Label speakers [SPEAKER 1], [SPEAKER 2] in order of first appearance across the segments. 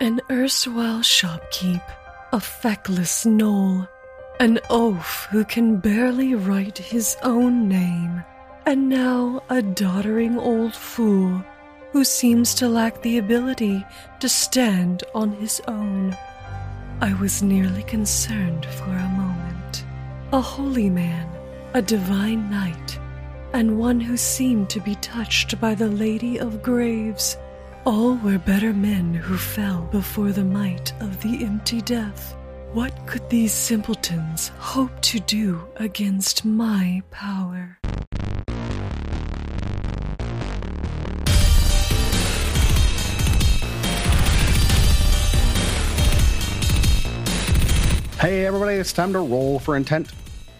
[SPEAKER 1] An erstwhile shopkeep, a feckless knoll, an oaf who can barely write his own name, and now a doddering old fool who seems to lack the ability to stand on his own. I was nearly concerned for a moment. A holy man, a divine knight, and one who seemed to be touched by the Lady of Graves. All were better men who fell before the might of the empty death. What could these simpletons hope to do against my power?
[SPEAKER 2] Hey, everybody, it's time to roll for intent.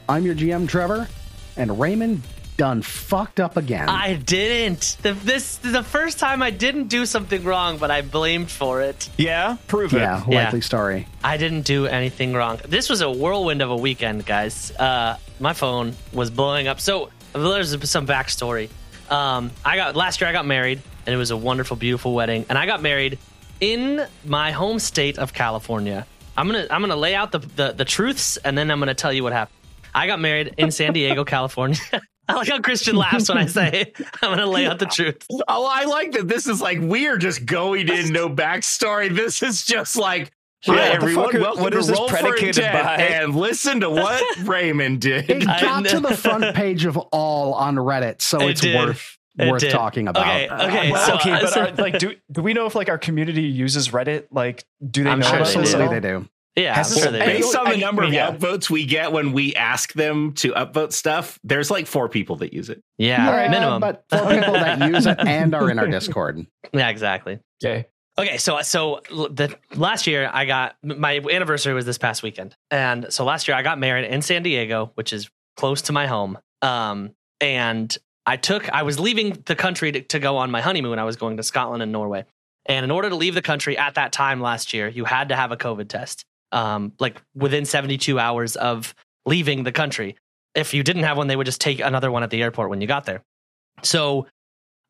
[SPEAKER 2] I'm your GM, Trevor, and Raymond done fucked up again.
[SPEAKER 3] I didn't. The, this the first time I didn't do something wrong, but I blamed for it.
[SPEAKER 4] Yeah, prove it.
[SPEAKER 2] yeah,
[SPEAKER 3] Yeah.
[SPEAKER 2] likely story.
[SPEAKER 3] I didn't do anything wrong. This was a whirlwind of a weekend, guys. Uh, my phone was blowing up. So there's some backstory. Um, I got last year. I got married, and it was a wonderful, beautiful wedding. And I got married in my home state of California. I'm gonna I'm gonna lay out the the, the truths, and then I'm gonna tell you what happened. I got married in San Diego, California. I like how Christian laughs when I say I'm gonna lay out the truth.
[SPEAKER 4] Oh, I like that. This is like we're just going in no backstory. This is just like. Hi,
[SPEAKER 5] Yeah, what the
[SPEAKER 4] everyone.
[SPEAKER 5] fuck-
[SPEAKER 4] Welcome
[SPEAKER 5] what
[SPEAKER 4] to
[SPEAKER 5] is this
[SPEAKER 4] Roll for
[SPEAKER 5] predicated
[SPEAKER 4] Intent,
[SPEAKER 5] by?
[SPEAKER 4] And listen to what Raymond
[SPEAKER 2] It
[SPEAKER 4] did.
[SPEAKER 3] I
[SPEAKER 2] got to
[SPEAKER 3] kn-
[SPEAKER 2] the front page of all on Reddit, so
[SPEAKER 3] It
[SPEAKER 2] it's
[SPEAKER 3] did.
[SPEAKER 2] worth
[SPEAKER 3] It
[SPEAKER 2] worth
[SPEAKER 3] did.
[SPEAKER 2] talking about.
[SPEAKER 3] Okay, okay,
[SPEAKER 5] Uh, Well,
[SPEAKER 3] so,
[SPEAKER 5] okay, but
[SPEAKER 3] so-
[SPEAKER 5] are, like, do do we know if like our community uses Reddit? Like, do they
[SPEAKER 3] I'm
[SPEAKER 5] know
[SPEAKER 3] sure
[SPEAKER 5] about
[SPEAKER 3] they
[SPEAKER 5] this at
[SPEAKER 2] Absolutely,
[SPEAKER 3] do.
[SPEAKER 5] all?
[SPEAKER 2] they do.
[SPEAKER 3] yeah, I'm
[SPEAKER 5] Has this
[SPEAKER 3] sure they
[SPEAKER 5] been-
[SPEAKER 3] do.
[SPEAKER 4] Based on the
[SPEAKER 5] I-
[SPEAKER 4] number of
[SPEAKER 5] yeah.
[SPEAKER 4] upvotes we get when we ask them to upvote stuff, there's like four people that use it.
[SPEAKER 3] Yeah,
[SPEAKER 2] Yeah,
[SPEAKER 3] minimum.
[SPEAKER 2] But for people that use it and are in our Discord,
[SPEAKER 3] yeah, exactly.
[SPEAKER 5] Okay.
[SPEAKER 3] Okay, so so l- the last year I got my anniversary was this past weekend, and so last year I got married in San Diego, which is close to my home. Um, and I took I was leaving the country to, to go on my honeymoon. I was going to Scotland and Norway, and in order to leave the country at that time last year, you had to have a COVID test, um, like within seventy two hours of leaving the country. If you didn't have one, they would just take another one at the airport when you got there. So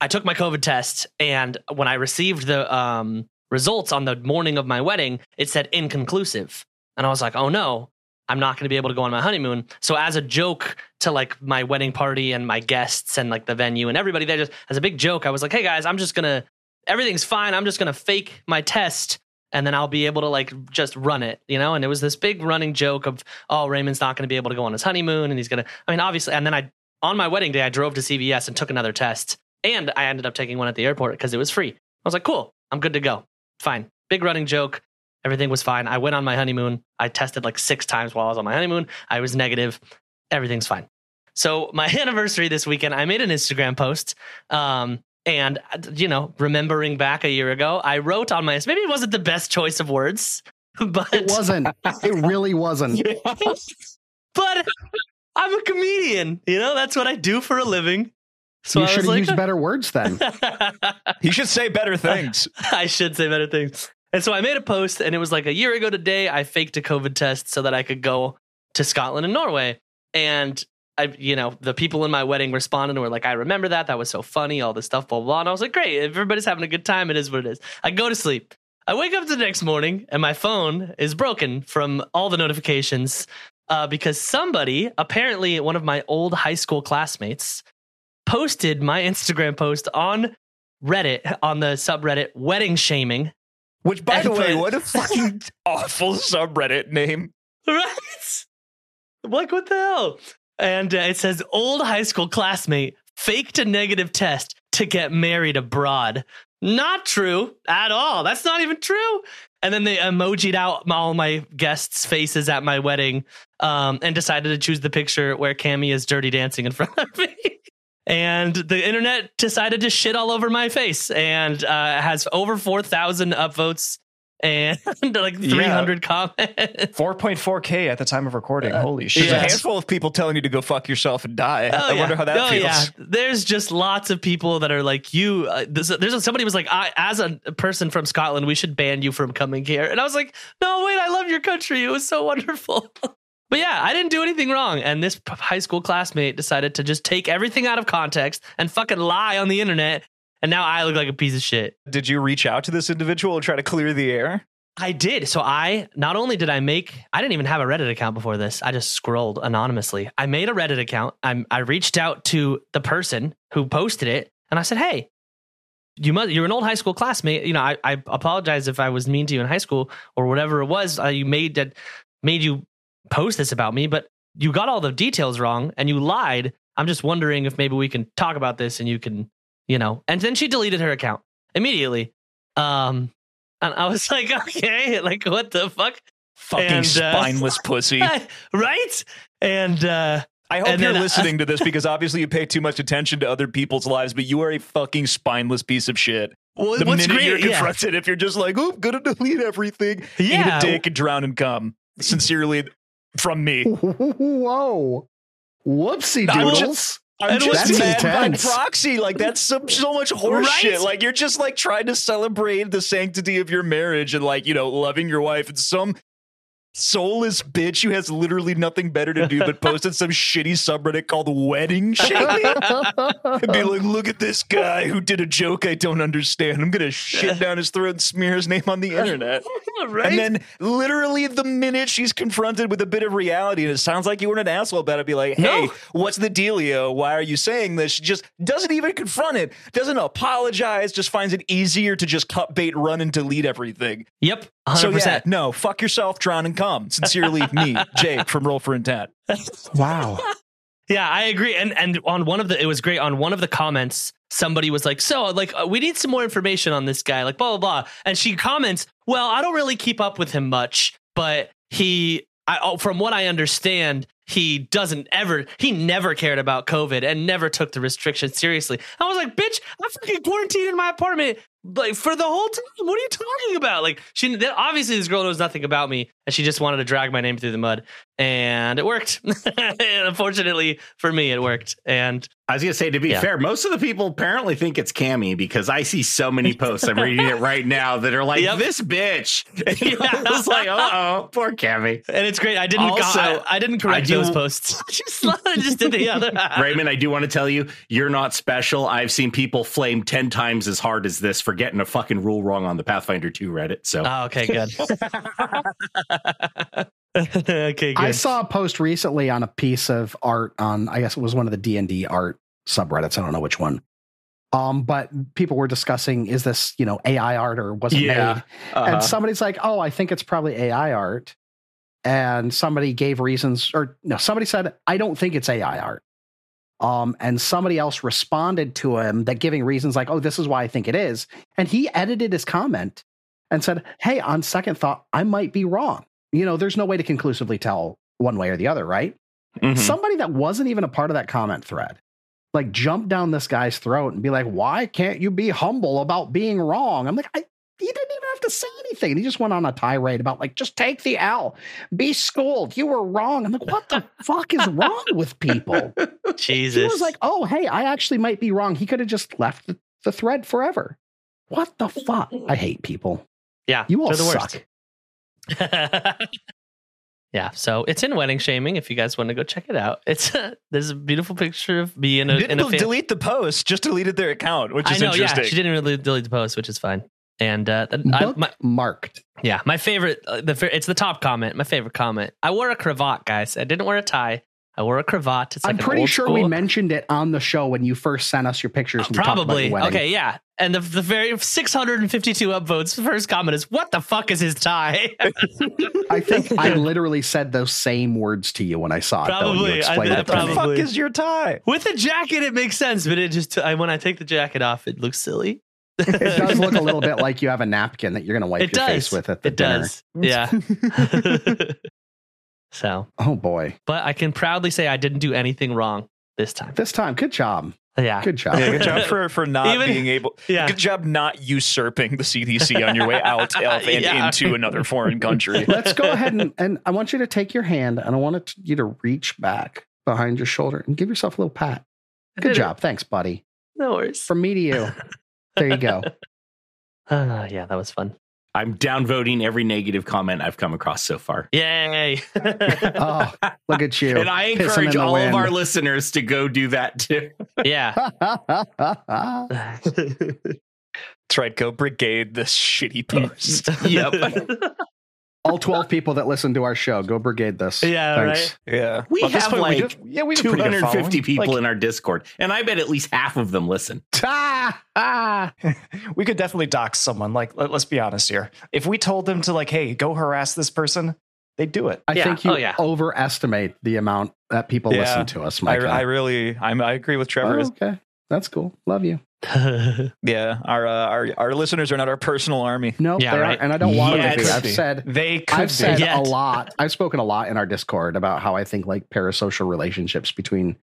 [SPEAKER 3] I took my COVID test, and when I received the um, results on the morning of my wedding, it said inconclusive. And I was like, oh no, I'm not going to be able to go on my honeymoon. So, as a joke to like my wedding party and my guests and like the venue and everybody there, just as a big joke, I was like, hey guys, I'm just going to, everything's fine. I'm just going to fake my test and then I'll be able to like just run it, you know? And it was this big running joke of, oh, Raymond's not going to be able to go on his honeymoon and he's going to, I mean, obviously. And then I, on my wedding day, I drove to CVS and took another test. And I ended up taking one at the airport because it was free. I was like, cool, I'm good to go. Fine. Big running joke. Everything was fine. I went on my honeymoon. I tested like six times while I was on my honeymoon. I was negative. Everything's fine. So, my anniversary this weekend, I made an Instagram post. Um, and, uh, you know, remembering back a year ago, I wrote on my, maybe it wasn't the best choice of words, but
[SPEAKER 2] it wasn't. It really wasn't.
[SPEAKER 3] but I'm a comedian. You know, that's what I do for a living. So
[SPEAKER 2] you
[SPEAKER 3] I
[SPEAKER 2] should
[SPEAKER 3] was
[SPEAKER 2] have
[SPEAKER 3] like,
[SPEAKER 2] used better words then.
[SPEAKER 5] He should say better things.
[SPEAKER 3] I should say better things. And so I made a post, and it was like a year ago today, I faked a COVID test so that I could go to Scotland and Norway. And I, you know, the people in my wedding responded and were like, I remember that. That was so funny, all this stuff, blah, blah. blah. And I was like, great. Everybody's having a good time. It is what it is. I go to sleep. I wake up the next morning, and my phone is broken from all the notifications uh, because somebody, apparently one of my old high school classmates, posted my Instagram post on Reddit on the subreddit wedding shaming.
[SPEAKER 5] Which, by the way,
[SPEAKER 3] But-
[SPEAKER 5] what a fucking awful subreddit name.
[SPEAKER 3] Right? Like what the hell? And uh, it says old high school classmate faked a negative test to get married abroad. Not true at all. That's not even true. And then they emojied out my- all my guests' faces at my wedding um, and decided to choose the picture where Cammy is dirty dancing in front of me. And the internet decided to shit all over my face and uh, has over 4,000 upvotes and like
[SPEAKER 5] Yeah.
[SPEAKER 3] 300 comments.
[SPEAKER 5] 4.4k at the time of recording.
[SPEAKER 6] Uh,
[SPEAKER 5] Holy shit!
[SPEAKER 3] There's a Yeah.
[SPEAKER 5] handful of people telling you to go fuck yourself and die.
[SPEAKER 3] oh, Yeah. There's just lots of people that are like you. Uh, there's, there's somebody was like, I, as a person from Scotland, we should ban you from coming here. And I was like, no, wait, I love your country. It was so wonderful. but yeah, I didn't do anything wrong. And this p- high school classmate decided to just take everything out of context and fucking lie on the internet and now I look like a piece of shit.
[SPEAKER 6] Did you reach out to this individual and try to clear the air?
[SPEAKER 3] I did. So I not only did I make I didn't even have a Reddit account before this. I just scrolled anonymously. I made a Reddit account. I I reached out to the person who posted it and I said, "Hey, you must you're an old high school classmate. You know, I I apologize if I was mean to you in high school or whatever it was. Uh, you made that made you post this about me, but you got all the details wrong and you lied. I'm just wondering if maybe we can talk about this and you can, you know." And then she deleted her account immediately. Um and I was like, okay, like what the fuck?
[SPEAKER 6] Fucking
[SPEAKER 3] And, uh,
[SPEAKER 6] spineless pussy.
[SPEAKER 3] right? And uh
[SPEAKER 6] I hope
[SPEAKER 3] and
[SPEAKER 6] you're
[SPEAKER 3] then, uh,
[SPEAKER 6] listening to this because obviously you pay too much attention to other people's lives, but you are a fucking spineless piece of shit.
[SPEAKER 3] well,
[SPEAKER 6] The minute you're
[SPEAKER 3] yeah.
[SPEAKER 6] confronted, if you're just like, oh, I'm gonna delete everything,
[SPEAKER 3] Yeah.
[SPEAKER 6] eat a dick and drown and cum. Sincerely, from me.
[SPEAKER 2] Whoa. Whoopsie
[SPEAKER 6] I was
[SPEAKER 2] doodles.
[SPEAKER 6] I'm
[SPEAKER 3] And
[SPEAKER 6] just
[SPEAKER 2] that's
[SPEAKER 6] mad by
[SPEAKER 2] intense.
[SPEAKER 6] proxy. Like that's so, so much horse
[SPEAKER 3] Right?
[SPEAKER 6] shit. Like you're just like trying to celebrate the sanctity of your marriage and like, you know, loving your wife and some soulless bitch who has literally nothing better to do but posted some shitty subreddit called wedding shaming and be like, look at this guy who did a joke I don't understand. I'm gonna shit down his throat and smear his name on the internet.
[SPEAKER 3] right?
[SPEAKER 6] And then literally the minute she's confronted with a bit of reality and it sounds like you were an asshole about it, be like, hey,
[SPEAKER 3] No.
[SPEAKER 6] what's the dealio? Why are you saying this? She just doesn't even confront it, doesn't apologize, just finds it easier to just cut bait, run, and delete everything.
[SPEAKER 3] yep, 100%.
[SPEAKER 6] So yeah, no, fuck yourself, drown and come. Sincerely, me, Jake from Roll for Intent.
[SPEAKER 2] Wow.
[SPEAKER 3] Yeah, I agree. And and on one of the it was great on one of the comments somebody was like, "So, like uh, we need some more information on this guy." Like blah blah blah. And she comments, "Well, I don't really keep up with him much, but he I oh, from what I understand, he doesn't ever he never cared about COVID and never took the restrictions seriously." I was like, "Bitch, I'm fucking quarantined in my apartment like for the whole time. What are you talking about?" Like she that, obviously this girl knows nothing about me and she just wanted to drag my name through the mud and it worked. and unfortunately for me, it worked. And
[SPEAKER 4] I was gonna say to be
[SPEAKER 3] Yeah.
[SPEAKER 4] fair, most of the people apparently think it's Cammy because I see so many posts. I'm reading it right now that are like
[SPEAKER 3] Yep.
[SPEAKER 4] this bitch.
[SPEAKER 3] Yeah.
[SPEAKER 4] I was like, uh oh, poor Cammy.
[SPEAKER 3] and it's great. I didn't
[SPEAKER 4] Also,
[SPEAKER 3] I, I didn't
[SPEAKER 4] I
[SPEAKER 3] correct
[SPEAKER 4] do-
[SPEAKER 3] those posts. I just, I just did the other.
[SPEAKER 4] Raymond, I do want to tell you, you're not special. I've seen people flame ten times as hard as this for getting a fucking rule wrong on the Pathfinder 2 Reddit. So
[SPEAKER 3] Oh, okay, good. okay, good.
[SPEAKER 2] I saw a post recently on a piece of art on I guess it was one of the D&D art subreddits, I don't know which one. Um but people were discussing is this, you know, AI art or was it
[SPEAKER 4] Yeah.
[SPEAKER 2] made?
[SPEAKER 4] uh-huh.
[SPEAKER 2] And somebody's like, "Oh, I think it's probably AI art." And somebody gave reasons or no, somebody said, "I don't think it's AI art." Um and somebody else responded to him that giving reasons like, "Oh, this is why I think it is." And he edited his comment and said, "Hey, on second thought, I might be wrong." You know, there's no way to conclusively tell one way or the other, right?
[SPEAKER 4] Mhm.
[SPEAKER 2] Somebody that wasn't even a part of that comment thread like jump down this guy's throat and be like, "Why can't you be humble about being wrong?" I'm like, I he didn't even have to say anything. He just went on a tirade about like, just take the L, be schooled. You were wrong. I'm like, what the fuck is wrong with people?
[SPEAKER 3] Jesus.
[SPEAKER 2] He was like, oh hey, I actually might be wrong. He could have just left the, the thread forever. What the fuck? I hate people.
[SPEAKER 3] yeah,
[SPEAKER 2] You all
[SPEAKER 3] they're the
[SPEAKER 2] suck.
[SPEAKER 3] worst. yeah, so it's in wedding shaming. If you guys want to go check it out, it's there's a beautiful picture of me in a, in
[SPEAKER 6] Didn't
[SPEAKER 3] a fam-
[SPEAKER 6] delete the post, just deleted their account, which
[SPEAKER 3] I
[SPEAKER 6] is
[SPEAKER 3] know, yeah,
[SPEAKER 6] interesting.
[SPEAKER 3] she didn't really delete the post, which is fine. And uh, that- I,
[SPEAKER 2] Bookmarked.
[SPEAKER 3] my, Yeah, my favorite. Uh, the fir- it's the top comment. My favorite comment. I wore a cravat, guys. I didn't wear a tie. I wore a cravat. It's like
[SPEAKER 2] I'm
[SPEAKER 3] an
[SPEAKER 2] pretty
[SPEAKER 3] old
[SPEAKER 2] sure we
[SPEAKER 3] school-
[SPEAKER 2] mentioned it on the show when you first sent us your pictures.
[SPEAKER 3] Uh,
[SPEAKER 2] and we talked about
[SPEAKER 3] probably
[SPEAKER 2] your wedding.
[SPEAKER 3] okay. Yeah, and the the very 652 upvotes. The first comment is, "What the fuck is his tie?"
[SPEAKER 2] I think I literally said those same words to you when I saw it. though, and you
[SPEAKER 3] Probably. I
[SPEAKER 2] explained
[SPEAKER 3] did,
[SPEAKER 2] it to
[SPEAKER 6] What
[SPEAKER 2] me.
[SPEAKER 6] the fuck
[SPEAKER 3] Probably.
[SPEAKER 6] is your tie?
[SPEAKER 3] With a jacket, it makes sense, but it just I, when I take the jacket off, it looks silly.
[SPEAKER 2] It does look a little bit like you have a napkin that you're going to wipe
[SPEAKER 3] It
[SPEAKER 2] your
[SPEAKER 3] does.
[SPEAKER 2] face with at the
[SPEAKER 3] it
[SPEAKER 2] dinner.
[SPEAKER 3] does. Yeah. so,
[SPEAKER 2] Oh boy,
[SPEAKER 3] but I can proudly say I didn't do anything wrong this time.
[SPEAKER 2] this time, good job,
[SPEAKER 3] Yeah.
[SPEAKER 2] good job.
[SPEAKER 6] Yeah, good job for, for not
[SPEAKER 3] Even-
[SPEAKER 6] being able
[SPEAKER 3] Yeah.
[SPEAKER 6] Good job not usurping the CDC on your way out of and
[SPEAKER 3] Yeah.
[SPEAKER 6] into another foreign country.
[SPEAKER 2] Let's go ahead and, and I want you to take your hand and I want it to- you to reach back behind your shoulder and give yourself a little pat.
[SPEAKER 3] I
[SPEAKER 2] Good
[SPEAKER 3] did it.
[SPEAKER 2] job, thanks, buddy.
[SPEAKER 3] No worries.
[SPEAKER 2] From me to you. There you go.
[SPEAKER 3] Uh, yeah, that was fun.
[SPEAKER 4] I'm downvoting every negative comment I've come across so far.
[SPEAKER 3] Yay.
[SPEAKER 2] Oh, look at you.
[SPEAKER 4] And I
[SPEAKER 2] pissing in
[SPEAKER 4] encourage
[SPEAKER 2] the
[SPEAKER 4] all
[SPEAKER 2] wind.
[SPEAKER 4] of our listeners to go do that too.
[SPEAKER 3] yeah.
[SPEAKER 5] That's right. Go brigade this shitty post.
[SPEAKER 4] Yep.
[SPEAKER 2] all 12 people that listen to our show, go brigade this.
[SPEAKER 3] Yeah, right.
[SPEAKER 5] yeah.
[SPEAKER 4] We
[SPEAKER 5] At this
[SPEAKER 4] have,
[SPEAKER 5] point,
[SPEAKER 4] like,
[SPEAKER 5] do- yeah, we have a pretty good
[SPEAKER 4] 250
[SPEAKER 5] following.
[SPEAKER 4] people
[SPEAKER 5] Like,
[SPEAKER 4] in our Discord, and I bet at least half of them listen.
[SPEAKER 2] Ah, ah.
[SPEAKER 5] we could definitely dox someone. Like, let, us be honest here. If we told them to, like, hey, go harass this person, they'd do it.
[SPEAKER 2] I
[SPEAKER 3] Yeah.
[SPEAKER 2] think you
[SPEAKER 3] Oh, yeah.
[SPEAKER 2] overestimate the amount that people
[SPEAKER 5] Yeah.
[SPEAKER 2] listen to us,
[SPEAKER 5] I,
[SPEAKER 2] Mike.
[SPEAKER 5] I really, I'm, I agree with Trevor.
[SPEAKER 2] okay. That's cool. Love you.
[SPEAKER 5] Yeah, our, uh, our our listeners are not our personal army.
[SPEAKER 2] No,
[SPEAKER 3] Yeah,
[SPEAKER 2] they
[SPEAKER 3] right.
[SPEAKER 2] aren't, and I don't want
[SPEAKER 5] Yeah,
[SPEAKER 2] to
[SPEAKER 5] it
[SPEAKER 2] be.
[SPEAKER 5] could
[SPEAKER 2] I've
[SPEAKER 5] be.
[SPEAKER 2] said
[SPEAKER 5] They could
[SPEAKER 2] I've
[SPEAKER 5] be.
[SPEAKER 2] said
[SPEAKER 3] Yet.
[SPEAKER 2] a lot. I've spoken a lot in our Discord about how I think like parasocial relationships between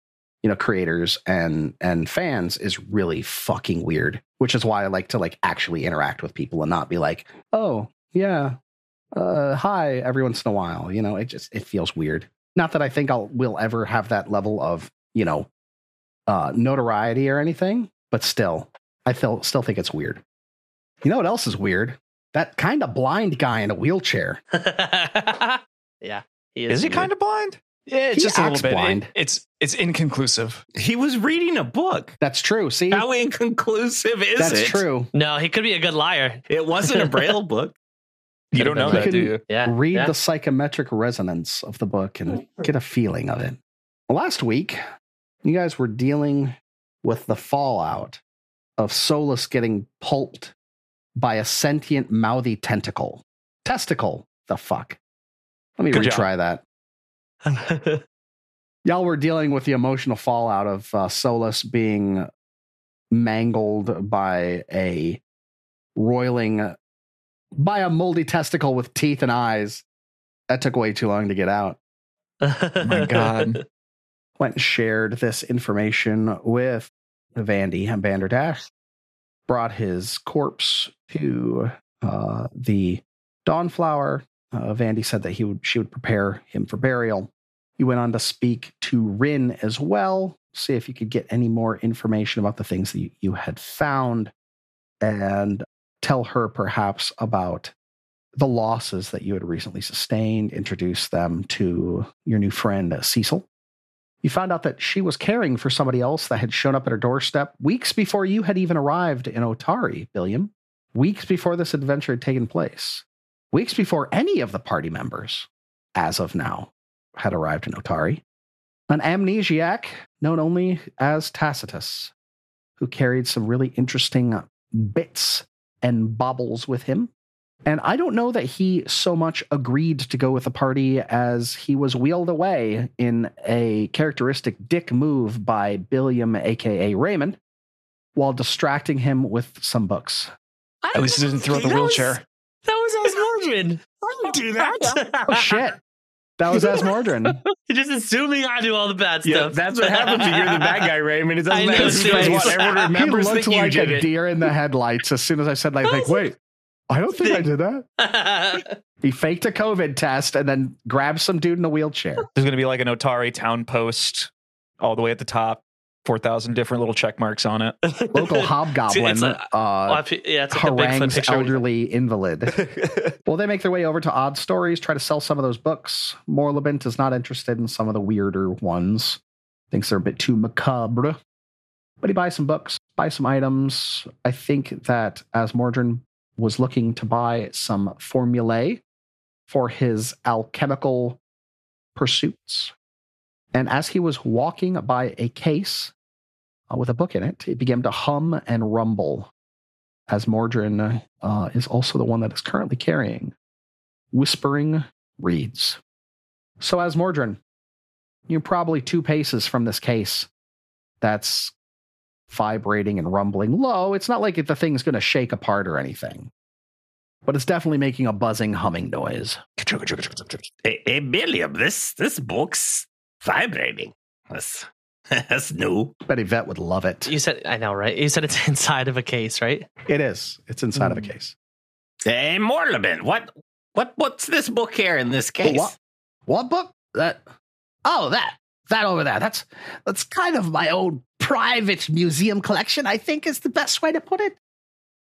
[SPEAKER 2] you know creators and and fans is really fucking weird, which is why I like to like actually interact with people and not be like, oh yeah, uh, hi every once in a while. You know, it just it feels weird. Not that I think I'll will ever have that level of you know uh, notoriety or anything, but still, I feel still think it's weird. You know what else is weird? That kind of blind guy in a wheelchair.
[SPEAKER 3] yeah.
[SPEAKER 5] Is he kind of blind? Yeah, it's
[SPEAKER 2] He
[SPEAKER 5] just a little
[SPEAKER 2] acts
[SPEAKER 5] bit. It-
[SPEAKER 2] blind.
[SPEAKER 5] it's it's inconclusive.
[SPEAKER 4] He was reading a book.
[SPEAKER 2] That's true. See,
[SPEAKER 4] How inconclusive is
[SPEAKER 2] that's
[SPEAKER 4] it?
[SPEAKER 2] true.
[SPEAKER 3] No, he could be a good liar.
[SPEAKER 4] It wasn't a braille book.
[SPEAKER 5] You don't know
[SPEAKER 2] You
[SPEAKER 5] that, do
[SPEAKER 2] can-
[SPEAKER 5] you?
[SPEAKER 3] Yeah.
[SPEAKER 2] Read
[SPEAKER 3] yeah.
[SPEAKER 2] the psychometric resonance of the book and get a feeling of it. Last week, you guys were dealing with the fallout of Solus getting pulped by a sentient mouthy tentacle. Testicle. The fuck. Let me
[SPEAKER 5] Good job.
[SPEAKER 2] retry that. y'all were dealing with the emotional fallout of uh, Solus being mangled by a roiling, by a moldy testicle with teeth and eyes. That took way too long to get out.
[SPEAKER 5] Oh my God.
[SPEAKER 2] Went and shared this information with Vandy and Banderdash. Brought his corpse to uh, the Dawnflower. Uh, Vandy said that he would, she would prepare him for burial. You went on to speak to Rin as well, see if you could get any more information about the things that you, you had found and tell her perhaps about the losses that you had recently sustained, introduce them to your new friend, uh, Cecil. You found out that she was caring for somebody else that had shown up at her doorstep weeks before you had even arrived in Otari, Billiam, weeks before this adventure had taken place, weeks before any of the party members, as of now, had arrived in Otari, an amnesiac known only as Tacitus, who carried some really interesting bits and baubles with him. And I don't know that he so much agreed to go with the party as he was wheeled away in a characteristic dick move by Billiam, aka Raymond, while distracting him with some books.
[SPEAKER 5] At least he didn't throw the
[SPEAKER 3] That was-
[SPEAKER 5] wheelchair.
[SPEAKER 3] That was Osmordrin. I don't do that.
[SPEAKER 2] Oh shit. That was Asmordran.
[SPEAKER 3] You're just assuming I do all the bad
[SPEAKER 4] Yeah,
[SPEAKER 3] stuff.
[SPEAKER 4] that's what happens if you're the bad guy, Raymond. It
[SPEAKER 3] I
[SPEAKER 4] doesn't
[SPEAKER 3] know,
[SPEAKER 4] matter if you guys
[SPEAKER 3] seriously.
[SPEAKER 4] want everyone
[SPEAKER 3] He
[SPEAKER 4] remembers
[SPEAKER 2] he looked
[SPEAKER 4] that you
[SPEAKER 2] like
[SPEAKER 4] did
[SPEAKER 2] a
[SPEAKER 4] it.
[SPEAKER 2] deer in the headlights as soon as I said that. He's like, wait, I don't think I did that. He faked a COVID test and then grabbed some dude in a wheelchair.
[SPEAKER 5] There's going to be like an Otari town post all the way at the top, 4,000 different little check marks on it.
[SPEAKER 3] See,
[SPEAKER 2] Local hobgoblin
[SPEAKER 3] it's a-
[SPEAKER 2] uh,
[SPEAKER 3] Oh, yeah, it's like the Bigfoot
[SPEAKER 2] harangues
[SPEAKER 3] picture.
[SPEAKER 2] elderly invalid. Well, they make their way over to Odd Stories, try to sell some of those books. Morlabint is not interested in some of the weirder ones, thinks they're a bit too macabre. But he buys some books, buys some items. I think that as Mordrin was looking to buy some formulae for his alchemical pursuits. And as he was walking by a case uh, with a book in it, it began to hum and rumble as Mordrin uh, is also the one that is currently carrying Whispering Reeds. So, as Mordrin, you're probably two paces from this case that's vibrating and rumbling low. It's not like the thing's going to shake apart or anything, but it's definitely making a buzzing, humming noise.
[SPEAKER 4] Hey, hey, William, this this book's vibrating. That's that's new.
[SPEAKER 2] Bet Yvette would love it.
[SPEAKER 3] You said, I know, right? You said it's inside of a case, right? Hmm.
[SPEAKER 2] It is. It's inside of a case.
[SPEAKER 4] Hey, Morlabin, what what what's this book here in this case?
[SPEAKER 2] What? What book? That? Oh, that that over there. That's that's kind of my own private museum collection. I think is the best way to put it.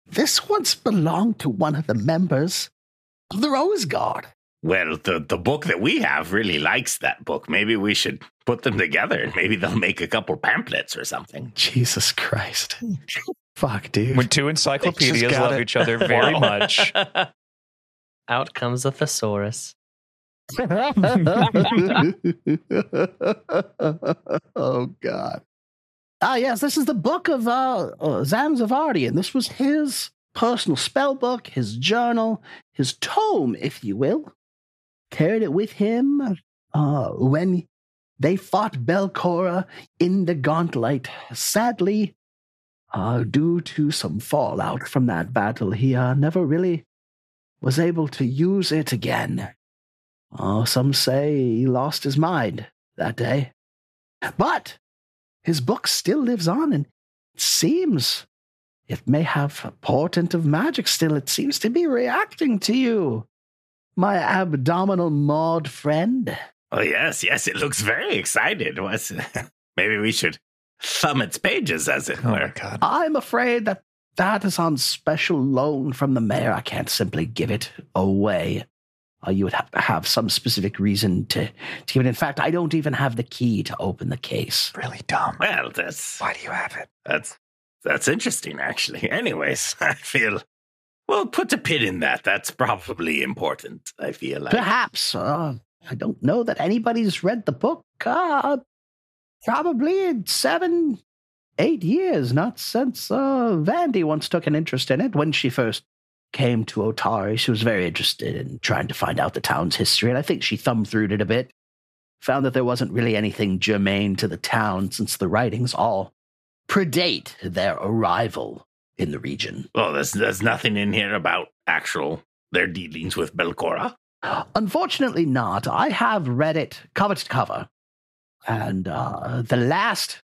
[SPEAKER 7] This once belonged to one of the members of the Rose Guard.
[SPEAKER 4] Well, the, the book that we have really likes that book. Maybe we should put them together and maybe they'll make a couple pamphlets or something.
[SPEAKER 7] Jesus Christ. Fuck, dude.
[SPEAKER 6] When two encyclopedias
[SPEAKER 7] got
[SPEAKER 6] love
[SPEAKER 7] it.
[SPEAKER 6] each other very much.
[SPEAKER 3] Out comes a thesaurus.
[SPEAKER 7] oh God. Ah, yes, this is the book of uh, uh, Zanzivari, and this was his personal spell book, his journal, his tome, if you will. Carried it with him uh, when they fought Belcora in the gauntlet. Sadly, uh, due to some fallout from that battle, he uh, never really was able to use it again. Oh, some say he lost his mind that day. But his book still lives on, and it seems it may have a portent of magic still. It seems to be reacting to you, my abdominal maud friend.
[SPEAKER 4] Oh, yes, yes, it looks very excited. What's, maybe we should thumb its pages, as it
[SPEAKER 6] Oh my
[SPEAKER 4] were.
[SPEAKER 6] god.
[SPEAKER 7] I'm afraid that that is on special loan from the mayor. I can't simply give it away. Uh, you would have to have some specific reason to, to give it. In fact, I don't even have the key to open the case.
[SPEAKER 6] Really dumb.
[SPEAKER 4] Well, that's
[SPEAKER 6] Why do you have it?
[SPEAKER 4] That's that's interesting, actually. Anyways, I feel well. Put a pin in that. That's probably important. I feel like
[SPEAKER 7] Perhaps. Uh, I don't know that anybody's read the book. Uh, probably in seven, eight years, not since uh, Vandy once took an interest in it. When she first came to Otari, she was very interested in trying to find out the town's history, and I think she thumbed through it a bit. Found that there wasn't really anything germane to the town since the writings all predate their arrival in the region.
[SPEAKER 4] well, there's there's nothing in here about actual their dealings with Belcora.
[SPEAKER 7] Unfortunately, not. I have read it cover to cover. And uh, the last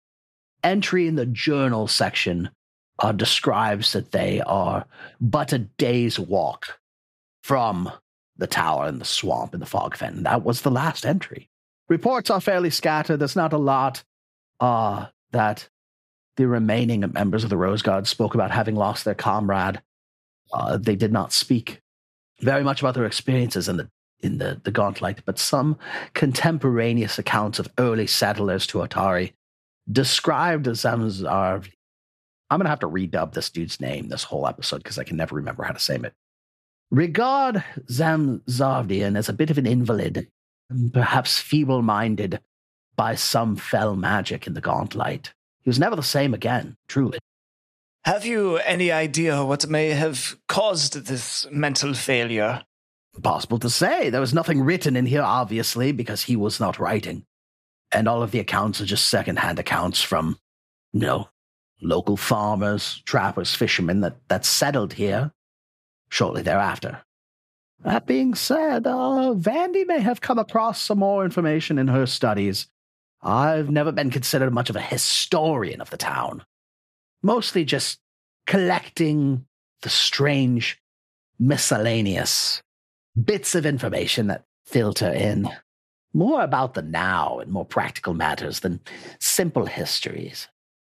[SPEAKER 7] entry in the journal section uh, describes that they are but a day's walk from the tower and the swamp and the fog fen. That was the last entry. Reports are fairly scattered. There's not a lot uh, that the remaining members of the Rose Guard spoke about having lost their comrade. Uh, they did not speak very much about their experiences in the in the, the gauntlet, but some contemporaneous accounts of early settlers to Atari described Zamzar. I'm going to have to redub this dude's name this whole episode because I can never remember how to say it. Regard Zamzardian as a bit of an invalid, perhaps feeble minded by some fell magic in the gauntlet. He was never the same again, truly.
[SPEAKER 8] Have you any idea what may have caused this mental failure?
[SPEAKER 7] impossible to say. There was nothing written in here, obviously, because he was not writing. And all of the accounts are just secondhand accounts from, you know, local farmers, trappers, fishermen that, that settled here shortly thereafter. That being said, uh, Vandy may have come across some more information in her studies.
[SPEAKER 2] Uh,
[SPEAKER 7] I've never been considered much of a historian of the town, mostly just collecting the strange, miscellaneous bits of information that filter in more about the now and more practical matters than simple histories.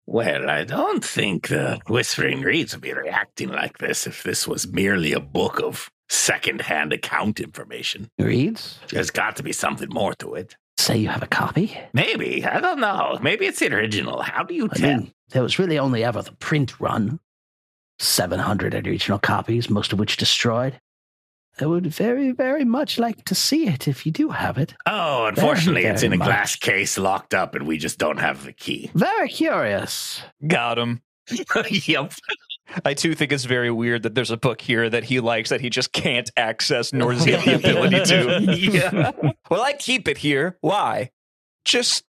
[SPEAKER 4] Well, I don't think the Whispering Reeds would be reacting like this if this was merely a book of secondhand account information.
[SPEAKER 7] Reads?
[SPEAKER 4] There's got to be something more to it.
[SPEAKER 7] Say you have a copy?
[SPEAKER 4] Maybe I don't know. Maybe it's the original. How do you
[SPEAKER 7] I
[SPEAKER 4] tell?
[SPEAKER 7] mean, there was really only ever the print run 700 original copies, most of which destroyed. I would very, very much like to see it if you do have it.
[SPEAKER 4] Oh, unfortunately,
[SPEAKER 7] Very,
[SPEAKER 4] it's in a
[SPEAKER 7] very
[SPEAKER 4] glass
[SPEAKER 7] much.
[SPEAKER 4] case locked up, and we just don't have the key.
[SPEAKER 7] Very curious.
[SPEAKER 6] Got him.
[SPEAKER 4] yep.
[SPEAKER 6] I too think it's very weird that there's a book here that he likes that he just can't access nor does he have the ability to.
[SPEAKER 4] yeah.
[SPEAKER 6] Well, I keep it here. Why? Just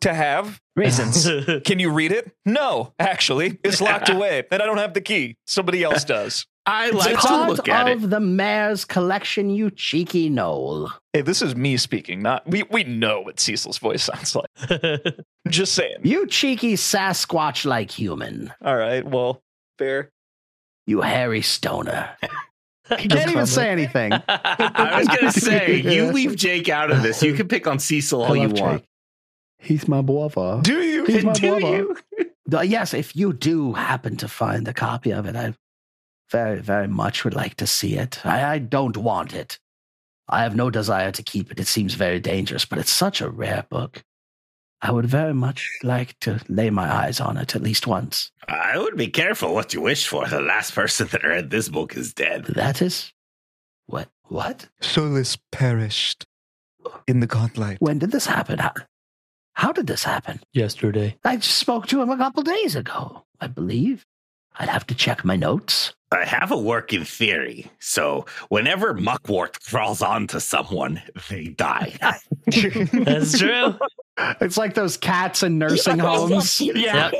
[SPEAKER 6] to have.
[SPEAKER 7] Reasons.
[SPEAKER 6] Can you read it? No, actually. It's locked away and I don't have the key. Somebody else does.
[SPEAKER 4] I
[SPEAKER 7] It's
[SPEAKER 4] like to
[SPEAKER 7] part
[SPEAKER 4] look at
[SPEAKER 7] of
[SPEAKER 4] it.
[SPEAKER 7] the mayor's collection, you cheeky knoll.
[SPEAKER 6] Hey, this is me speaking, not we we know what Cecil's voice sounds like. Just saying.
[SPEAKER 7] You cheeky Sasquatch like human.
[SPEAKER 6] All right, well, fair.
[SPEAKER 7] You hairy stoner.
[SPEAKER 3] He
[SPEAKER 7] can't even say anything.
[SPEAKER 4] I was going to say, you leave Jake out of this. You can pick on Cecil all you
[SPEAKER 7] love
[SPEAKER 4] want.
[SPEAKER 7] He's my brother.
[SPEAKER 6] Do you
[SPEAKER 7] He's my
[SPEAKER 4] Do
[SPEAKER 7] brother.
[SPEAKER 4] you?
[SPEAKER 7] Uh, yes, if you do happen to find a copy of it, I
[SPEAKER 2] very, very much would like to see it. I, I don't want it. I have no desire to keep it. It seems very dangerous, but it's such a rare book. I would very much like to lay my eyes on it at least once.
[SPEAKER 4] I would be careful what you wish for. The last person that read this book is dead.
[SPEAKER 2] That is. What? What?
[SPEAKER 5] Solus perished in the godlight.
[SPEAKER 2] When did this happen? How, how did this happen?
[SPEAKER 3] Yesterday.
[SPEAKER 2] I just spoke to him a couple days ago, I believe. I'd have to check my notes.
[SPEAKER 4] I have a working theory. So whenever Muckwort crawls onto someone, they die.
[SPEAKER 3] That's true.
[SPEAKER 2] It's like those cats in nursing homes.
[SPEAKER 4] yeah.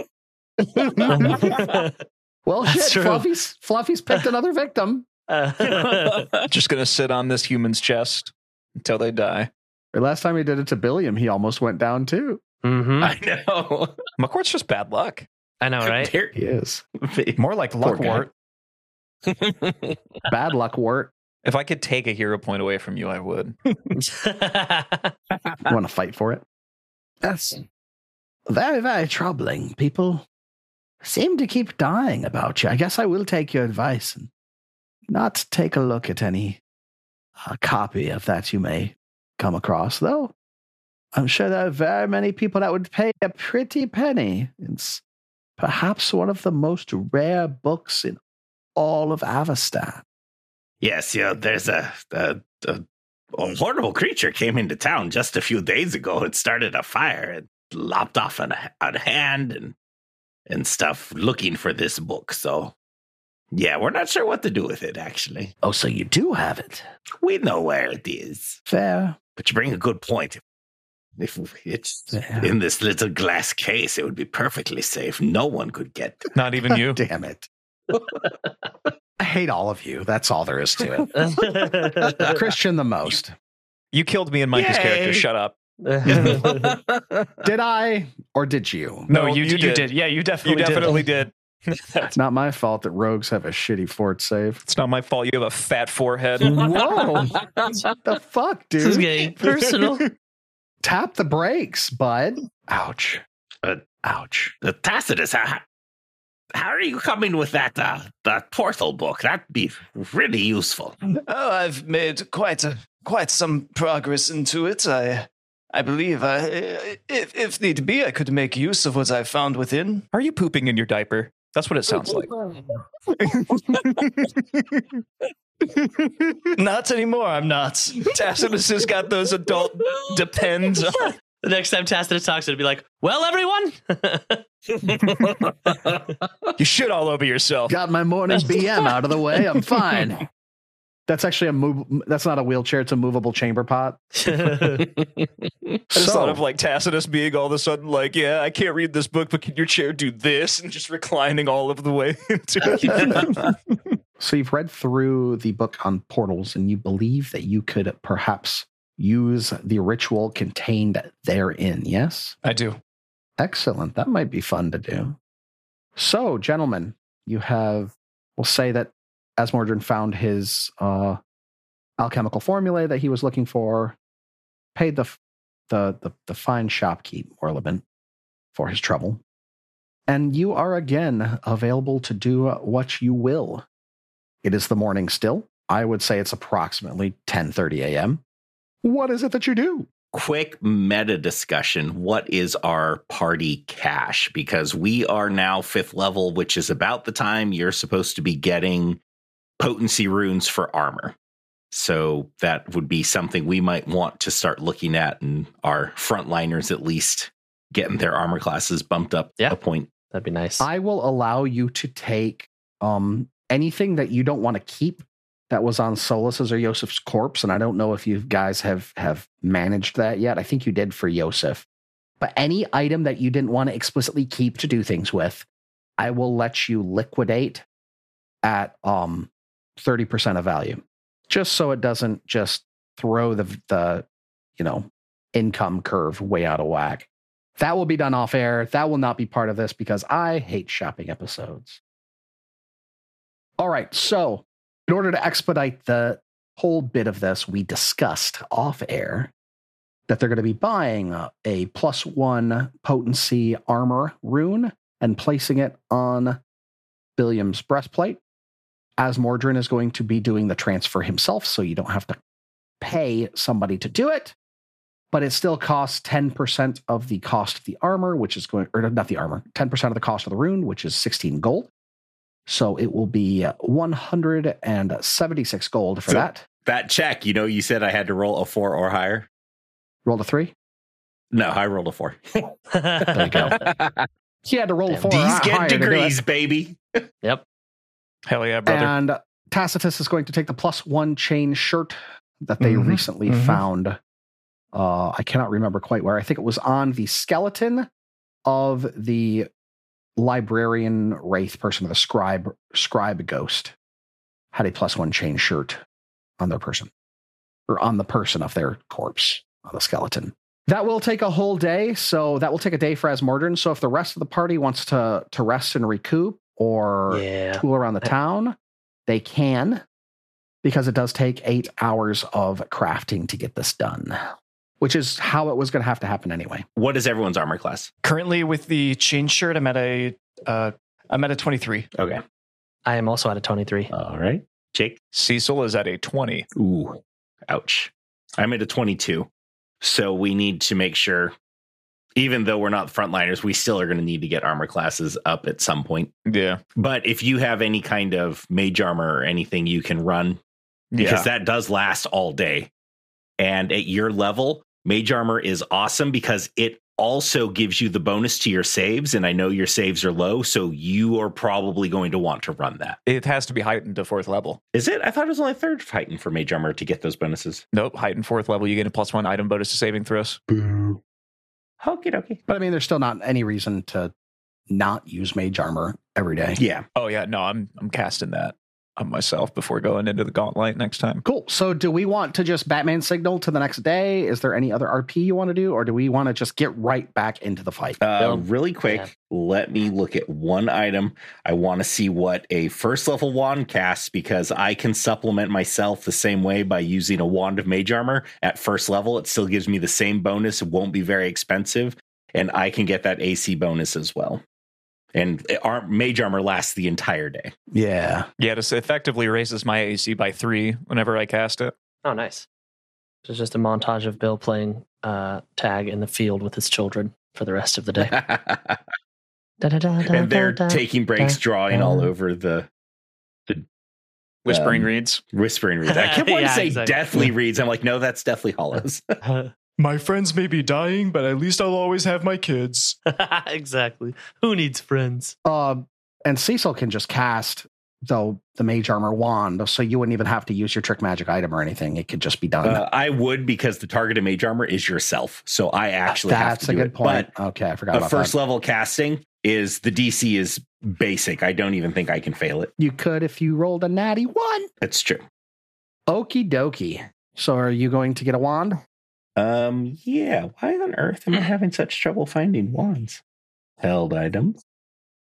[SPEAKER 2] Well,
[SPEAKER 3] That's
[SPEAKER 2] shit,
[SPEAKER 3] true.
[SPEAKER 2] Fluffy's, Fluffy's picked another victim.
[SPEAKER 3] Uh,
[SPEAKER 8] Just gonna sit on this human's chest until they die.
[SPEAKER 2] Or last time he did it to Billiam, he almost went down too.
[SPEAKER 3] mhm.
[SPEAKER 4] I know.
[SPEAKER 8] McCourt's just bad luck.
[SPEAKER 3] I know, right?
[SPEAKER 4] There-
[SPEAKER 2] He is.
[SPEAKER 8] More like
[SPEAKER 2] Poor guy.
[SPEAKER 8] luckwort.
[SPEAKER 2] Bad luck, Wart.
[SPEAKER 8] If I could take a hero point away from you, I would.
[SPEAKER 2] You want to fight for it? That's very, very troubling. People seem to keep dying about you. I guess I will take your advice and not take a look at any uh, copy of that you may come across, though. I'm sure there are very many people that would pay a pretty penny. It's perhaps one of the most rare books in all of Avastan.
[SPEAKER 4] Yes, you know, there's a, a, a, a horrible creature came into town just a few days ago and started a fire and lopped off an, a hand and and stuff looking for this book. So, yeah, we're not sure what to do with it, actually.
[SPEAKER 2] Oh, so you do have it.
[SPEAKER 4] We know where it is.
[SPEAKER 2] Fair.
[SPEAKER 4] But you bring a good point. If it's
[SPEAKER 2] fair.
[SPEAKER 4] in this little glass case, it would be perfectly safe. No one could get it.
[SPEAKER 8] Not even you.
[SPEAKER 2] Damn it. I hate all of you. That's all there is to it. Christian the most.
[SPEAKER 8] You killed me and Micah's
[SPEAKER 4] Yay.
[SPEAKER 8] character. Shut up.
[SPEAKER 2] Did I or did you?
[SPEAKER 8] No, you- you did.
[SPEAKER 3] Yeah, you
[SPEAKER 8] You
[SPEAKER 3] definitely,
[SPEAKER 8] definitely did.
[SPEAKER 2] It's not my fault that rogues have a shitty fort save.
[SPEAKER 8] It's not my fault. You have a fat forehead.
[SPEAKER 2] Whoa. the fuck,
[SPEAKER 3] This is
[SPEAKER 2] dude?
[SPEAKER 3] getting personal.
[SPEAKER 2] Tap the brakes, bud. Ouch.
[SPEAKER 4] Uh,
[SPEAKER 2] Ouch.
[SPEAKER 4] The Tacitus, how, how are you coming with that uh, that portal book? That'd be really useful.
[SPEAKER 8] Oh, I've made quite a quite some progress into it. I I believe I if if need be I could make use of what I found within.
[SPEAKER 5] Are you pooping in your diaper? That's what it sounds like.
[SPEAKER 8] Not anymore, I'm not. Tacitus has got those adult depends. on-
[SPEAKER 3] The next time Tacitus talks, it'll be like, well, everyone.
[SPEAKER 8] You shit all over yourself.
[SPEAKER 2] Got my morning BM out of the way. I'm fine. That's actually a move. That's not a wheelchair. It's a movable chamber pot.
[SPEAKER 8] I just
[SPEAKER 2] So-
[SPEAKER 8] thought of like Tacitus being all of a sudden like, yeah, I can't read this book, but can your chair do this? And just reclining all of the way into it.
[SPEAKER 2] So you've read through the book on portals, and you believe that you could perhaps use the ritual contained therein. Yes,
[SPEAKER 8] I do.
[SPEAKER 2] excellent. That might be fun to do. So, gentlemen, you have. We'll say that Asmordran found his uh, alchemical formulae that he was looking for, paid the f- the the, the fine shopkeep Orleben for his trouble, and you are again available to do what you will. It is the morning still. I would say it's approximately 10:30 a.m. What is it that you do?
[SPEAKER 4] Quick meta discussion. What is our party cash? Because we are now fifth level, which is about the time you're supposed to be getting potency runes for armor. So that would be something we might want to start looking at, and our frontliners at least getting their armor classes bumped up
[SPEAKER 3] Yeah.
[SPEAKER 4] a point.
[SPEAKER 3] That'd be nice.
[SPEAKER 2] I will allow you to take um, anything that you don't want to keep that was on Solus's or Yosef's corpse. And I don't know if you guys have have managed that yet. I think you did for Yosef. But any item that you didn't want to explicitly keep to do things with, I will let you liquidate at um 30% of value. Just so it doesn't just throw the the you know income curve way out of whack. That will be done off air. That will not be part of this because I hate shopping episodes. All right. So, in order to expedite the whole bit of this, we discussed off air that they're going to be buying a plus one potency armor rune and placing it on Billiam's breastplate. Asmordran is going to be doing the transfer himself, so you don't have to pay somebody to do it. But it still costs 10% of the cost of the armor, which is going, or not the armor, 10% of the cost of the rune, which is 16 gold. So it will be 176 gold for
[SPEAKER 4] So-
[SPEAKER 2] that.
[SPEAKER 4] That check, you know, you said I had to roll a four or higher.
[SPEAKER 2] Roll a three.
[SPEAKER 4] No, I rolled a four.
[SPEAKER 2] There you go. He had to roll a four. or
[SPEAKER 4] These
[SPEAKER 2] hi-
[SPEAKER 4] get
[SPEAKER 2] higher to do it.
[SPEAKER 4] degrees, baby.
[SPEAKER 5] Hell yeah, brother.
[SPEAKER 2] And Tacitus is going to take the plus one chain shirt that they
[SPEAKER 8] Mhm,
[SPEAKER 2] recently
[SPEAKER 8] mhm.
[SPEAKER 2] found. Uh, I cannot remember quite where. I think it was on the skeleton of the librarian wraith person, the scribe scribe ghost, had a plus one chain shirt on their person or on the person of their corpse on the skeleton. That will take a whole day, so that will take a day for Asmordran. So if the rest of the party wants to to rest and recoup or
[SPEAKER 3] yeah.
[SPEAKER 2] tool around the town, they can because it does take eight hours of crafting to get this done, which is how it was going to have to happen anyway.
[SPEAKER 4] What is everyone's armor class?
[SPEAKER 8] Currently, with the chain shirt, I'm at a uh, I'm at a 23.
[SPEAKER 4] Okay.
[SPEAKER 3] I am also at a 23.
[SPEAKER 4] All right. Jake?
[SPEAKER 5] Cecil is at a 20.
[SPEAKER 4] Ooh, ouch. I'm at a 22. So we need to make sure, even though we're not frontliners, we still are going to need to get armor classes up at some point.
[SPEAKER 5] Yeah.
[SPEAKER 4] But if you have any kind of mage armor or anything, you can run because that does last all day. And at your level, mage armor is awesome because it also gives you the bonus to your saves. And I know your saves are low, so you are probably going to want to run that.
[SPEAKER 5] It has to be heightened to fourth level.
[SPEAKER 4] Is it? I thought it was only third heightened for mage armor to get those bonuses.
[SPEAKER 5] Nope. Heightened fourth level, you get a plus one item bonus to saving throws.
[SPEAKER 4] Okie dokie.
[SPEAKER 2] But I mean, there's still not any reason to not use mage armor every day.
[SPEAKER 4] Yeah.
[SPEAKER 5] Oh yeah, no, I'm I'm casting that on myself before going into the gauntlet next time.
[SPEAKER 2] Cool. So, do we want to just Batman signal to the next day? Is there any other RP you want to do, or do we want to just get right back into the fight?
[SPEAKER 4] Uh,
[SPEAKER 3] Bill?
[SPEAKER 4] really quick,
[SPEAKER 3] Yeah.
[SPEAKER 4] let me look at one item. I want to see what a first level wand casts because I can supplement myself the same way by using a wand of mage armor at first level. It still gives me the same bonus. It won't be very expensive, and I can get that AC bonus as well. And our mage armor lasts the entire day.
[SPEAKER 2] yeah.
[SPEAKER 5] Yeah, this effectively raises my AC by three whenever I cast it.
[SPEAKER 3] Oh, nice. There's just a montage of Bill playing uh, tag in the field with his children for the rest of the day.
[SPEAKER 4] and they're taking breaks, drawing all over the
[SPEAKER 5] Whispering
[SPEAKER 4] Um,
[SPEAKER 5] reads.
[SPEAKER 4] whispering reads. I kept wanting to
[SPEAKER 3] Yeah, Uh-huh.
[SPEAKER 4] say
[SPEAKER 3] exactly.
[SPEAKER 4] deathly reads. I'm like, no, that's deathly hollows.
[SPEAKER 8] My friends may be dying, but at least I'll always have my kids.
[SPEAKER 3] exactly. Who needs friends?
[SPEAKER 2] Uh, and Cecil can just cast though the mage armor wand, so you wouldn't even have to use your trick magic item or anything. It could just be done.
[SPEAKER 4] Uh, I would because the target of mage armor is yourself. So I actually have
[SPEAKER 2] That's
[SPEAKER 4] to
[SPEAKER 2] a
[SPEAKER 4] do
[SPEAKER 2] good
[SPEAKER 4] it.
[SPEAKER 2] point. okay, I forgot
[SPEAKER 4] But a
[SPEAKER 2] about
[SPEAKER 4] first
[SPEAKER 2] that.
[SPEAKER 4] level casting is the DC is basic. I don't even think I can fail it.
[SPEAKER 2] You could if you rolled a natty one.
[SPEAKER 4] That's true.
[SPEAKER 2] Okie dokie. So are you going to get a wand?
[SPEAKER 4] Um, yeah. Why on earth am I having such trouble finding wands? Held items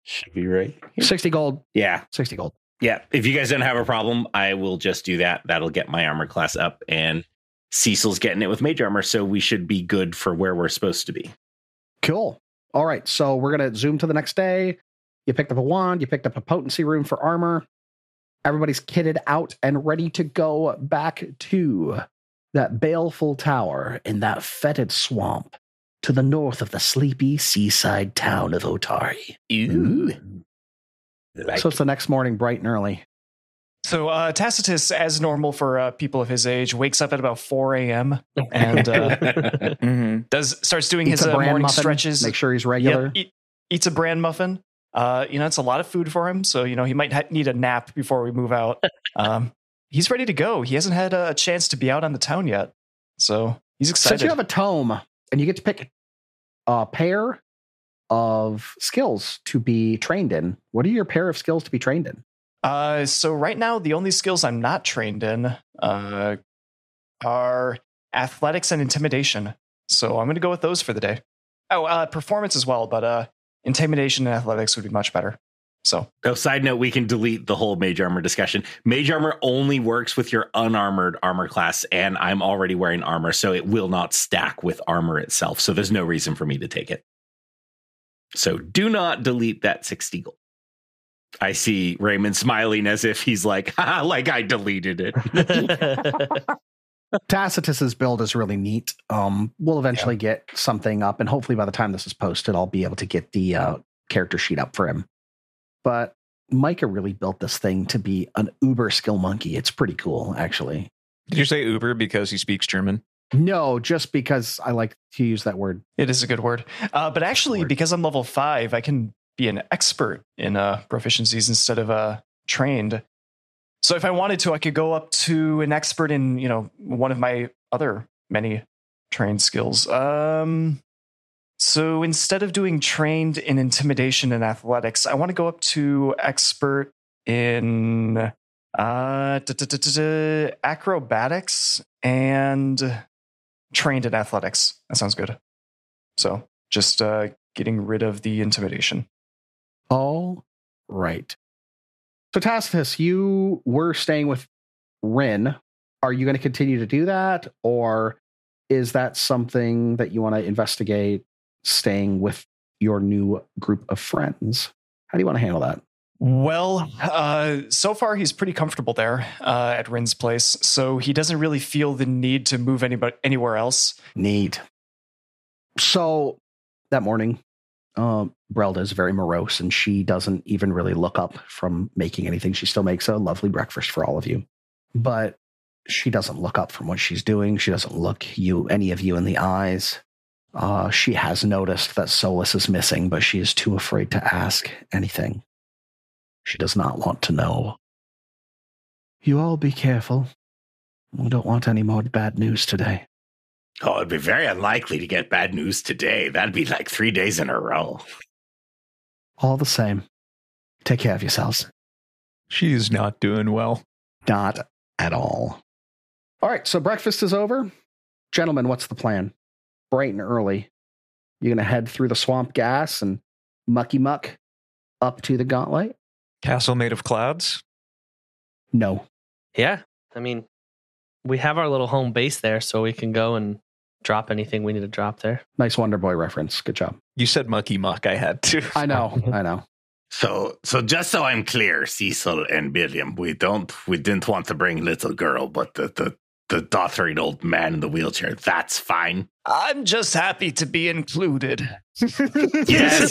[SPEAKER 4] should be right. here.
[SPEAKER 2] Sixty gold.
[SPEAKER 4] Yeah,
[SPEAKER 2] Sixty gold.
[SPEAKER 4] yeah. If you guys don't have a problem, I will just do that. That'll get my armor class up, and Cecil's getting it with mage armor, so we should be good for where we're supposed to be.
[SPEAKER 2] Cool. All right. So we're gonna zoom to the next day. You picked up a wand. You picked up a potency room for armor. Everybody's kitted out and ready to go back to that baleful tower in that fetid swamp to the north of the sleepy seaside town of Otari. Mm-hmm. so it's the next morning, bright and early.
[SPEAKER 8] So uh, Tacitus, as normal for uh, people of his age, wakes up at about 4 a.m. and uh,
[SPEAKER 5] Mm-hmm.
[SPEAKER 8] does starts doing
[SPEAKER 2] Eats
[SPEAKER 8] his
[SPEAKER 2] a
[SPEAKER 8] uh,
[SPEAKER 2] bran
[SPEAKER 8] morning
[SPEAKER 2] muffin,
[SPEAKER 8] stretches.
[SPEAKER 2] Make sure he's regular.
[SPEAKER 8] Yep, eat- eats a bran muffin. Uh, you know, it's a lot of food for him, so you know he might ha- need a nap before we move out. Um, he's ready to go. He hasn't had a chance to be out on the town yet, so he's
[SPEAKER 2] Since
[SPEAKER 8] excited.
[SPEAKER 2] you have a tome and you get to pick a pair of skills to be trained in, what are your pair of skills to be trained in?
[SPEAKER 8] Uh, so right now, the only skills I'm not trained in uh, are athletics and intimidation. So I'm going to go with those for the day. Oh, uh, performance as well, but uh, intimidation and athletics would be much better. So
[SPEAKER 4] Oh, side note, we can delete the whole mage armor discussion. Mage armor only works with your unarmored armor class, and I'm already wearing armor, so it will not stack with armor itself. So there's no reason for me to take it. So do not delete that 60 gold. I see Raymond smiling as if he's like, "Ha, like I deleted it.
[SPEAKER 2] Tacitus's build is really neat. Um, we'll eventually get something up, and hopefully by the time this is posted, I'll be able to get the uh, character sheet up for him. But Micah really built this thing to be an uber skill monkey. It's pretty cool, actually.
[SPEAKER 5] Did you say Uber because he speaks German?
[SPEAKER 2] No, just because I like to use that word.
[SPEAKER 8] It is a good word. Uh, but actually,
[SPEAKER 2] Word.
[SPEAKER 8] because I'm level five, I can be an expert in uh, proficiencies instead of uh, trained. So if I wanted to, I could go up to an expert in you know one of my other many trained skills. Um, so instead of doing trained in intimidation and athletics, I want to go up to expert in uh, duh, duh, duh, duh, duh, acrobatics and trained in athletics. That sounds good. So just uh, getting rid of the intimidation.
[SPEAKER 2] All right. So Tacitus, you were staying with Rin. Are you going to continue to do that, or is that something that you want to investigate? Staying with your new group of friends. How do you want to handle that?
[SPEAKER 8] Well, uh, so far he's pretty comfortable there uh, at Rin's place, so he doesn't really feel the need to move anybody anywhere else.
[SPEAKER 2] Neat. So that morning, um, Brelda is very morose and she doesn't even really look up from making anything. She still makes a lovely breakfast for all of you, but she doesn't look up from what she's doing. She doesn't look you, any of you, in the eyes. Uh, she has noticed that Solus is missing, but she is too afraid to ask anything. She does not want to know. You all be careful. We don't want any more bad news today.
[SPEAKER 4] Oh, it'd be very unlikely to get bad news today. That'd be like three days in a row.
[SPEAKER 2] All the same, take care of yourselves.
[SPEAKER 5] She is not doing well.
[SPEAKER 2] Not at all. All right, so breakfast is over. Gentlemen, what's the plan? Bright and early. You're going to head through the swamp gas and mucky muck up to the gauntlet?
[SPEAKER 5] Castle made of clouds.
[SPEAKER 2] No.
[SPEAKER 3] yeah. I mean, we have our little home base there, so we can go and drop anything we need to drop there.
[SPEAKER 2] Nice Wonder Boy reference. Good job.
[SPEAKER 5] You said mucky muck. I had to.
[SPEAKER 2] I know. Oh, I know.
[SPEAKER 4] So, so just so I'm clear, Cecil and William, we don't, we didn't want to bring little girl, but the the the doddering old man in the wheelchair, that's fine.
[SPEAKER 8] I'm just happy to be included.
[SPEAKER 4] Yes,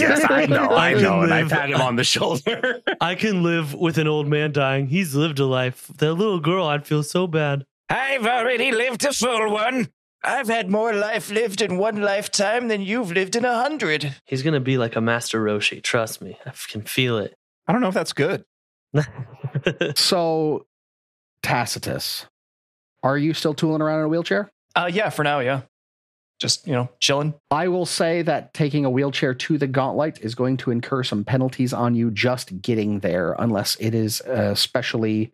[SPEAKER 4] yes, I know, I know, and I've
[SPEAKER 3] Live.
[SPEAKER 4] had him on the shoulder.
[SPEAKER 3] I can live with an old man dying. He's lived a life. That little girl, I'd feel so bad.
[SPEAKER 8] I've already lived a full one. I've had more life lived in one lifetime than you've lived in a hundred.
[SPEAKER 3] He's gonna be like a master Roshi. Trust me, I can feel it.
[SPEAKER 5] I don't know if Oh, that's good.
[SPEAKER 2] So, Tacitus, are you still tooling around in a wheelchair?
[SPEAKER 8] Uh, yeah, for now, yeah. Just you know, chilling.
[SPEAKER 2] I will say that taking a wheelchair to the gauntlet is going to incur some penalties on you just getting there, unless it is a specially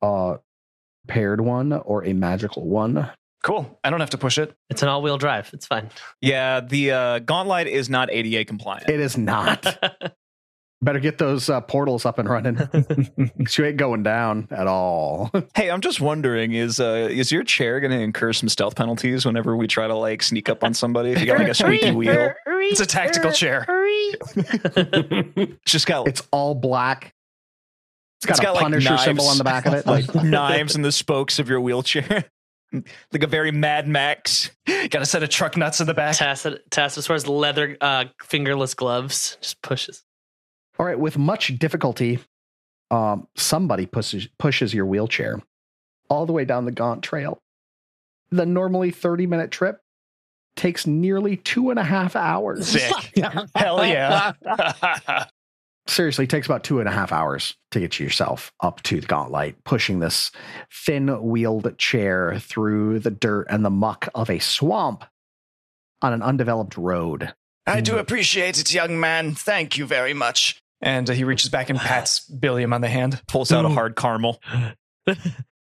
[SPEAKER 2] uh, paired one or a magical one.
[SPEAKER 8] Cool. I don't have to push it.
[SPEAKER 3] it's an all-wheel drive. It's fine.
[SPEAKER 5] Yeah, the uh, gauntlet is not ADA compliant.
[SPEAKER 2] It is not. Better get those uh, portals up and running. 'Cause you ain't going down at all.
[SPEAKER 5] hey, I'm just wondering is uh, is your chair going to incur some stealth penalties whenever we try to like sneak up on somebody? If you got like a squeaky wheel,
[SPEAKER 8] It's a tactical chair.
[SPEAKER 5] it's just got
[SPEAKER 2] It's all black. It's got
[SPEAKER 5] It's
[SPEAKER 2] a
[SPEAKER 5] got, like,
[SPEAKER 2] Punisher
[SPEAKER 5] knives.
[SPEAKER 2] symbol on the back of it.
[SPEAKER 5] like knives in the spokes of your wheelchair, like a very Mad Max.
[SPEAKER 8] Got a set of truck nuts in the back.
[SPEAKER 3] Tacit- Tacitus wears leather uh, fingerless gloves. Just pushes.
[SPEAKER 2] All right, with much difficulty, um, somebody pushes pushes your wheelchair all the way down the Gaunt Trail. The normally thirty minute trip takes nearly two and a half hours.
[SPEAKER 8] Sick. Hell yeah.
[SPEAKER 2] Seriously, it takes about two and a half hours to get yourself up to the Gauntlet, pushing this thin wheeled chair through the dirt and the muck of a swamp on an undeveloped road.
[SPEAKER 8] I do appreciate it, young man. Thank you very much. And uh, he reaches back and pats Billiam on the hand.
[SPEAKER 5] Pulls out a
[SPEAKER 3] Ooh.
[SPEAKER 5] hard caramel.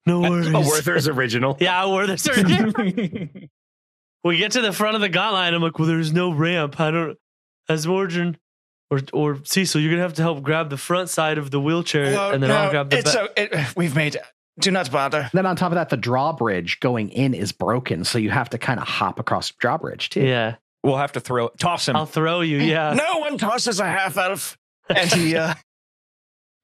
[SPEAKER 3] No
[SPEAKER 4] A Werther's original.
[SPEAKER 3] Yeah, Werther's. we get to the front of the gauntlet. And I'm like, well, there's no ramp. I don't. As Morgan or or Cecil, you're gonna have to help grab the front side of the wheelchair, and then I'll grab the
[SPEAKER 8] it's
[SPEAKER 3] back.
[SPEAKER 8] o- it- we've made. Do not bother.
[SPEAKER 2] Then on top of that, the drawbridge going in is broken, so you have to kind of hop across the drawbridge too.
[SPEAKER 3] yeah,
[SPEAKER 5] We'll have to throw toss him.
[SPEAKER 3] I'll throw you. Yeah,
[SPEAKER 8] No one tosses a half elf. And he uh,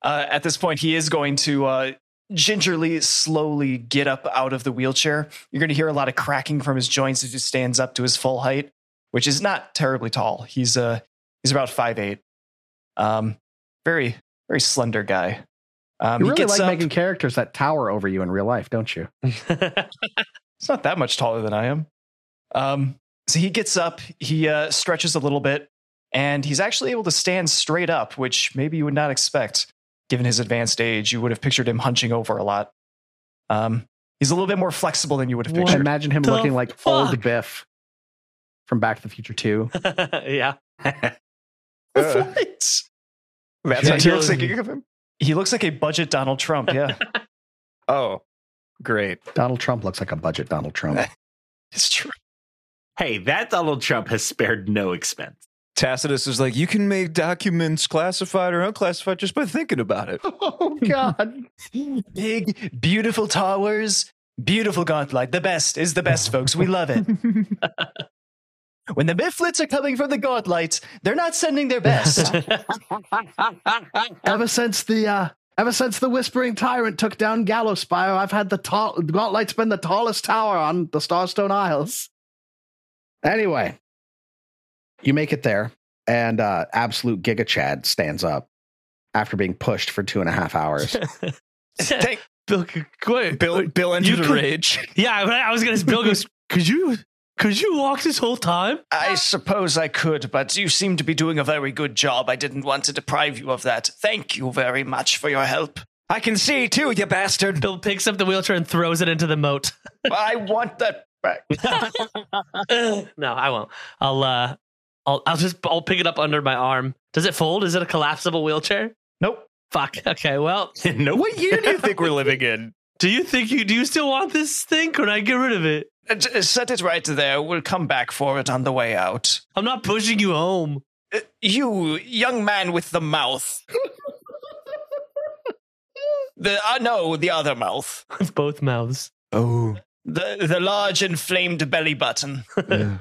[SPEAKER 8] Uh, at this point, he is going to uh, gingerly, slowly get up out of the wheelchair. You're going to hear a lot of cracking from his joints as he stands up to his full height, which is not terribly tall. He's uh, he's about five eight. Um, very very slender guy. Um,
[SPEAKER 2] you really
[SPEAKER 8] gets
[SPEAKER 2] like
[SPEAKER 8] up-
[SPEAKER 2] making characters that tower over you in real life, don't you?
[SPEAKER 8] It's not that much taller than I am. Um, so he gets up, he uh, stretches a little bit, and he's actually able to stand straight up, which maybe you would not expect given his advanced age. You would have pictured him hunching over a lot. Um, he's a little bit more flexible than you would have
[SPEAKER 3] What?
[SPEAKER 8] pictured.
[SPEAKER 2] Imagine him
[SPEAKER 3] the
[SPEAKER 2] looking like
[SPEAKER 3] fuck?
[SPEAKER 2] old Biff from Back to the Future 2.
[SPEAKER 3] yeah.
[SPEAKER 8] What? That's what he looks like.
[SPEAKER 5] of him.
[SPEAKER 8] He looks like a budget Donald Trump. Yeah,
[SPEAKER 5] Oh, great.
[SPEAKER 2] Donald Trump looks like a budget Donald Trump.
[SPEAKER 8] it's true.
[SPEAKER 4] Hey, that Donald Trump has spared no expense.
[SPEAKER 5] Tacitus is like, you can make documents classified or unclassified just by thinking about it.
[SPEAKER 2] oh, God.
[SPEAKER 8] Big, beautiful towers, beautiful gauntlet. The best is the best, folks. We love it. when the Mifflets are coming from the gauntlet, they're not sending their best.
[SPEAKER 2] ever since the uh, ever since the Whispering Tyrant took down Gallowspire, I've had the tall Gauntlet's been the tallest tower on the Starstone Isles. Anyway, you make it there, and uh, absolute Giga Chad stands up after being pushed for two and a half hours.
[SPEAKER 5] Thank-
[SPEAKER 3] Bill, c- quit.
[SPEAKER 5] Bill, Bill
[SPEAKER 3] You
[SPEAKER 5] entered a
[SPEAKER 3] could-
[SPEAKER 5] rage.
[SPEAKER 3] Yeah, I I was gonna. Bill goes. Could you? Could you walk this whole time?
[SPEAKER 8] I suppose I could, but you seem to be doing a very good job. I didn't want to deprive you of that. Thank you very much for your help.
[SPEAKER 5] I can see too, you bastard.
[SPEAKER 3] Bill picks up the wheelchair and throws it into the moat.
[SPEAKER 8] I want that back.
[SPEAKER 3] no, I won't. I'll. uh I'll. I'll just. I'll pick it up under my arm. Does it fold? Is it a collapsible wheelchair?
[SPEAKER 8] Nope.
[SPEAKER 3] Fuck. Okay. Well,
[SPEAKER 4] no,
[SPEAKER 5] What year do you think we're living in?
[SPEAKER 3] do you think you do? You still want this thing? Can I get rid of it?
[SPEAKER 8] Uh, j- uh, Set it right there. We'll come back for it on the way out.
[SPEAKER 3] I'm not pushing you home.
[SPEAKER 8] Uh, You, young man with the mouth. the uh, no, the other mouth.
[SPEAKER 3] With both mouths.
[SPEAKER 5] Oh,
[SPEAKER 8] The the large inflamed belly button.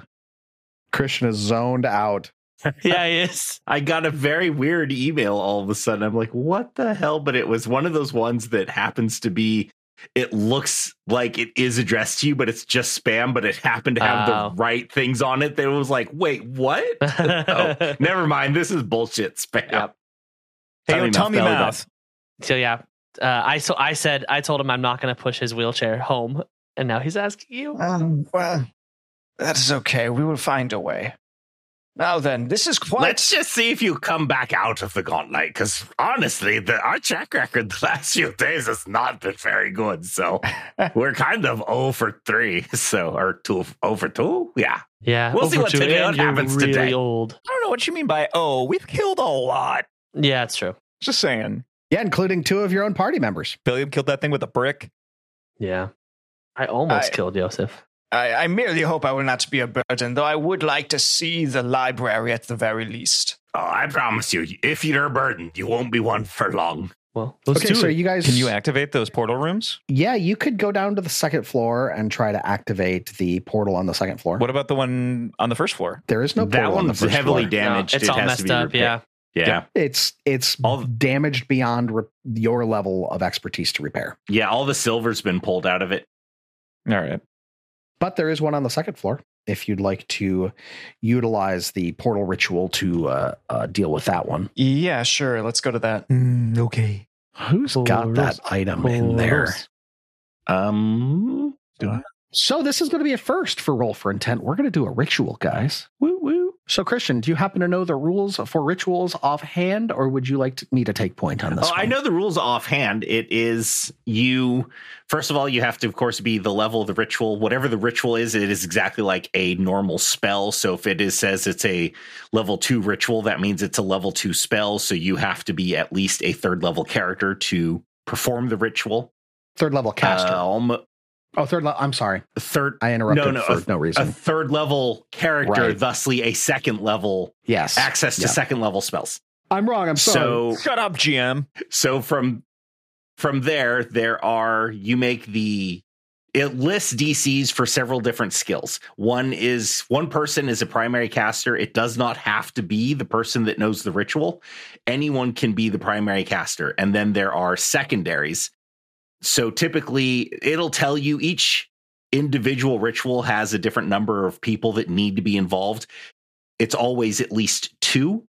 [SPEAKER 9] Christian is zoned out.
[SPEAKER 3] Yeah. Yes.
[SPEAKER 4] I got a very weird email all of a sudden. I'm like, what the hell? But it was one of those ones that happens to be, it looks like it is addressed to you, but it's just spam, but it happened to have
[SPEAKER 3] Oh.
[SPEAKER 4] the right things on it. That was like, wait, what? oh, never mind. This is bullshit spam.
[SPEAKER 3] Yep.
[SPEAKER 5] hey, yo,
[SPEAKER 4] Tummy mouth,
[SPEAKER 5] tummy
[SPEAKER 4] belly
[SPEAKER 5] mouth.
[SPEAKER 3] So yeah, uh, I so I said I told him I'm not going to push his wheelchair home, and now he's asking you.
[SPEAKER 8] Um, well, that is okay. We will find a way. Now then, this is quite.
[SPEAKER 4] Let's just see if you come back out of the gauntlet, because honestly, the, our track record the last few days has not been very good. So we're kind of 0 for 3. So, or 2 0 for 2? Yeah.
[SPEAKER 3] Yeah,
[SPEAKER 4] We'll see
[SPEAKER 3] over
[SPEAKER 4] what
[SPEAKER 3] to-
[SPEAKER 4] today-
[SPEAKER 3] and
[SPEAKER 4] what
[SPEAKER 3] you're
[SPEAKER 4] happens
[SPEAKER 3] really
[SPEAKER 4] today.
[SPEAKER 3] Old.
[SPEAKER 5] I don't know what you mean by oh, we've killed a lot.
[SPEAKER 3] Yeah, it's true.
[SPEAKER 5] Just saying.
[SPEAKER 2] yeah, including two of your own party members.
[SPEAKER 5] William killed that thing with a brick.
[SPEAKER 3] Yeah, I almost
[SPEAKER 8] I-
[SPEAKER 3] killed Joseph.
[SPEAKER 8] I, I merely hope I will not be a burden, though I would like to see the library at the very least.
[SPEAKER 4] Oh, I promise you, if you're burdened, you won't be one for long.
[SPEAKER 3] Well, let's
[SPEAKER 2] okay,
[SPEAKER 3] do
[SPEAKER 2] so
[SPEAKER 3] it.
[SPEAKER 2] you guys
[SPEAKER 5] Can you activate those portal rooms?
[SPEAKER 2] Yeah, you could go down to the second floor and try to activate the portal on the second floor.
[SPEAKER 5] What about the one on the first floor?
[SPEAKER 2] There is no portal
[SPEAKER 4] that
[SPEAKER 2] on the
[SPEAKER 4] one's
[SPEAKER 2] first
[SPEAKER 4] heavily
[SPEAKER 2] floor.
[SPEAKER 4] damaged.
[SPEAKER 3] No, it's
[SPEAKER 4] It
[SPEAKER 3] all
[SPEAKER 4] has to
[SPEAKER 3] messed
[SPEAKER 4] be
[SPEAKER 3] up.
[SPEAKER 4] repaired.
[SPEAKER 3] Yeah,
[SPEAKER 4] Yeah. yeah.
[SPEAKER 2] It's it's
[SPEAKER 4] All-
[SPEAKER 2] damaged beyond re- your level of expertise to repair.
[SPEAKER 4] All the silver's been pulled out of it.
[SPEAKER 5] All right.
[SPEAKER 2] But there is one on the second floor if you'd like to utilize the portal ritual to uh, uh, deal with that one.
[SPEAKER 8] Yeah, sure. Let's go to that.
[SPEAKER 5] okay.
[SPEAKER 2] Who's got that item in there?
[SPEAKER 4] Um,
[SPEAKER 2] So this is going to be a first for roll for intent. We're going to do a ritual, guys. Woo woo. So Christian, do you happen to know the rules for rituals offhand, or would you like to, me to take point on this?
[SPEAKER 4] Oh, I
[SPEAKER 2] one?
[SPEAKER 4] know the rules offhand. It is you, first of all, you have to, of course, be the level of the ritual. Whatever the ritual is, it is exactly like a normal spell. So if it is says it's a level two ritual, that means it's a level two spell. So you have to be at least a third level character to perform the ritual.
[SPEAKER 2] Third level caster.
[SPEAKER 4] Uh, almo-
[SPEAKER 2] oh, third. level. I'm sorry,
[SPEAKER 4] third,
[SPEAKER 2] I interrupted
[SPEAKER 4] No, no,
[SPEAKER 2] for
[SPEAKER 4] a-
[SPEAKER 2] no
[SPEAKER 4] a
[SPEAKER 2] reason.
[SPEAKER 4] third level character,
[SPEAKER 2] Right.
[SPEAKER 4] thusly a second level
[SPEAKER 2] yes,
[SPEAKER 4] access to
[SPEAKER 2] Yeah.
[SPEAKER 4] second level spells.
[SPEAKER 2] I'm wrong. I'm sorry.
[SPEAKER 4] So
[SPEAKER 5] Shut up, GM.
[SPEAKER 4] so from from there there are you make the it lists DCs for several different skills. One is one person is a primary caster. It does not have to be the person that knows the ritual. Anyone can be the primary caster. And then there are secondaries. So typically it'll tell you each individual ritual has a different number of people that need to be involved. It's always at least two,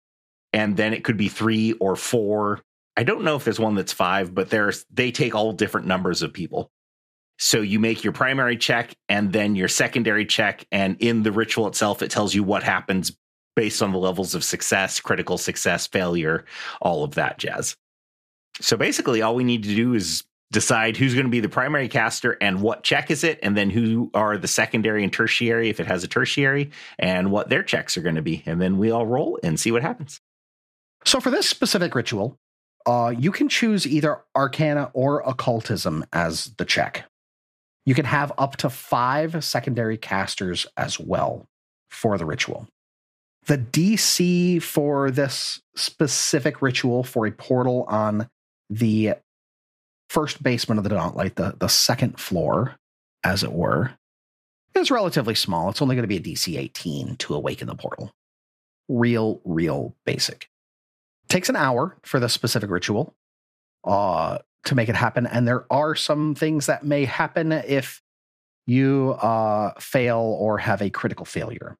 [SPEAKER 4] and then it could be three or four. I don't know if there's one that's five, but there's they take all different numbers of people. So you make your primary check and then your secondary check. And in the ritual itself, it tells you what happens based on the levels of success, critical success, failure, all of that jazz. So basically, all we need to do is decide who's going to be the primary caster and what check is it, and then who are the secondary and tertiary, if it has a tertiary, and what their checks are going to be. And then we all roll and see what happens.
[SPEAKER 2] So for this specific ritual, uh, you can choose either arcana or occultism as the check. You can have up to five secondary casters as well for the ritual. The DC for this specific ritual for a portal on the first basement of the Dauntlet, the, the second floor, as it were, is relatively small. It's only going to be a DC 18 to awaken the portal. Real, real basic takes an hour for the specific ritual uh to make it happen and there are some things that may happen if you uh fail or have a critical failure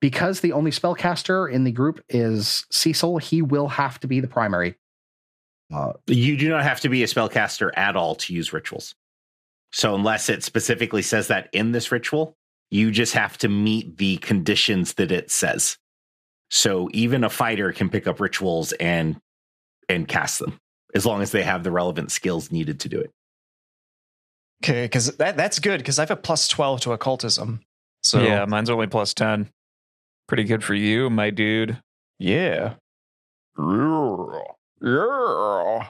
[SPEAKER 2] because the only spellcaster in the group is Cecil he will have to be the primary uh
[SPEAKER 4] You do not have to be a spellcaster at all to use rituals. So unless it specifically says that in this ritual, you just have to meet the conditions that it says. So even a fighter can pick up rituals and and cast them as long as they have the relevant skills needed to do it.
[SPEAKER 8] Okay, because that, that's good because I have a plus 12 to occultism. So,
[SPEAKER 5] yeah, mine's only plus 10. Pretty good for you, my dude.
[SPEAKER 8] yeah.
[SPEAKER 5] Yeah. Yeah.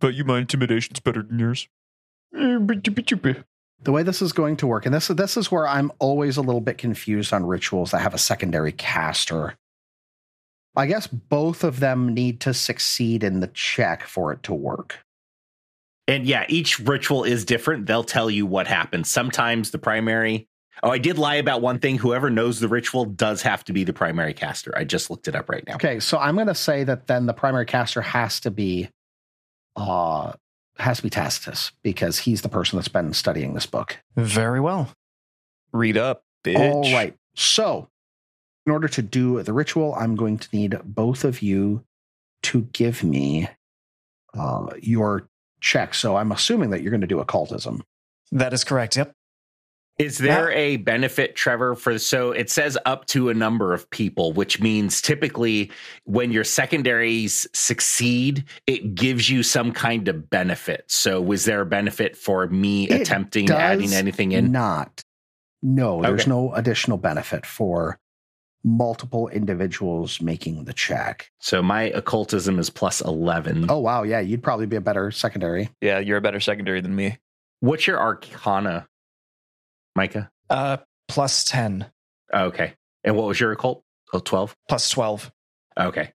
[SPEAKER 5] But you, my intimidation's better than yours.
[SPEAKER 2] the way this is going to work and this this is where I'm always a little bit confused on rituals that have a secondary caster I guess both of them need to succeed in the check for it to work
[SPEAKER 4] And yeah, each ritual is different. They'll tell you what happens. Sometimes the primary Oh, I did lie about one thing. Whoever knows the ritual does have to be the primary caster. I just looked it up right now.
[SPEAKER 2] Okay, so I'm going to say that then the primary caster has to be, uh, has to be Tacitus because he's the person that's been studying this book.
[SPEAKER 8] Very well.
[SPEAKER 5] Read up, bitch.
[SPEAKER 2] All right. So, in order to do the ritual, I'm going to need both of you to give me uh, your check. So I'm assuming that you're going to do occultism.
[SPEAKER 8] That is correct. Yep.
[SPEAKER 4] Is there a benefit, Trevor, for so it says up to a number of people, which means typically when your secondaries succeed, it gives you some kind of benefit. So was there a benefit for me
[SPEAKER 2] It
[SPEAKER 4] attempting
[SPEAKER 2] does
[SPEAKER 4] adding anything in?
[SPEAKER 2] Not. No, there's
[SPEAKER 4] Okay.
[SPEAKER 2] no additional benefit for multiple individuals making the check.
[SPEAKER 4] So my occultism is plus 11.
[SPEAKER 2] Oh, wow. Yeah, you'd probably be a better secondary.
[SPEAKER 5] Yeah, you're a better secondary than me.
[SPEAKER 4] What's your arcana, Micah?
[SPEAKER 8] Uh, plus 10,
[SPEAKER 4] Oh, okay. And what was your occult? Oh, 12?
[SPEAKER 8] plus 12.
[SPEAKER 4] Okay.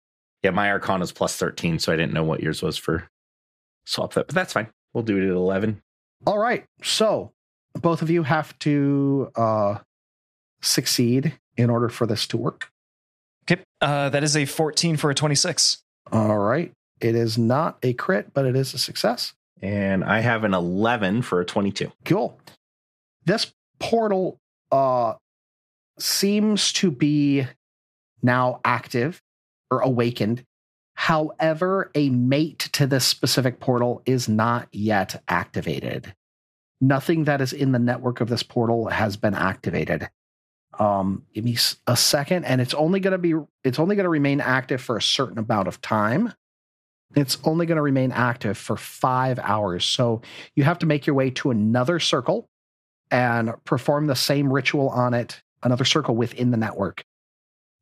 [SPEAKER 4] Yeah, my arcana is plus 13, so I didn't know what yours was for swap that, but that's fine. We'll do it at 11.
[SPEAKER 2] All right. So both of you have to uh, succeed in order for this to work.
[SPEAKER 8] Okay. Uh, that is a 14 for a 26.
[SPEAKER 2] All right. It is not a crit, but it is a success.
[SPEAKER 4] And I have an 11 for a 22.
[SPEAKER 2] Cool. This portal uh, seems to be now active or awakened. However, a mate to this specific portal is not yet activated. Nothing that is in the network of this portal has been activated. Um, give me s- a second, and it's only going to be it's only going to remain active for a certain amount of time. It's only going to remain active for five hours. So you have to make your way to another circle and perform the same ritual on it, another circle within the network,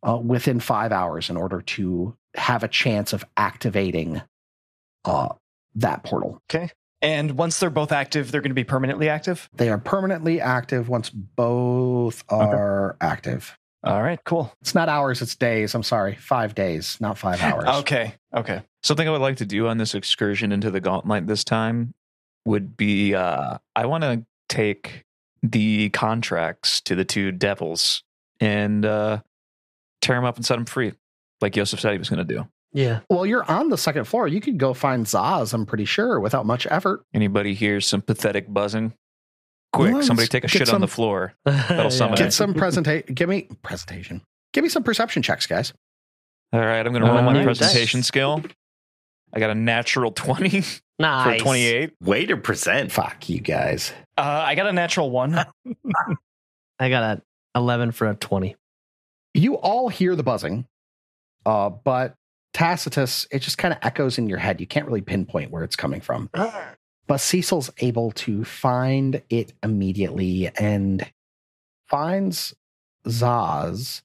[SPEAKER 2] uh, within five hours in order to have a chance of activating uh, that portal.
[SPEAKER 8] And once they're both active, they're going to be permanently active.
[SPEAKER 2] They are permanently active once both are active.
[SPEAKER 8] All right, cool.
[SPEAKER 2] It's not hours, it's days. I'm sorry, five days, not five hours.
[SPEAKER 8] Okay. Okay.
[SPEAKER 5] Something I would like to do on this excursion into the gauntlet this time would be uh, I want to
[SPEAKER 6] take the contracts to the two devils and uh, tear them up and set them free, like Yosef said he was going to do.
[SPEAKER 3] Yeah.
[SPEAKER 7] Well, you're on the second floor. You could go find Zaz, I'm pretty sure, without much effort.
[SPEAKER 6] Anybody hear some pathetic buzzing? Quick,
[SPEAKER 2] Let's
[SPEAKER 6] somebody take a
[SPEAKER 2] get
[SPEAKER 6] shit on
[SPEAKER 2] some-
[SPEAKER 6] the floor.
[SPEAKER 3] That'll
[SPEAKER 6] summon
[SPEAKER 2] Get
[SPEAKER 6] Right.
[SPEAKER 2] some
[SPEAKER 7] Presentation. Give me presentation. Give me some perception checks, guys.
[SPEAKER 6] All right, I'm going to roll
[SPEAKER 3] Uh,
[SPEAKER 6] my
[SPEAKER 3] nice.
[SPEAKER 6] presentation skill. I got a natural 20 for
[SPEAKER 3] Nice.
[SPEAKER 6] 28.
[SPEAKER 4] Way to present.
[SPEAKER 7] Fuck you guys.
[SPEAKER 6] Uh, I got a natural one.
[SPEAKER 3] I got a 11 for a 20.
[SPEAKER 7] You all hear the buzzing, uh, but Tacitus, it just kind of echoes in your head. You can't really pinpoint where it's coming from. But Cecil's able to find it immediately and finds Zaz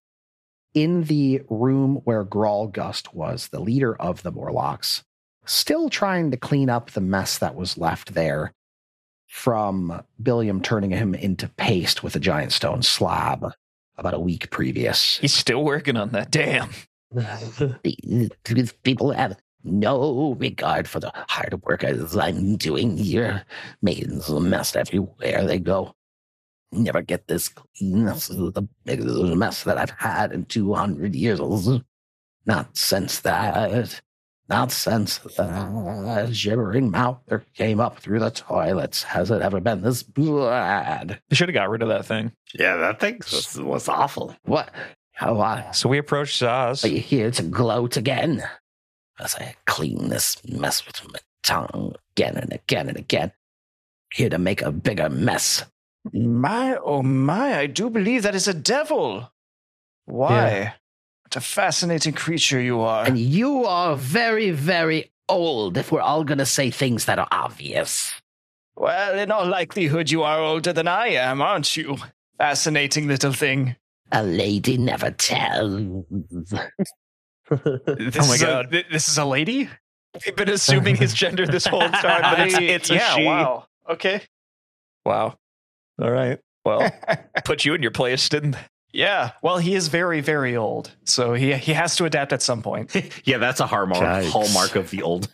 [SPEAKER 7] in the room where Grawlgust was, the leader of the Morlocks, still trying to clean up the mess that was left there from Billiam turning him into paste with a giant stone slab about a week previous.
[SPEAKER 6] He's still working on that. Damn.
[SPEAKER 7] These people have no regard for the hard work as I'm doing here. Maidens a mess everywhere they go. Never get this clean. This is the biggest mess that I've had in 200 years. Not since that. Not since that gibbering mouth there came up through the toilets has it ever been this bad.
[SPEAKER 6] They should have got rid of that thing.
[SPEAKER 4] Yeah, that thing was, was awful.
[SPEAKER 7] What? How I
[SPEAKER 6] So we approached
[SPEAKER 7] Are
[SPEAKER 6] Zaz.
[SPEAKER 7] you here to gloat again? As I clean this mess with my tongue again and again and again. Here to make a bigger mess.
[SPEAKER 6] My, oh my, I do believe that is a devil. Why? What a fascinating creature you are.
[SPEAKER 7] And you are very, very old if we're all going to say things that are obvious.
[SPEAKER 6] Well, in all likelihood, you are older than I am, aren't you? Fascinating little thing.
[SPEAKER 7] A lady never tells.
[SPEAKER 6] This
[SPEAKER 8] my
[SPEAKER 6] is
[SPEAKER 8] God.
[SPEAKER 6] A, thi- this is a lady?
[SPEAKER 8] I've been assuming his gender this whole time, but it's, it's a
[SPEAKER 6] yeah,
[SPEAKER 8] she.
[SPEAKER 6] wow. Okay. Wow. All right. Well,
[SPEAKER 8] Put you in your place, didn't they?
[SPEAKER 6] yeah. Well, he is very, very old. So he, he has to adapt at some point.
[SPEAKER 4] Yeah, that's a hallmark,
[SPEAKER 2] Yikes.
[SPEAKER 4] hallmark of the old.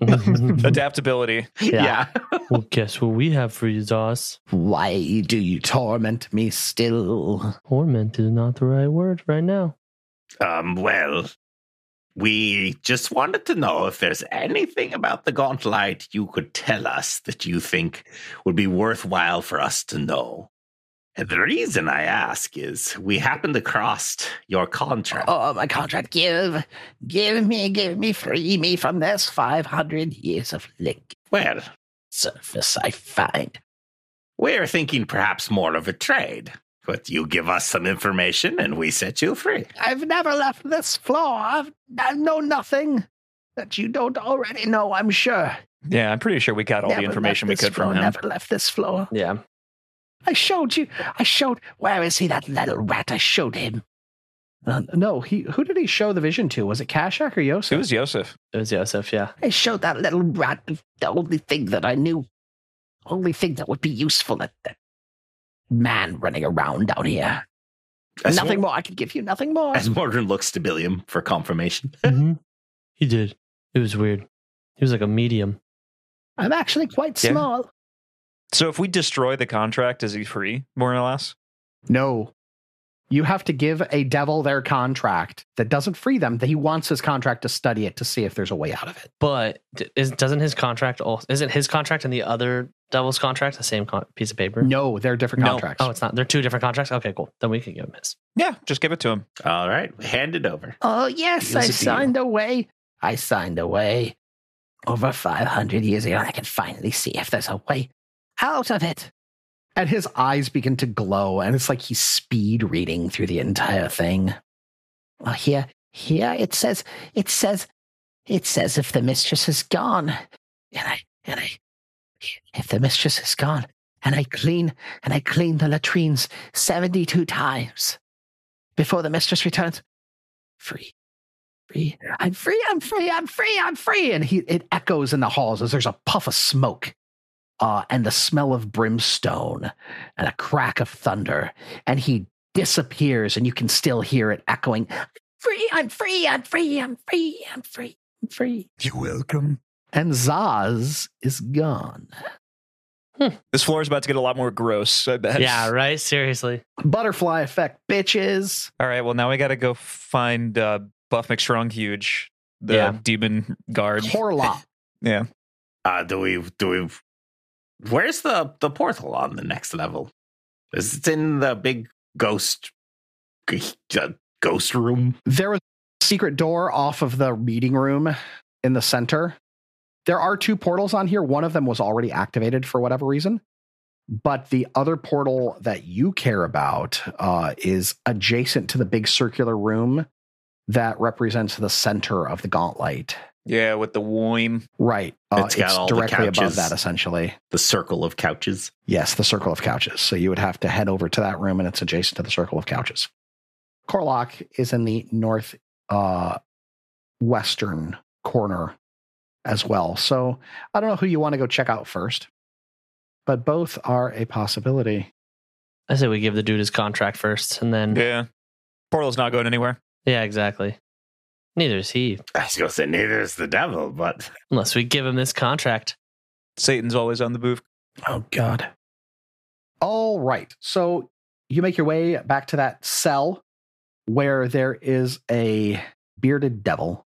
[SPEAKER 6] Adaptability.
[SPEAKER 4] yeah.
[SPEAKER 3] well, guess what we have for you, Zoss?
[SPEAKER 7] Why do you torment me still?
[SPEAKER 3] Torment is not the right word right now.
[SPEAKER 4] Um, well, we just wanted to know if there's anything about the Gauntlet you could tell us that you think would be worthwhile for us to know. And the reason I ask is we happened across your contract.
[SPEAKER 7] Oh, my contract, give, give me, give me, free me from this 500 years of lick
[SPEAKER 4] Well,
[SPEAKER 7] surface I find.
[SPEAKER 4] we're thinking perhaps more of a trade. But you give us some information and we set you free.
[SPEAKER 7] I've never left this floor. I've, I know nothing that you don't already know, I'm sure.
[SPEAKER 6] Yeah, I'm pretty sure we got all
[SPEAKER 7] Never
[SPEAKER 6] the information we
[SPEAKER 7] left this
[SPEAKER 6] could from
[SPEAKER 7] floor,
[SPEAKER 6] him.
[SPEAKER 7] Never left this floor.
[SPEAKER 3] Yeah.
[SPEAKER 7] I showed you. I showed. Where is he, that little rat? I showed him. Uh, no, he. Who did he show the vision to? Was it Kashak or Yosef?
[SPEAKER 6] It was Yosef.
[SPEAKER 3] It was Yosef, yeah.
[SPEAKER 7] I showed that little rat the only thing that I knew, only thing that would be useful at that man running around down here.
[SPEAKER 4] As
[SPEAKER 7] nothing
[SPEAKER 4] Mor-
[SPEAKER 7] more. I could give you nothing more.
[SPEAKER 4] As Mm-hmm. Morgan looks to Billiam for confirmation.
[SPEAKER 3] He did. It was weird. He was like a medium.
[SPEAKER 7] I'm actually quite
[SPEAKER 6] Yeah.
[SPEAKER 7] small.
[SPEAKER 6] So if we destroy the contract, is he free, more or less?
[SPEAKER 7] No. You have to give a devil their contract that doesn't free them, that he wants his contract to study it to see if there's a way out of it.
[SPEAKER 3] But d- is, doesn't his contract, all, isn't his contract and the other devil's contract the same con- piece of paper?
[SPEAKER 7] No, they're different
[SPEAKER 6] No.
[SPEAKER 7] contracts.
[SPEAKER 3] Oh, it's not. They're two different contracts? Okay, cool. Then we can give him his.
[SPEAKER 6] Yeah, just give it to him.
[SPEAKER 4] All right, hand it over.
[SPEAKER 7] Oh, yes,
[SPEAKER 6] Deal's a
[SPEAKER 7] I
[SPEAKER 6] deal.
[SPEAKER 7] signed away. I signed away over 500 years ago. I can finally see if there's a way out of it. And his eyes begin to glow, and it's like he's speed reading through the entire thing. Well, uh, here, here it says, it says, it says if the mistress is gone, and I, and I, if the mistress is gone, and I clean, and I clean the latrines 72 times before the mistress returns, free free i'm free i'm free i'm free i'm free and he it echoes in the halls as there's a puff of smoke uh, and the smell of brimstone and a crack of thunder and he disappears and you can still hear it echoing free i'm free i'm free i'm free i'm free i'm free
[SPEAKER 8] You're welcome.
[SPEAKER 7] and zaz is gone
[SPEAKER 5] This floor is about to get a lot more gross, I bet.
[SPEAKER 3] Yeah, right? Seriously.
[SPEAKER 2] Butterfly effect, bitches.
[SPEAKER 6] All right. Well, now we got to go find uh, Buff McStrong Huge, the
[SPEAKER 3] Yeah.
[SPEAKER 6] demon guard.
[SPEAKER 2] Horlop.
[SPEAKER 6] Yeah.
[SPEAKER 4] Uh, do we do we? Where's the the portal on the next level? Is it in the big ghost g- uh, ghost room?
[SPEAKER 2] There was a secret door off of the meeting room in the center. There are two portals on here. One of them was already activated for whatever reason. But the other portal that you care about uh, is adjacent to the big circular room that represents the center of the gauntlet.
[SPEAKER 5] Yeah, with the woim.
[SPEAKER 2] Right. Uh,
[SPEAKER 4] It's
[SPEAKER 2] it's
[SPEAKER 4] got all the
[SPEAKER 2] directly above
[SPEAKER 4] couches.
[SPEAKER 2] that, essentially.
[SPEAKER 4] The circle of couches.
[SPEAKER 2] Yes, the circle of couches. So you would have to head over to that room, and it's adjacent to the circle of couches. Corlock is in the north uh, western corner as well. So I don't know who you want to go check out first, but both are a possibility.
[SPEAKER 3] I say we give the dude his contract first and then. Yeah,
[SPEAKER 6] Yeah. Portal's not going anywhere.
[SPEAKER 3] exactly. Neither is he,
[SPEAKER 4] I was gonna say neither is the devil, but
[SPEAKER 3] unless we give him this contract.
[SPEAKER 6] Satan's always on the move.
[SPEAKER 2] Oh God. All right. So you make your way back to that cell where there is a bearded devil,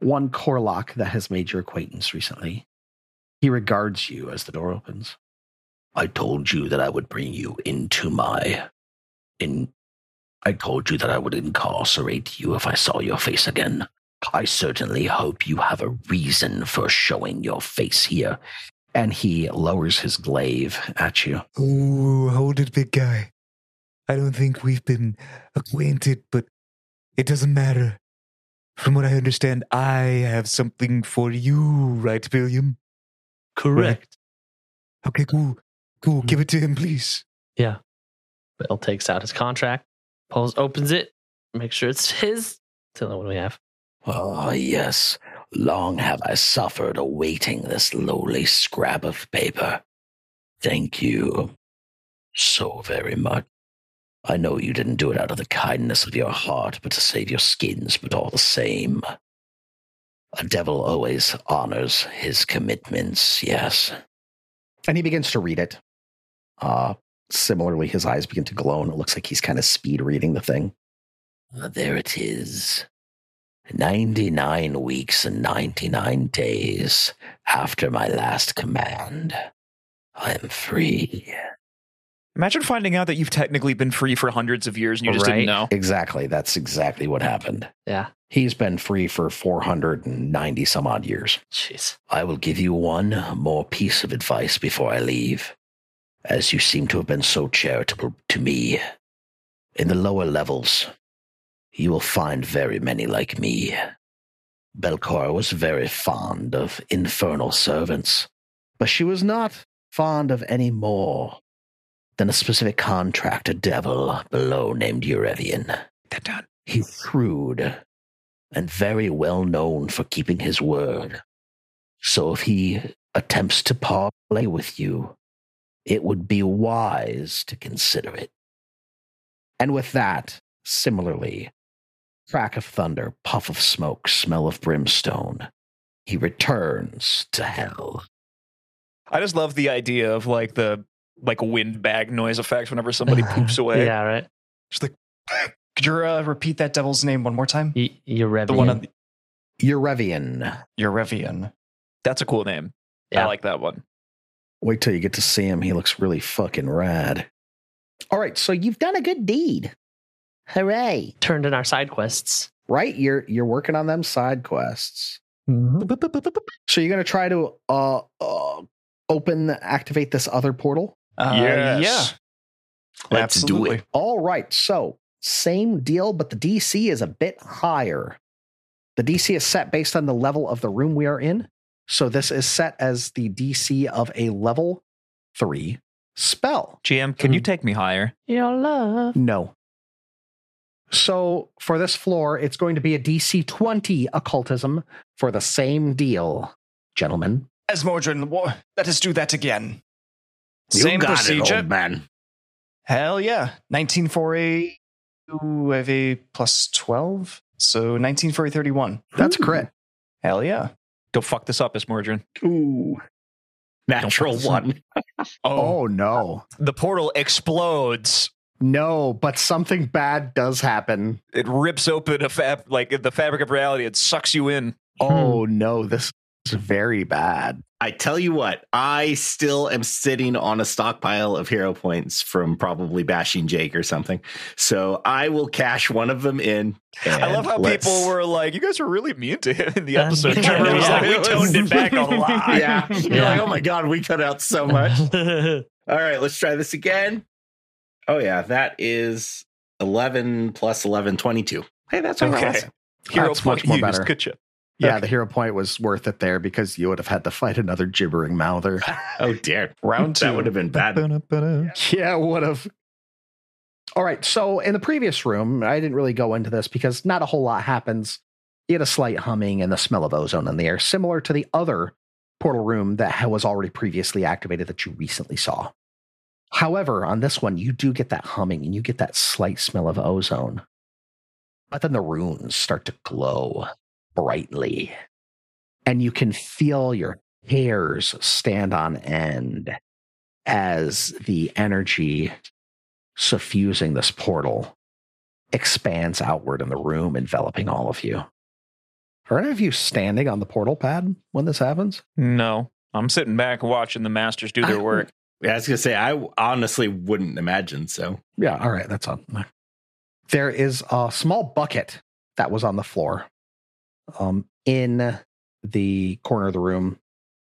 [SPEAKER 2] one Corlock that has made your acquaintance recently. He regards you as the door opens. I told you that I would bring you into my in I told you that I would incarcerate you if I saw your face again. I certainly hope you have a reason for showing your face here and he lowers his glaive at you.
[SPEAKER 10] Ooh, hold it, big guy. I don't think we've been acquainted, but it doesn't matter. From what I understand, I have something for you, right, William? Correct. Okay, cool.
[SPEAKER 2] Hmm.
[SPEAKER 10] Cool. Give it to him, please.
[SPEAKER 3] Bill takes out his contract, pulls, opens it, makes sure it's his. It's the only one we have.
[SPEAKER 7] Ah, yes. Long have I suffered awaiting this lowly scrap of paper. Thank you so very much. I know you didn't do it out of the kindness of your heart, but to save your skins, but all the same. A devil always honors his commitments, yes.
[SPEAKER 2] And he begins to read it. Uh, similarly, his eyes begin to glow, and it looks like he's kind of speed reading the thing.
[SPEAKER 7] Uh, There it is. 99 weeks and 99 days after my last command. I am free.
[SPEAKER 5] Imagine finding out that you've technically been free for hundreds of years and you just
[SPEAKER 3] Right.
[SPEAKER 5] didn't know.
[SPEAKER 2] Exactly. That's exactly what happened.
[SPEAKER 3] Yeah.
[SPEAKER 2] He's been free for 490 some odd years.
[SPEAKER 3] Jeez.
[SPEAKER 7] I will give you one more piece of advice before I leave, as you seem to have been so charitable to me. In the lower levels, you will find very many like me. Belcor was very fond of infernal servants, but she was not fond of any more than a specific contractor devil below named Eurevian.
[SPEAKER 5] That done.
[SPEAKER 7] He was shrewd and very well known for keeping his word. So if he attempts to parley with you, it would be wise to consider it.
[SPEAKER 2] And with that, similarly, crack of thunder, puff of smoke, smell of brimstone.
[SPEAKER 7] He returns to hell.
[SPEAKER 5] I just love the idea of like the like wind bag noise effect whenever somebody poops away.
[SPEAKER 3] Yeah, right.
[SPEAKER 8] Could you uh, repeat that devil's name one more time?
[SPEAKER 3] You, you're revving.
[SPEAKER 8] The one on the
[SPEAKER 2] Eurevian.
[SPEAKER 8] Eurevian.
[SPEAKER 5] That's a cool name.
[SPEAKER 3] Yeah.
[SPEAKER 5] I like that one.
[SPEAKER 2] Wait till you get to see him. He looks really fucking rad. All right, so you've done a good deed. Hooray.
[SPEAKER 3] turned in our side quests.
[SPEAKER 2] Right? You're you're working on them side quests.
[SPEAKER 6] Mm-hmm.
[SPEAKER 2] So you're going to try to uh, uh open activate this other portal?
[SPEAKER 8] Uh, Yeah.
[SPEAKER 4] let's do it.
[SPEAKER 2] All right. So, same deal, but the DC is a bit higher. The DC is set based on the level of the room we are in. So, this is set as the DC of a level three spell.
[SPEAKER 6] GM, can
[SPEAKER 4] Mm.
[SPEAKER 6] you take me higher?
[SPEAKER 3] Your love.
[SPEAKER 2] No. So, for this floor, it's going to be a DC 20 occultism for the same deal, gentlemen.
[SPEAKER 8] Esmodron, wha- let us do that again.
[SPEAKER 4] you
[SPEAKER 8] Same
[SPEAKER 4] got it,
[SPEAKER 8] procedure.
[SPEAKER 4] old man.
[SPEAKER 8] Hell yeah. 19 for a, you have a plus 12. So 19 for a 31.
[SPEAKER 2] That's crit.
[SPEAKER 8] Hell yeah.
[SPEAKER 6] Go fuck this up, Ismordran.
[SPEAKER 2] Ooh.
[SPEAKER 4] Natural one.
[SPEAKER 9] Oh, no.
[SPEAKER 5] The portal explodes.
[SPEAKER 9] No, but something bad does happen.
[SPEAKER 5] It rips open a fab like the fabric of reality. It sucks you in.
[SPEAKER 3] Hmm.
[SPEAKER 9] Oh no, this is very bad.
[SPEAKER 4] I tell you what, I still am sitting on a stockpile of hero points from probably bashing Jake or something. So I will cash one of them in.
[SPEAKER 5] I love how
[SPEAKER 4] and let's-
[SPEAKER 5] people were like, "You guys were really mean to him in the
[SPEAKER 3] Um,
[SPEAKER 5] episode."
[SPEAKER 3] yeah.
[SPEAKER 5] Trevor was like, "We
[SPEAKER 4] Yeah.
[SPEAKER 5] toned it back a lot."
[SPEAKER 4] Yeah. You're
[SPEAKER 3] Yeah.
[SPEAKER 4] like, oh my God, we cut out so much. All right, let's try this again. Oh, yeah, that is 11 plus 11, 22. Hey, that's okay.
[SPEAKER 5] Okay. Hero
[SPEAKER 9] That's
[SPEAKER 5] point
[SPEAKER 9] much more
[SPEAKER 5] used.
[SPEAKER 9] better.
[SPEAKER 5] Good job.
[SPEAKER 9] Yeah,
[SPEAKER 5] Okay.
[SPEAKER 9] the hero point was worth it there because you would have had to fight another gibbering mouther.
[SPEAKER 4] Oh, dear.
[SPEAKER 8] Round two.
[SPEAKER 4] That would have been bad.
[SPEAKER 9] yeah, would have.
[SPEAKER 2] All right. So in the previous room, I didn't really go into this because not a whole lot happens. You had a slight humming and the smell of ozone in the air, similar to the other portal room that ha- was already previously activated that you recently saw. However, on this one, you do get that humming and you get that slight smell of ozone. But then the runes start to glow brightly, and you can feel your hairs stand on end as the energy suffusing this portal expands outward in the room, enveloping all of you. Are any of you standing on the portal pad when this happens?
[SPEAKER 6] No, I'm sitting back watching the masters do their work.
[SPEAKER 4] Yeah, I was going to say, I honestly wouldn't imagine so.
[SPEAKER 2] Yeah, all right, that's on. There is a small bucket that was on the floor um, in the corner of the room.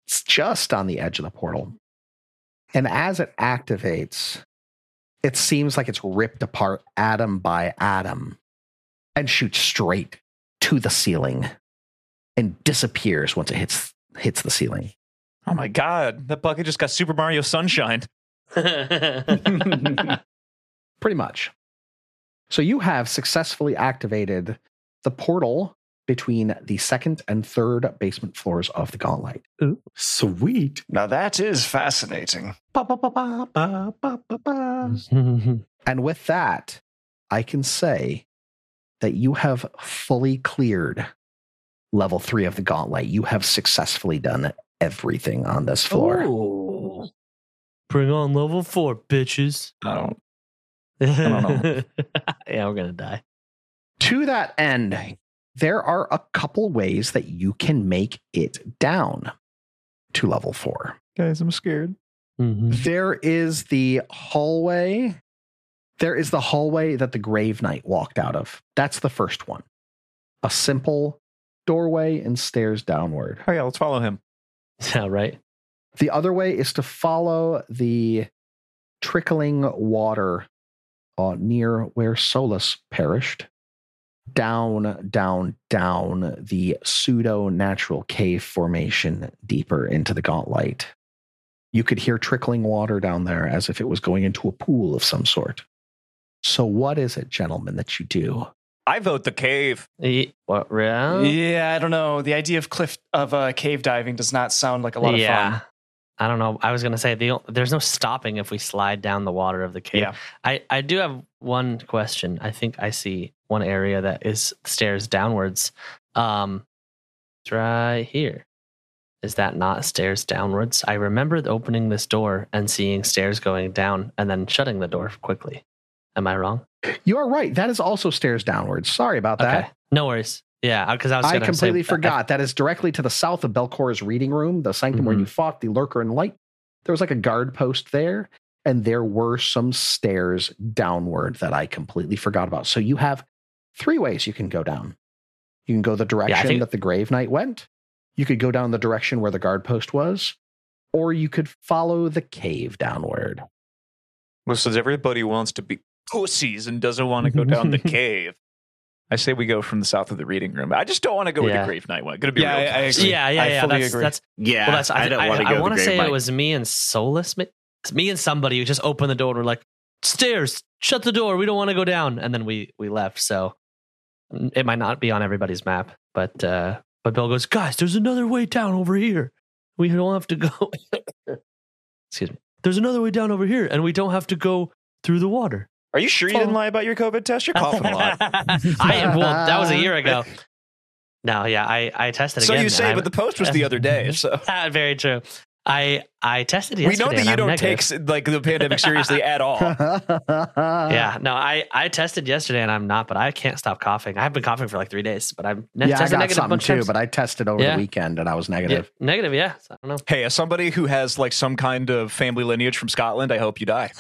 [SPEAKER 2] It's just on the edge of the portal. And as it activates, it seems like it's ripped apart atom by atom and shoots straight to the ceiling and disappears once it hits hits the ceiling.
[SPEAKER 6] Oh my god, that bucket just got Super Mario Sunshine.
[SPEAKER 2] pretty much. So you have successfully activated the portal between the second and third basement floors of the Gauntlet.
[SPEAKER 4] Sweet.
[SPEAKER 8] Now that is fascinating.
[SPEAKER 2] And with that, I can say that you have fully cleared level three of the Gauntlet. You have successfully done everything on
[SPEAKER 5] Oh.
[SPEAKER 2] this floor.
[SPEAKER 3] Ooh. Bring on level four, bitches.
[SPEAKER 6] I don't. don't
[SPEAKER 3] yeah, I'm gonna die.
[SPEAKER 2] to that end, there are a couple ways that you can make it down to level four.
[SPEAKER 6] Guys, I'm scared.
[SPEAKER 3] Mm-hmm.
[SPEAKER 2] There is the hallway. There is the hallway that the Grave Knight walked out of. That's the first one. A simple doorway and stairs downward.
[SPEAKER 6] Oh yeah, let's follow him.
[SPEAKER 3] Yeah, right.
[SPEAKER 2] The other way is to follow the trickling water uh, near where Solus perished, down, down, down the pseudo natural cave formation deeper into the gauntlet. You could hear trickling water down there as if it was going into a pool of some sort. So, what is it, gentlemen, that you do?
[SPEAKER 5] I vote the cave.
[SPEAKER 3] E- What round?
[SPEAKER 8] Yeah, I don't know. The idea of cliff of uh, cave diving does not sound like a lot of
[SPEAKER 3] yeah.
[SPEAKER 8] fun.
[SPEAKER 3] I don't know. I was gonna say the, o- there's no stopping if we slide down the water of the cave.
[SPEAKER 8] Yeah.
[SPEAKER 3] I I do have one question. I think I see one area that is stairs downwards. Um, it's right here. Is that not stairs downwards? I remember opening this door and seeing stairs going down and then shutting the door quickly. Am I wrong?
[SPEAKER 2] You are right. That is also stairs downwards. Sorry about that.
[SPEAKER 3] No worries. Yeah, because I was.
[SPEAKER 2] I
[SPEAKER 3] gonna say-
[SPEAKER 2] completely forgot. that is directly to the south of Belcora's reading room, the sanctum
[SPEAKER 3] Mm-hmm.
[SPEAKER 2] where you fought the lurker and light. There was like a guard post there, and there were some stairs downward that I completely forgot about. So you have three ways you can go down. You can go the direction
[SPEAKER 3] think-
[SPEAKER 2] that the Grave Knight went. You could go down the direction where the guard post was, or you could follow the cave downward.
[SPEAKER 6] Well, since everybody wants to be pussies and doesn't want to go down the cave, I say we go from the south of the reading room. I just don't want to go with the
[SPEAKER 3] Yeah.
[SPEAKER 6] grave night one. Gonna be
[SPEAKER 8] Yeah,
[SPEAKER 6] real.
[SPEAKER 8] I- I agree.
[SPEAKER 3] Yeah, yeah,
[SPEAKER 8] I
[SPEAKER 3] yeah.
[SPEAKER 8] fully
[SPEAKER 3] that's,
[SPEAKER 8] agree.
[SPEAKER 3] that's
[SPEAKER 4] Yeah.
[SPEAKER 3] well. That's I,
[SPEAKER 4] I, don't want to
[SPEAKER 3] I,
[SPEAKER 4] go
[SPEAKER 3] want
[SPEAKER 4] to
[SPEAKER 3] to say
[SPEAKER 4] the grave.
[SPEAKER 3] it
[SPEAKER 4] Mike.
[SPEAKER 3] was me and Solus. ma- It's me and somebody who just opened the door. and We're like stairs. Shut the door. We don't want to go down. And then we we left. So mm, it might not be on everybody's map, but uh but Bill goes, guys, there's another way down over here. We don't have to go. Excuse me. There's another way down over here, and we don't have to go through the water.
[SPEAKER 8] Are you sure you didn't lie about your COVID test? You're coughing a lot.
[SPEAKER 3] I well, that was a year ago. No, yeah, I I tested
[SPEAKER 5] So
[SPEAKER 3] again.
[SPEAKER 5] you
[SPEAKER 3] and
[SPEAKER 5] say,
[SPEAKER 3] I'm-
[SPEAKER 5] but the post was the other day. So
[SPEAKER 3] Ah, Very true. I I tested it
[SPEAKER 5] we
[SPEAKER 3] yesterday.
[SPEAKER 5] know that
[SPEAKER 3] and
[SPEAKER 5] you
[SPEAKER 3] I'm
[SPEAKER 5] don't
[SPEAKER 3] negative.
[SPEAKER 5] take take like the pandemic seriously at all.
[SPEAKER 2] Uh,
[SPEAKER 3] Yeah, no, I I tested yesterday and I'm not, but I can't stop coughing. I've been coughing for like three days, but I'm ne-
[SPEAKER 2] yeah, I
[SPEAKER 3] tested
[SPEAKER 2] got
[SPEAKER 3] negative a
[SPEAKER 2] something
[SPEAKER 3] bunch
[SPEAKER 2] too,
[SPEAKER 3] of times.
[SPEAKER 2] but I tested over
[SPEAKER 3] Yeah.
[SPEAKER 2] the weekend and I was
[SPEAKER 3] yeah,
[SPEAKER 2] negative.
[SPEAKER 3] negative, yeah. So I don't know.
[SPEAKER 5] Hey, as somebody who has like some kind of family lineage from Scotland, I hope you die.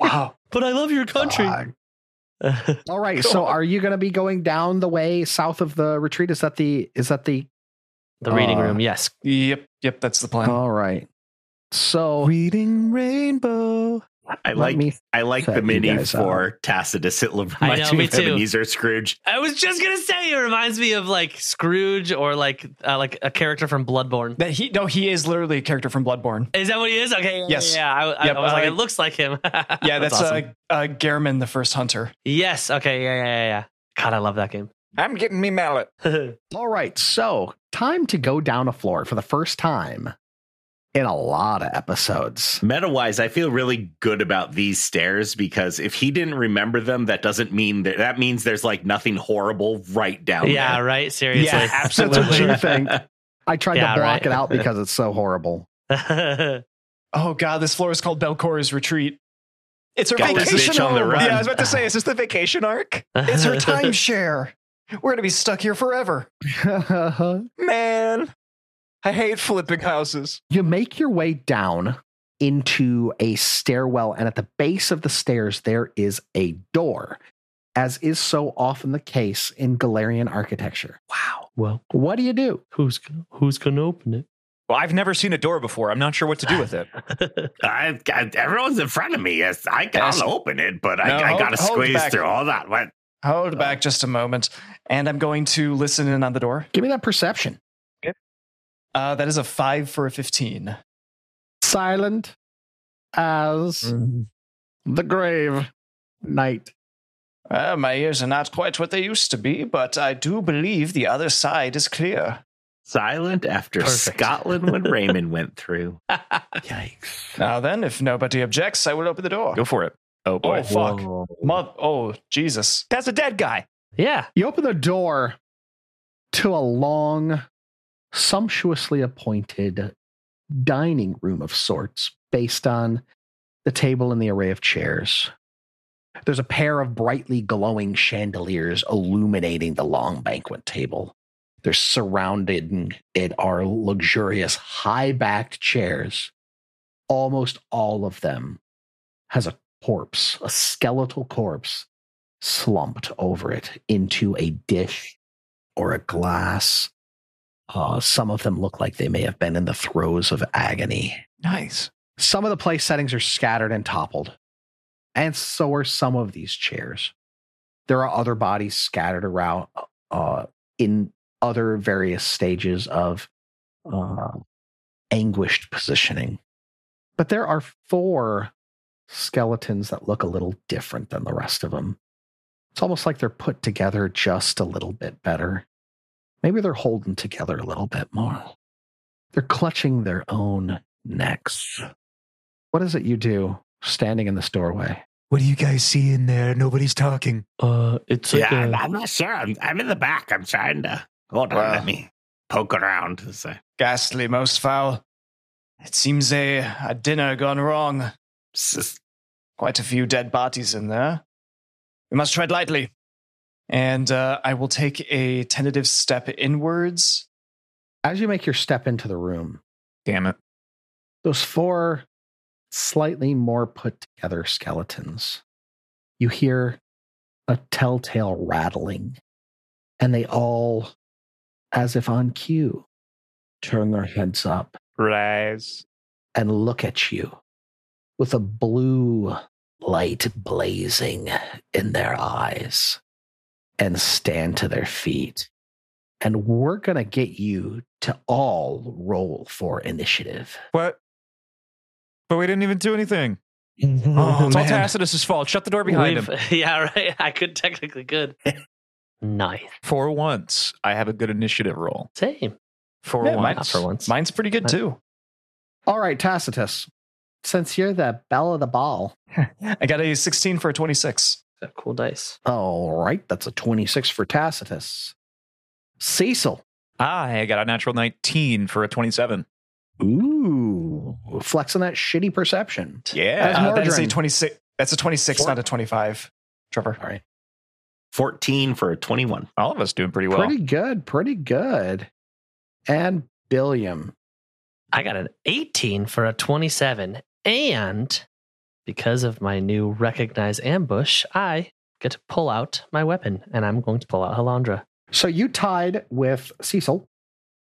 [SPEAKER 2] Wow.
[SPEAKER 3] But I love your country.
[SPEAKER 2] Fuck. All right. So
[SPEAKER 5] Cool.
[SPEAKER 2] are you going to be going down the way south of the retreat? Is that the is that the
[SPEAKER 3] the reading
[SPEAKER 2] Uh,
[SPEAKER 3] room, yes.
[SPEAKER 8] Yep, yep, that's the plan.
[SPEAKER 2] All right. So
[SPEAKER 10] Reading Rainbow.
[SPEAKER 4] I
[SPEAKER 2] let
[SPEAKER 4] like
[SPEAKER 2] me
[SPEAKER 4] I like
[SPEAKER 2] check
[SPEAKER 4] the
[SPEAKER 2] you
[SPEAKER 4] mini
[SPEAKER 2] guys
[SPEAKER 4] for Tacitus. It
[SPEAKER 3] I know,
[SPEAKER 4] reminds me
[SPEAKER 3] me
[SPEAKER 4] of
[SPEAKER 3] too.
[SPEAKER 4] Ebenezer Scrooge.
[SPEAKER 3] I was just gonna say it reminds me of like Scrooge or like uh, like a character from Bloodborne.
[SPEAKER 8] That he no, he is literally a character from Bloodborne.
[SPEAKER 3] Is that what he is? Okay. yeah,
[SPEAKER 8] Yes.
[SPEAKER 3] Yeah. yeah. I, I-
[SPEAKER 8] Yep,
[SPEAKER 3] I was like,
[SPEAKER 8] I-
[SPEAKER 3] it looks like him.
[SPEAKER 8] Yeah, that's,
[SPEAKER 3] awesome.
[SPEAKER 8] uh, uh Garamond, the first hunter.
[SPEAKER 3] yes. Okay. Yeah. Yeah. Yeah. yeah. God, I love that game.
[SPEAKER 6] I'm getting me mallet.
[SPEAKER 2] All right, so time to go down a floor for the first time in a lot of episodes.
[SPEAKER 4] Meta wise, I feel really good about these stairs because if he didn't remember them, that doesn't mean that that means there's like nothing horrible right down
[SPEAKER 3] yeah.
[SPEAKER 4] there.
[SPEAKER 3] Right. Seriously.
[SPEAKER 4] Oh, Yeah,
[SPEAKER 2] That's what
[SPEAKER 4] absolutely.
[SPEAKER 2] you think. I tried
[SPEAKER 3] Yeah,
[SPEAKER 2] to block
[SPEAKER 3] right.
[SPEAKER 2] it out because it's so horrible.
[SPEAKER 8] Oh god, this floor is called Belcora's Retreat. It's her
[SPEAKER 4] Got this
[SPEAKER 8] vacation
[SPEAKER 4] bitch on the
[SPEAKER 8] home.
[SPEAKER 4] run.
[SPEAKER 8] Yeah, I was about to say, is this the vacation arc? It's her timeshare. We're gonna be stuck here forever.
[SPEAKER 6] Man, I hate flipping houses.
[SPEAKER 2] you make your way down into a stairwell, and at the base of the stairs, there is a door, as is so often the case in Galarian architecture.
[SPEAKER 3] Wow. Well,
[SPEAKER 2] What do you do?
[SPEAKER 3] who's gonna- who's gonna open
[SPEAKER 5] Well, I've never seen a door before. I'm not sure what to do with it.
[SPEAKER 3] it?
[SPEAKER 4] I, I, everyone's in front of me. Yes, I can
[SPEAKER 8] Yes.
[SPEAKER 4] open it, but
[SPEAKER 8] No,
[SPEAKER 4] I, I
[SPEAKER 8] hold-
[SPEAKER 4] got to
[SPEAKER 8] hold
[SPEAKER 4] squeeze
[SPEAKER 8] back.
[SPEAKER 4] through all that. What?
[SPEAKER 8] Hold
[SPEAKER 2] Oh.
[SPEAKER 8] back just a moment. And I'm going to listen in on the door.
[SPEAKER 2] Give me that perception.
[SPEAKER 8] Uh, that is a five for a 15.
[SPEAKER 2] Silent as the grave night.
[SPEAKER 8] Uh, my ears are not quite what they used to be, but I do believe the other side is clear.
[SPEAKER 4] Silent after
[SPEAKER 3] Perfect.
[SPEAKER 4] Scotland when Raymond went through.
[SPEAKER 8] Now then, if nobody objects, I will open the door.
[SPEAKER 5] Go for it. Oh boy.
[SPEAKER 8] oh, fuck. Mo- oh, Jesus.
[SPEAKER 5] That's a dead guy.
[SPEAKER 3] yeah.
[SPEAKER 2] You open the door to a long, sumptuously appointed dining room of sorts based on the table and the array of chairs. There's a pair of brightly glowing chandeliers illuminating the long banquet table. They're surrounded it are luxurious high-backed chairs. Almost all of them has a corpse, a skeletal corpse slumped over it into a dish or a glass. Uh, some of them look like they may have been in the throes of agony.
[SPEAKER 8] Nice.
[SPEAKER 2] Some of the place settings are scattered and toppled, and so are some of these chairs. There are other bodies scattered around uh, in other various stages of uh, anguished positioning. But there are four skeletons that look a little different than the rest of them. It's almost like they're put together just a little bit better. Maybe they're holding together a little bit more. They're clutching their own necks. What is it you do standing in this doorway?
[SPEAKER 10] What do you guys see in there? Nobody's talking.
[SPEAKER 3] Uh, it's
[SPEAKER 4] yeah, I'm- I'm not sure. I'm, I'm in the back. I'm trying to hold on.
[SPEAKER 8] Wow.
[SPEAKER 4] Let me poke around. It's a
[SPEAKER 8] Ghastly, most foul. It seems a, a dinner gone wrong.
[SPEAKER 4] it's just-
[SPEAKER 8] Quite a few dead bodies in there. We must tread lightly. And uh, I will take a tentative step inwards.
[SPEAKER 2] As you make your step into the room,
[SPEAKER 6] Damn it.
[SPEAKER 2] those four slightly more put together skeletons, you hear a telltale rattling, and they all, as if on cue, turn their heads up
[SPEAKER 6] Rise.
[SPEAKER 2] and look at you with a blue light blazing in their eyes and stand to their feet. And we're going to get you to all roll for initiative.
[SPEAKER 6] What? But we didn't even do anything.
[SPEAKER 8] Oh,
[SPEAKER 6] it's all
[SPEAKER 8] man.
[SPEAKER 6] Tacitus' fault. Shut the door behind him.
[SPEAKER 3] We've- Yeah, right. I could technically could. nice.
[SPEAKER 6] For once, I have a good initiative roll.
[SPEAKER 3] Same.
[SPEAKER 6] For
[SPEAKER 8] Yeah,
[SPEAKER 3] Not
[SPEAKER 6] once.
[SPEAKER 3] for once.
[SPEAKER 8] Mine's pretty good too.
[SPEAKER 2] All right, Tacitus, since you're the belle of the ball.
[SPEAKER 8] I got a 16 for a 26.
[SPEAKER 3] cool dice.
[SPEAKER 2] All right, that's a 26 for Tacitus. Cecil,
[SPEAKER 6] I got a natural 19 for a 27.
[SPEAKER 2] Ooh, flexing that shitty perception.
[SPEAKER 6] Yeah.
[SPEAKER 2] As
[SPEAKER 8] Uh, that's a
[SPEAKER 2] Mordrin.
[SPEAKER 8] 26. That's a 26, not a 25. Trevor.
[SPEAKER 2] All right.
[SPEAKER 4] 14 for a 21.
[SPEAKER 6] All of us doing pretty well.
[SPEAKER 2] Pretty good. Pretty good. And Billiam.
[SPEAKER 3] I got an 18 for a 27. And because of my new recognize ambush, I get to pull out my weapon and I'm going to pull out Halandra.
[SPEAKER 2] So you tied with Cecil.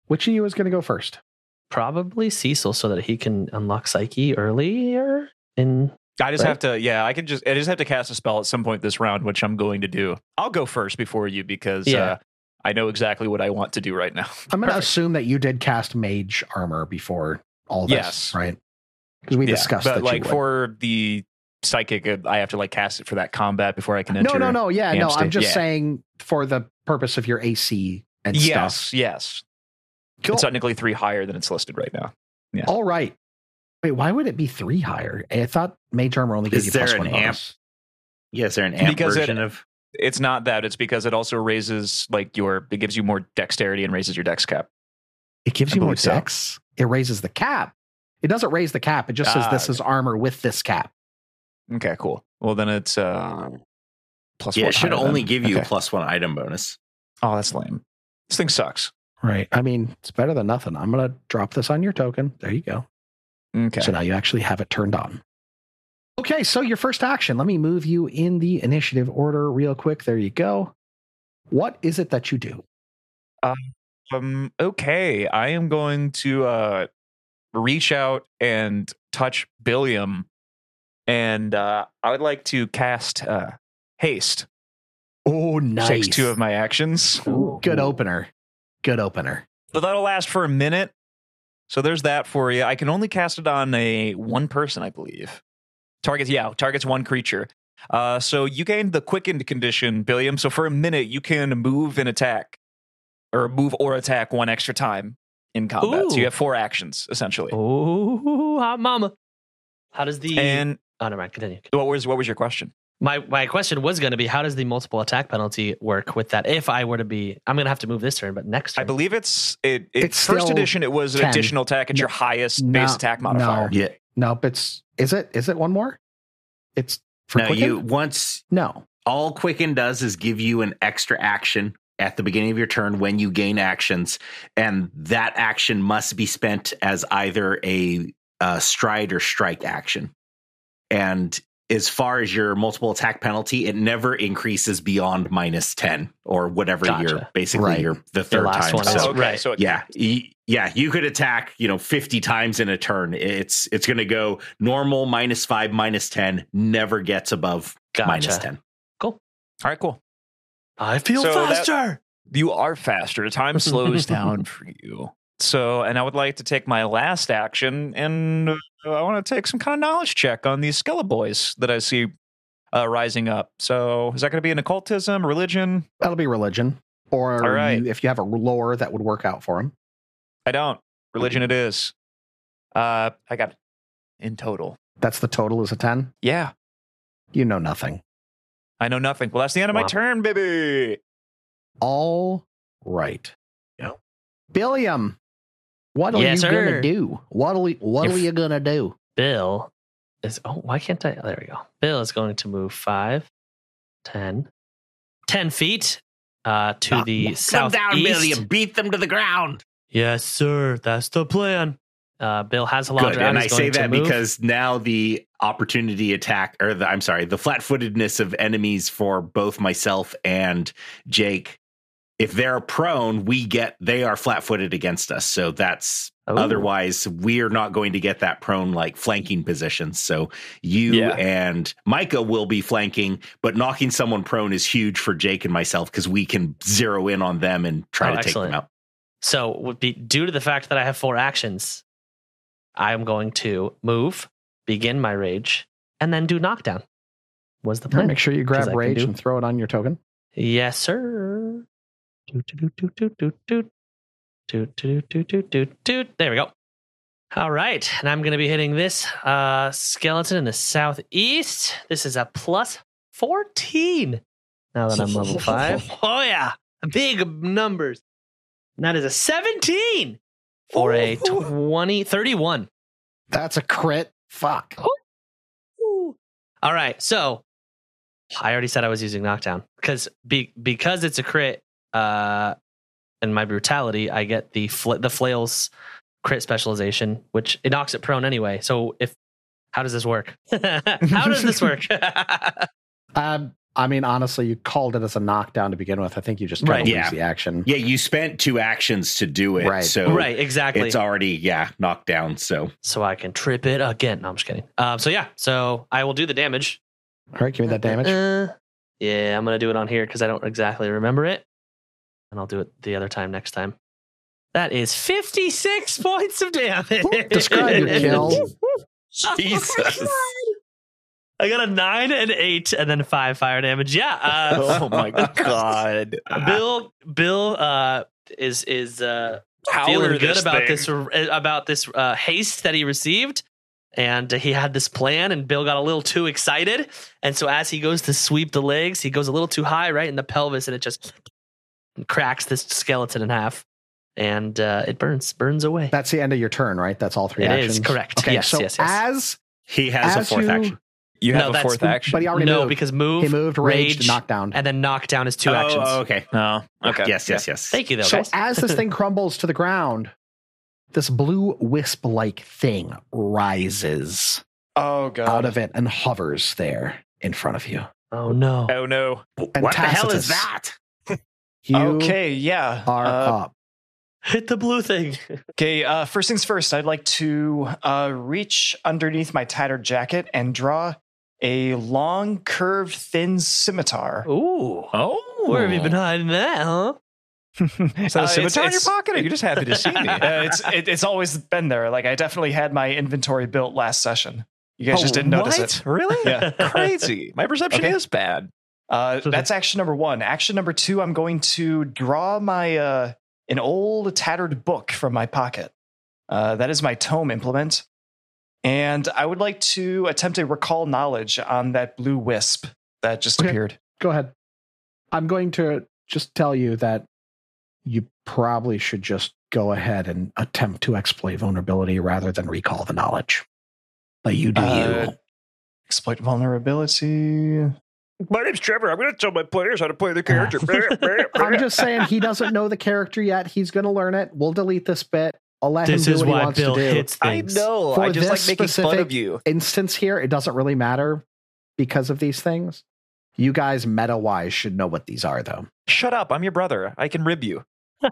[SPEAKER 2] Which of you is going to go first?
[SPEAKER 3] Probably Cecil so that he can unlock Psyche earlier in
[SPEAKER 6] I just
[SPEAKER 3] Right?
[SPEAKER 6] have to, yeah, I can just, I just have to cast a spell at some point this round, which I'm going to do. I'll go first before you because
[SPEAKER 3] Yeah.
[SPEAKER 6] uh, I know exactly what I want to do right now.
[SPEAKER 2] I'm going to
[SPEAKER 6] Perfect.
[SPEAKER 2] assume that you did cast mage armor before all this,
[SPEAKER 6] Yes.
[SPEAKER 2] right? Because we
[SPEAKER 6] Yeah,
[SPEAKER 2] discussed
[SPEAKER 6] but
[SPEAKER 2] that.
[SPEAKER 6] like
[SPEAKER 2] you would.
[SPEAKER 6] for the psychic, uh, I have to like cast it for that combat before I can
[SPEAKER 2] no,
[SPEAKER 6] enter.
[SPEAKER 2] no, no. Yeah,
[SPEAKER 6] amp
[SPEAKER 2] no. I'm
[SPEAKER 6] state.
[SPEAKER 2] just
[SPEAKER 6] Yeah.
[SPEAKER 2] saying for the purpose of your AC and
[SPEAKER 6] Yes,
[SPEAKER 2] stuff.
[SPEAKER 6] yes.
[SPEAKER 2] Cool.
[SPEAKER 6] It's technically three higher than it's listed right now.
[SPEAKER 2] All right. Wait, why would it be three higher? I thought mage armor only gives
[SPEAKER 4] Is
[SPEAKER 2] you
[SPEAKER 4] there
[SPEAKER 2] plus
[SPEAKER 4] an
[SPEAKER 2] one
[SPEAKER 4] amp?
[SPEAKER 2] bonus.
[SPEAKER 4] Yeah, is there an amp
[SPEAKER 6] Because it-
[SPEAKER 4] version of
[SPEAKER 6] It's not that. It's because it also raises like your, it gives you more dexterity and raises your dex cap.
[SPEAKER 2] It gives
[SPEAKER 6] I
[SPEAKER 2] you more
[SPEAKER 6] believe so.
[SPEAKER 2] dex. It raises the cap. It doesn't raise the cap. It just says
[SPEAKER 6] Ah,
[SPEAKER 2] this is armor with this cap.
[SPEAKER 6] Okay, cool. Well, then it's uh, plus
[SPEAKER 4] Yeah,
[SPEAKER 6] one.
[SPEAKER 4] it should
[SPEAKER 6] higher
[SPEAKER 4] only
[SPEAKER 6] then.
[SPEAKER 4] give you
[SPEAKER 6] Okay.
[SPEAKER 4] plus one item bonus.
[SPEAKER 6] Oh, that's lame. This thing sucks.
[SPEAKER 2] Right. I mean, it's better than nothing. I'm going to drop this on your token. There you go.
[SPEAKER 6] Okay.
[SPEAKER 2] So now you actually have it turned on. Okay, so your first action. Let me move you in the initiative order real quick. There you go. What is it that you do?
[SPEAKER 6] Um, okay, I am going to uh, reach out and touch Billiam, and uh, I would like to cast uh, haste.
[SPEAKER 2] Oh, nice.
[SPEAKER 6] Takes two of my actions,
[SPEAKER 2] Ooh, Good opener. Good opener.
[SPEAKER 6] but that'll last for a minute. So there's that for you. I can only cast it on a one person, I believe. Targets, yeah, targets one creature. Uh, so you gained the quickened condition, Billiam. So for a minute, you can move and attack, or move or attack one extra time in combat. So
[SPEAKER 3] Ooh.
[SPEAKER 6] you have four actions essentially.
[SPEAKER 3] Oh, hot mama. How does the
[SPEAKER 6] And
[SPEAKER 3] Oh, never mind. Continue.
[SPEAKER 6] what was what was your question?
[SPEAKER 3] My my question was going to be how does the multiple attack penalty work with that? If I were to be, I'm going to have to move this turn, but next turn.
[SPEAKER 6] I believe it's it. it
[SPEAKER 2] It's
[SPEAKER 6] first
[SPEAKER 2] still
[SPEAKER 6] edition. It was an
[SPEAKER 2] 10.
[SPEAKER 6] additional attack at
[SPEAKER 2] No-
[SPEAKER 6] your highest
[SPEAKER 2] no,
[SPEAKER 6] base attack
[SPEAKER 2] no.
[SPEAKER 6] modifier.
[SPEAKER 4] Yeah.
[SPEAKER 2] Nope, it's is it is it one more? It's for
[SPEAKER 4] No,
[SPEAKER 2] quicken?
[SPEAKER 4] you once
[SPEAKER 2] no.
[SPEAKER 4] all Quicken does is give you an extra action at the beginning of your turn when you gain actions, and that action must be spent as either a, uh stride or strike action. And as far as your multiple attack penalty, it never increases beyond minus ten or whatever
[SPEAKER 3] Gotcha.
[SPEAKER 4] your basically
[SPEAKER 2] Right.
[SPEAKER 4] your the third
[SPEAKER 3] Your last
[SPEAKER 4] time.
[SPEAKER 3] one.
[SPEAKER 4] So
[SPEAKER 3] is-
[SPEAKER 6] Oh, okay.
[SPEAKER 3] right.
[SPEAKER 6] So it,
[SPEAKER 4] yeah y- yeah you could attack you know 50 times in a turn it's it's going to go normal minus 5 minus 10 never gets above
[SPEAKER 3] Gotcha.
[SPEAKER 4] minus 10
[SPEAKER 6] All right. Cool.
[SPEAKER 3] I feel
[SPEAKER 6] So that-
[SPEAKER 3] faster.
[SPEAKER 6] You are faster. Time slows down for you. So, and I would like to take my last action, and uh, I want to take some kind of knowledge check on these Skella boys that I see uh, rising up. So, is that going to be an occultism, religion?
[SPEAKER 2] That'll be religion. Or
[SPEAKER 6] All right.
[SPEAKER 2] you, if you have a lore that would work out for him.
[SPEAKER 6] I don't. Religion it is. Uh, I got in total.
[SPEAKER 2] That's the total is a 10.
[SPEAKER 6] Yeah,
[SPEAKER 2] You know nothing.
[SPEAKER 6] I know nothing. Well, that's the end of my
[SPEAKER 3] Wow.
[SPEAKER 6] turn, baby.
[SPEAKER 2] All right.
[SPEAKER 4] Yeah.
[SPEAKER 2] Billiam, what are
[SPEAKER 3] Yes,
[SPEAKER 2] you
[SPEAKER 3] sir.
[SPEAKER 2] gonna do? What are what are
[SPEAKER 3] If-
[SPEAKER 2] you gonna do?
[SPEAKER 3] Bill is. Oh, why can't I? There we go. Bill is going to move five, ten, ten feet uh, to
[SPEAKER 4] Ah,
[SPEAKER 3] the southeast.
[SPEAKER 4] beat them to the ground
[SPEAKER 3] Yes, sir. That's the plan. Uh, Bill has a
[SPEAKER 4] good
[SPEAKER 3] laundry.
[SPEAKER 4] and i say that because now the opportunity attack or the i'm sorry the flat-footedness of enemies for both myself and jake if they're prone we get they are flat-footed against us so that's
[SPEAKER 3] Oh.
[SPEAKER 4] Otherwise, we're not going to get that prone like flanking position. So you
[SPEAKER 6] Yeah.
[SPEAKER 4] and Micah will be flanking, but knocking someone prone is huge for Jake and myself because we can zero in on them and try
[SPEAKER 3] Oh,
[SPEAKER 4] to
[SPEAKER 3] excellent.
[SPEAKER 4] take them out.
[SPEAKER 3] So, would be due to the fact that I have four actions, I'm going to move, begin my rage, and then do knockdown. Was the
[SPEAKER 2] Here,
[SPEAKER 3] plan?
[SPEAKER 2] Make sure you
[SPEAKER 3] 'Cause I
[SPEAKER 2] grab
[SPEAKER 3] can
[SPEAKER 2] rage
[SPEAKER 3] do-
[SPEAKER 2] and throw it on your token.
[SPEAKER 3] Yes, sir. Doot, doot, doot, doot, doot, doot. Doot, doot, doot, doot, doot, doot. There we go. All right. And I'm going to be hitting this uh, skeleton in the southeast. This is a plus 14 now that I'm level five. Oh, yeah. Big numbers. And that is a 17 for a 20, 31.
[SPEAKER 2] That's a crit. Fuck.
[SPEAKER 3] All right. So I already said I was using knockdown because be, because it's a crit uh and my brutality, I get the fl- the flails crit specialization, which it knocks it prone anyway. So if how does this work? how does this work?
[SPEAKER 2] Um, I mean, honestly, you called it as a knockdown to begin with. I think you just kind
[SPEAKER 3] Right.
[SPEAKER 2] of lose
[SPEAKER 4] Yeah.
[SPEAKER 2] the action.
[SPEAKER 4] Yeah, you spent two actions to do it.
[SPEAKER 2] Right.
[SPEAKER 4] So
[SPEAKER 3] right, exactly.
[SPEAKER 4] it's already, yeah, knocked down. So
[SPEAKER 3] so I can trip it again. No, I'm just kidding. Um, so yeah, so I will do the damage.
[SPEAKER 2] All right, give me that damage.
[SPEAKER 3] Uh, yeah, I'm gonna do it on here because I don't exactly remember it, and I'll do it the other time next time. That is 56 points of damage.
[SPEAKER 2] Describe your kill.
[SPEAKER 3] Oh my
[SPEAKER 4] Jesus.
[SPEAKER 3] God. I got a nine and eight, and then five fire damage. Yeah. Uh,
[SPEAKER 6] oh my god.
[SPEAKER 3] Bill. Bill uh, is is uh, feeling good about this about this uh, haste that he received, and he had this plan. And Bill got a little too excited, and so as he goes to sweep the legs, he goes a little too high, right in the pelvis, and it just cracks this skeleton in half, and uh, it burns burns away.
[SPEAKER 2] That's the end of your turn, right? That's all three
[SPEAKER 3] It is
[SPEAKER 2] actions.
[SPEAKER 3] correct.
[SPEAKER 2] Okay,
[SPEAKER 3] Yes,
[SPEAKER 2] so
[SPEAKER 3] yes, yes.
[SPEAKER 2] as
[SPEAKER 4] he has a
[SPEAKER 2] As
[SPEAKER 4] fourth
[SPEAKER 2] you-
[SPEAKER 4] action.
[SPEAKER 6] You
[SPEAKER 3] No,
[SPEAKER 6] have a
[SPEAKER 3] that's-
[SPEAKER 6] fourth action.
[SPEAKER 2] but he already
[SPEAKER 3] no,
[SPEAKER 2] moved.
[SPEAKER 3] because move,
[SPEAKER 2] he moved, raged,
[SPEAKER 3] raged,
[SPEAKER 2] knockdown.
[SPEAKER 3] and then knockdown is two
[SPEAKER 4] Oh,
[SPEAKER 3] actions.
[SPEAKER 4] oh, okay.
[SPEAKER 6] Oh, okay.
[SPEAKER 4] Yes, yes, yes.
[SPEAKER 3] Thank you, though.
[SPEAKER 2] so
[SPEAKER 3] guys.
[SPEAKER 2] as this thing crumbles to the ground, this blue wisp-like thing rises
[SPEAKER 8] Oh god.
[SPEAKER 2] out of it and hovers there in front of you.
[SPEAKER 3] oh no.
[SPEAKER 6] Oh no.
[SPEAKER 4] What the hell
[SPEAKER 2] Tacitus.
[SPEAKER 4] is that?
[SPEAKER 2] You
[SPEAKER 8] okay, yeah.
[SPEAKER 2] are
[SPEAKER 8] Uh,
[SPEAKER 2] up.
[SPEAKER 3] Hit the blue thing.
[SPEAKER 8] okay, uh, first things first, I'd like to uh, reach underneath my tattered jacket and draw a long, curved, thin scimitar.
[SPEAKER 3] Ooh.
[SPEAKER 6] Oh.
[SPEAKER 3] Where have you been hiding that, huh?
[SPEAKER 6] Is that a
[SPEAKER 8] Uh, it's-
[SPEAKER 6] scimitar in your
[SPEAKER 8] it's-
[SPEAKER 6] pocket? Are you just happy to see me?
[SPEAKER 8] uh, it's it, it's always been there. Like I definitely had my inventory built last session. You guys just didn't notice it.
[SPEAKER 6] Oh, Really?
[SPEAKER 8] Yeah.
[SPEAKER 6] Crazy. My perception
[SPEAKER 8] Okay.
[SPEAKER 6] is bad.
[SPEAKER 8] Uh, that's action number one. Action number two. I'm going to draw my uh, an old tattered book from my pocket. Uh, that is my tome implement, and I would like to attempt a recall knowledge on that blue wisp that just
[SPEAKER 2] Okay.
[SPEAKER 8] appeared.
[SPEAKER 2] Go ahead. I'm going to just tell you that you probably should just go ahead and attempt to exploit vulnerability rather than recall the knowledge. But you do
[SPEAKER 8] Uh,
[SPEAKER 2] you.
[SPEAKER 8] Exploit vulnerability.
[SPEAKER 6] My name's Trevor. I'm going to tell my players how to play the
[SPEAKER 3] character.
[SPEAKER 2] I'm just saying he doesn't know the character yet. He's going to learn it. We'll delete this bit. I'll let
[SPEAKER 3] This
[SPEAKER 2] him do
[SPEAKER 3] is
[SPEAKER 2] what he
[SPEAKER 3] why
[SPEAKER 2] wants
[SPEAKER 3] Bill
[SPEAKER 2] to do.
[SPEAKER 3] hits
[SPEAKER 6] I
[SPEAKER 3] things.
[SPEAKER 6] know.
[SPEAKER 2] For
[SPEAKER 6] I just like
[SPEAKER 2] this
[SPEAKER 6] making fun of
[SPEAKER 2] specific-
[SPEAKER 6] you.
[SPEAKER 2] Instance here, it doesn't really matter because of these things. You guys, meta wise, should know what these are, though.
[SPEAKER 6] Shut up. I'm your brother. I can rib you.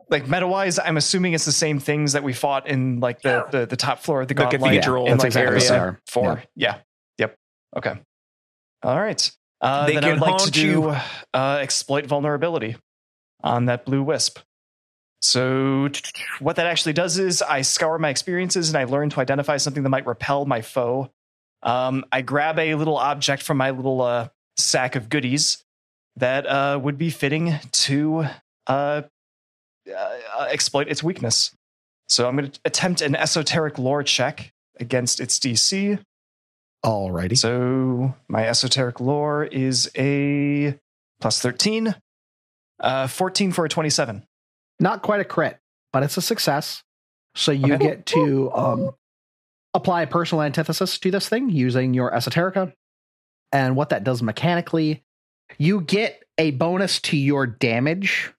[SPEAKER 8] Like meta wise, I'm assuming it's the same things that we fought in like the the, the top floor of the,
[SPEAKER 6] The
[SPEAKER 8] Gauntlet
[SPEAKER 6] cathedral.
[SPEAKER 8] in
[SPEAKER 2] That's
[SPEAKER 8] like
[SPEAKER 2] exactly what they
[SPEAKER 8] area
[SPEAKER 2] are.
[SPEAKER 8] four. Yeah. Yep. Okay. All right. Uh,
[SPEAKER 6] They
[SPEAKER 8] then I
[SPEAKER 6] can
[SPEAKER 8] would like to
[SPEAKER 6] haunt
[SPEAKER 8] do
[SPEAKER 6] you.
[SPEAKER 8] uh, exploit vulnerability on that blue wisp. So what that actually does is I scour my experiences and I learn to identify something that might repel my foe. Um, I grab a little object from my little uh, sack of goodies that uh, would be fitting to uh, uh, exploit its weakness. So I'm going to attempt an esoteric lore check against its DC.
[SPEAKER 2] Alrighty.
[SPEAKER 8] So my esoteric lore is a plus 13, uh, 14 for a 27.
[SPEAKER 2] Not quite a crit, but it's a success. So you
[SPEAKER 8] Okay.
[SPEAKER 2] get to um, apply personal antithesis to this thing using your esoterica. And what that does mechanically, you get a bonus to your damage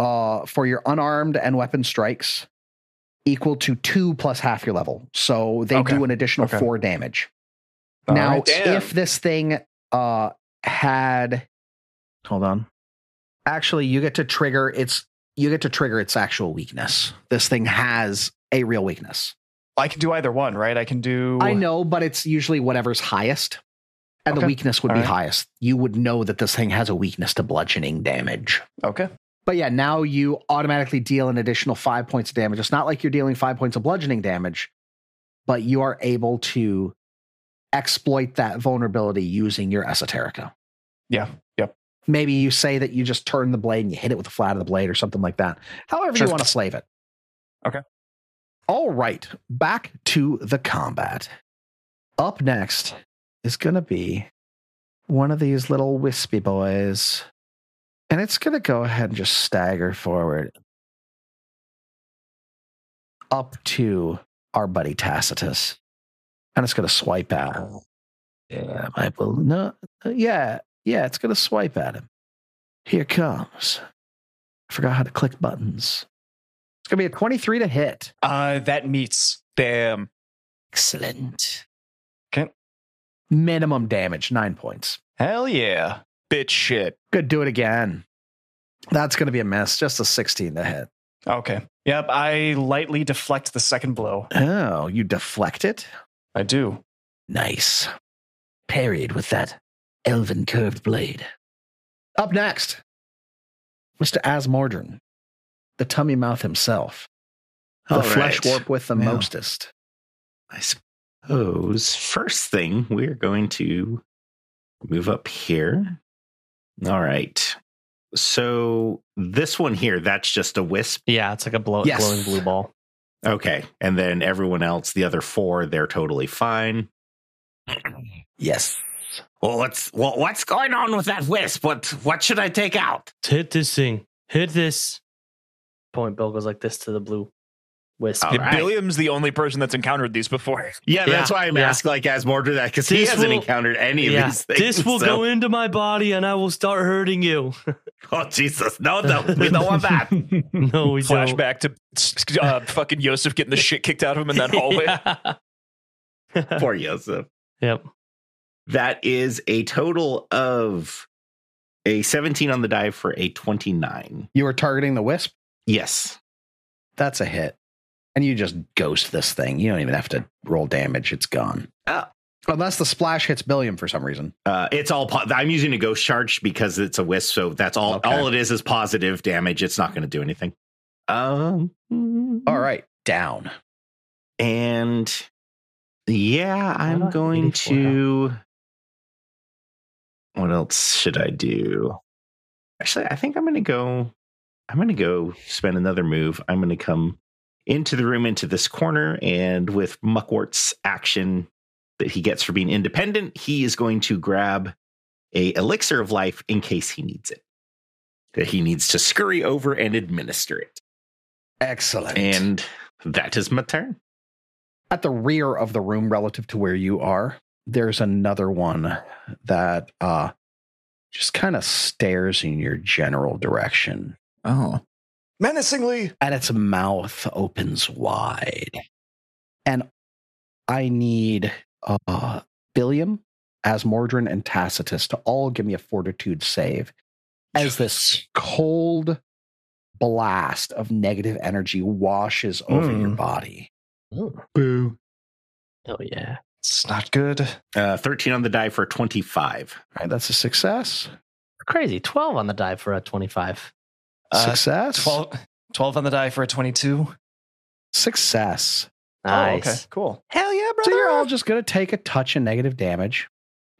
[SPEAKER 2] uh, for your unarmed and weapon strikes equal to two plus half your level. So they
[SPEAKER 8] Okay.
[SPEAKER 2] do an additional
[SPEAKER 8] Okay.
[SPEAKER 2] four damage.
[SPEAKER 8] All
[SPEAKER 2] now,
[SPEAKER 8] right.
[SPEAKER 6] Damn.
[SPEAKER 2] if this thing uh, had, hold on. Actually, you get to trigger its you get to trigger its actual weakness. This thing has a real weakness.
[SPEAKER 8] I can do either one, right? I can do.
[SPEAKER 2] I know, but it's usually whatever's highest, and the
[SPEAKER 8] Okay.
[SPEAKER 2] weakness would
[SPEAKER 8] All
[SPEAKER 2] be
[SPEAKER 8] right.
[SPEAKER 2] highest. You would know that this thing has a weakness to bludgeoning damage.
[SPEAKER 8] Okay.
[SPEAKER 2] But yeah, now you automatically deal an additional five points of damage. It's not like you're dealing five points of bludgeoning damage, but you are able to exploit that vulnerability using your esoterica.
[SPEAKER 8] Yeah. Yep.
[SPEAKER 2] Maybe you say that you just turn the blade and you hit it with the flat of the blade or something like that. However,
[SPEAKER 8] Sure.
[SPEAKER 2] you want to slave it.
[SPEAKER 8] Okay.
[SPEAKER 2] All right. Back to the combat. Up next is going to be one of these little wispy boys. And it's going to go ahead and just stagger forward. up to our buddy Tacitus, and it's going to swipe at him. Yeah, I will no. Uh, Yeah, yeah, it's going to swipe at him. Here comes. I forgot how to click buttons. It's going to be a 23 to hit.
[SPEAKER 8] Uh, that meets.
[SPEAKER 6] Damn.
[SPEAKER 2] Excellent.
[SPEAKER 8] Okay.
[SPEAKER 2] Minimum damage, nine points.
[SPEAKER 8] Hell yeah.
[SPEAKER 6] Bitch shit.
[SPEAKER 2] Good, do it again. That's going to be a miss. Just a 16 to hit.
[SPEAKER 8] Okay. Yep. I lightly deflect the second blow.
[SPEAKER 2] Oh, you deflect it?
[SPEAKER 8] I do.
[SPEAKER 7] Nice. Parried with that elven curved blade.
[SPEAKER 2] Up next, Mr. Asmordran, the tummy mouth himself, the
[SPEAKER 4] All
[SPEAKER 2] flesh
[SPEAKER 4] right.
[SPEAKER 2] warp with the
[SPEAKER 4] Yeah.
[SPEAKER 2] mostest.
[SPEAKER 4] I suppose first thing we're going to move up here. All right. So this one here, that's just a wisp.
[SPEAKER 3] Yeah, it's like a blow,
[SPEAKER 2] Yes.
[SPEAKER 3] glowing blue ball.
[SPEAKER 4] Okay. And then everyone else, the other four, they're totally fine.
[SPEAKER 7] Yes.
[SPEAKER 4] Well, what's well, what's going on with that wisp? What what should I take out?
[SPEAKER 3] Hit this thing. Hit this. Point Bill goes like this to the blue wisp.
[SPEAKER 4] All right.
[SPEAKER 6] Billiam's the only person that's encountered these before.
[SPEAKER 4] Yeah,
[SPEAKER 3] Yeah,
[SPEAKER 4] that's why I'm
[SPEAKER 3] yeah.
[SPEAKER 4] asking like Asmordra that because he
[SPEAKER 3] This
[SPEAKER 4] hasn't
[SPEAKER 3] will-
[SPEAKER 4] encountered any of
[SPEAKER 3] Yeah.
[SPEAKER 4] these things.
[SPEAKER 3] This will
[SPEAKER 4] so-
[SPEAKER 3] go into my body and I will start hurting you.
[SPEAKER 4] Oh Jesus! No, no, we don't want that.
[SPEAKER 3] No, we
[SPEAKER 6] Flashback to uh, fucking Yosef getting the shit kicked out of him in that
[SPEAKER 3] don't.
[SPEAKER 6] hallway.
[SPEAKER 3] Yeah.
[SPEAKER 4] Poor Yosef.
[SPEAKER 3] Yep.
[SPEAKER 4] That is a total of a 17 on the die for a 29.
[SPEAKER 2] You were targeting the wisp?
[SPEAKER 4] Yes.
[SPEAKER 2] That's a hit. And you just ghost this thing. You don't even have to roll damage. It's gone.
[SPEAKER 4] Oh.
[SPEAKER 2] Unless the splash hits Billiam for some reason.
[SPEAKER 4] Uh, it's all. Po- I'm using a ghost charge because it's a wisp, so that's all.
[SPEAKER 2] Okay.
[SPEAKER 4] All it is is positive damage. It's not going to do anything. Um.
[SPEAKER 2] All right, down.
[SPEAKER 4] And yeah,
[SPEAKER 3] do I
[SPEAKER 4] I'm
[SPEAKER 3] have
[SPEAKER 4] going
[SPEAKER 3] 84
[SPEAKER 4] to. What else should I do? Actually, I think I'm going to go. I'm going to go spend another move. I'm going to come into the room, into this corner, and with Muckwart's action that he gets for being independent, he is going to grab a elixir of life in case he needs it. That he needs to scurry over and administer it.
[SPEAKER 2] Excellent.
[SPEAKER 4] And that is my turn.
[SPEAKER 2] at the rear of the room relative to where you are there's another one that uh just kind of stares in your general direction
[SPEAKER 6] Oh.
[SPEAKER 8] Menacingly.
[SPEAKER 2] and its mouth opens wide and i need uh billiam asmordran and tacitus to all give me a fortitude save as this cold blast of negative energy washes over
[SPEAKER 8] Mm.
[SPEAKER 2] your body
[SPEAKER 10] Boo.
[SPEAKER 3] Oh yeah.
[SPEAKER 8] It's not good.
[SPEAKER 4] Uh, 13 on the die for 25.
[SPEAKER 2] all right that's a success
[SPEAKER 3] Crazy. Twelve on the die for a twenty-five.
[SPEAKER 8] Uh,
[SPEAKER 2] success
[SPEAKER 8] 12, 12 on the die for a 22.
[SPEAKER 2] Success.
[SPEAKER 3] Nice.
[SPEAKER 8] Oh, okay. Cool.
[SPEAKER 6] Hell yeah,
[SPEAKER 2] So you're all just going to take a touch of negative damage.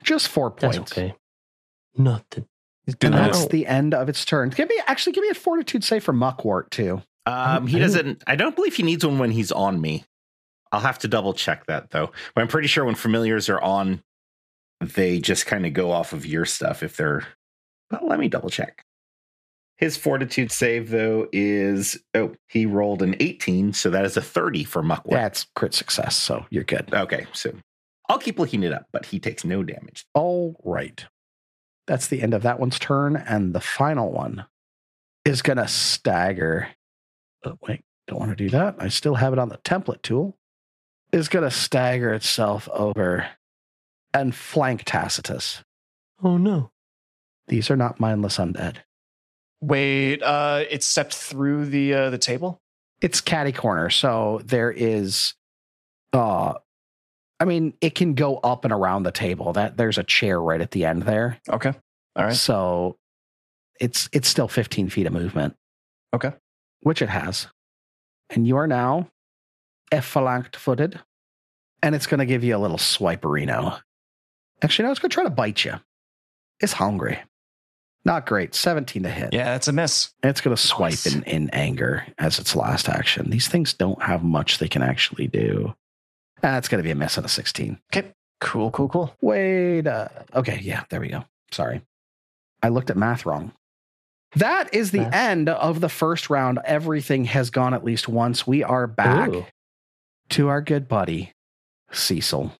[SPEAKER 2] Just four
[SPEAKER 3] That's
[SPEAKER 2] points.
[SPEAKER 3] okay. Nothing.
[SPEAKER 2] And
[SPEAKER 3] I don't
[SPEAKER 2] that's
[SPEAKER 3] know.
[SPEAKER 2] the end of its turn. Give me actually give me a fortitude save for Muckwort too.
[SPEAKER 4] Um, he doesn't, I don't believe he needs one when he's on me. I'll have to double check that though. But I'm pretty sure when familiars are on, they just kind of go off of your stuff if they're, well, let me double check. His fortitude save though is, oh, he rolled an 18. So that is a 30 for Muckwort.
[SPEAKER 2] That's crit success, so you're good.
[SPEAKER 4] Okay. So I'll keep looking it up, but he takes no damage.
[SPEAKER 2] All right. That's the end of that one's turn, and the final one is going to stagger. Oh, wait, don't want to do that. I still have it on the template tool. Is going to stagger itself over and flank Tacitus.
[SPEAKER 3] Oh no.
[SPEAKER 2] These are not mindless undead.
[SPEAKER 8] Wait, uh, it stepped through the uh, the table.
[SPEAKER 2] it's catty corner so there is uh i mean it can go up and around the table that there's a chair right at the end there
[SPEAKER 8] Okay. All right.
[SPEAKER 2] so it's it's still 15 feet of movement
[SPEAKER 8] Okay.
[SPEAKER 2] which it has and you are now effalanked footed and it's going to give you a little swiperino actually no it's going to try to bite you it's hungry not great 17 to hit
[SPEAKER 8] Yeah, it's a miss.
[SPEAKER 2] and it's going to swipe in, in anger as its last action. These things don't have much they can actually do. That's going to be a mess on a 16.
[SPEAKER 8] Cool, cool, cool.
[SPEAKER 2] Wait. Uh, okay. Yeah. There we go. Sorry. I looked at math wrong. That is the end of the first round. Everything has gone at least once. We are back
[SPEAKER 3] Ooh.
[SPEAKER 2] to our good buddy, Cecil,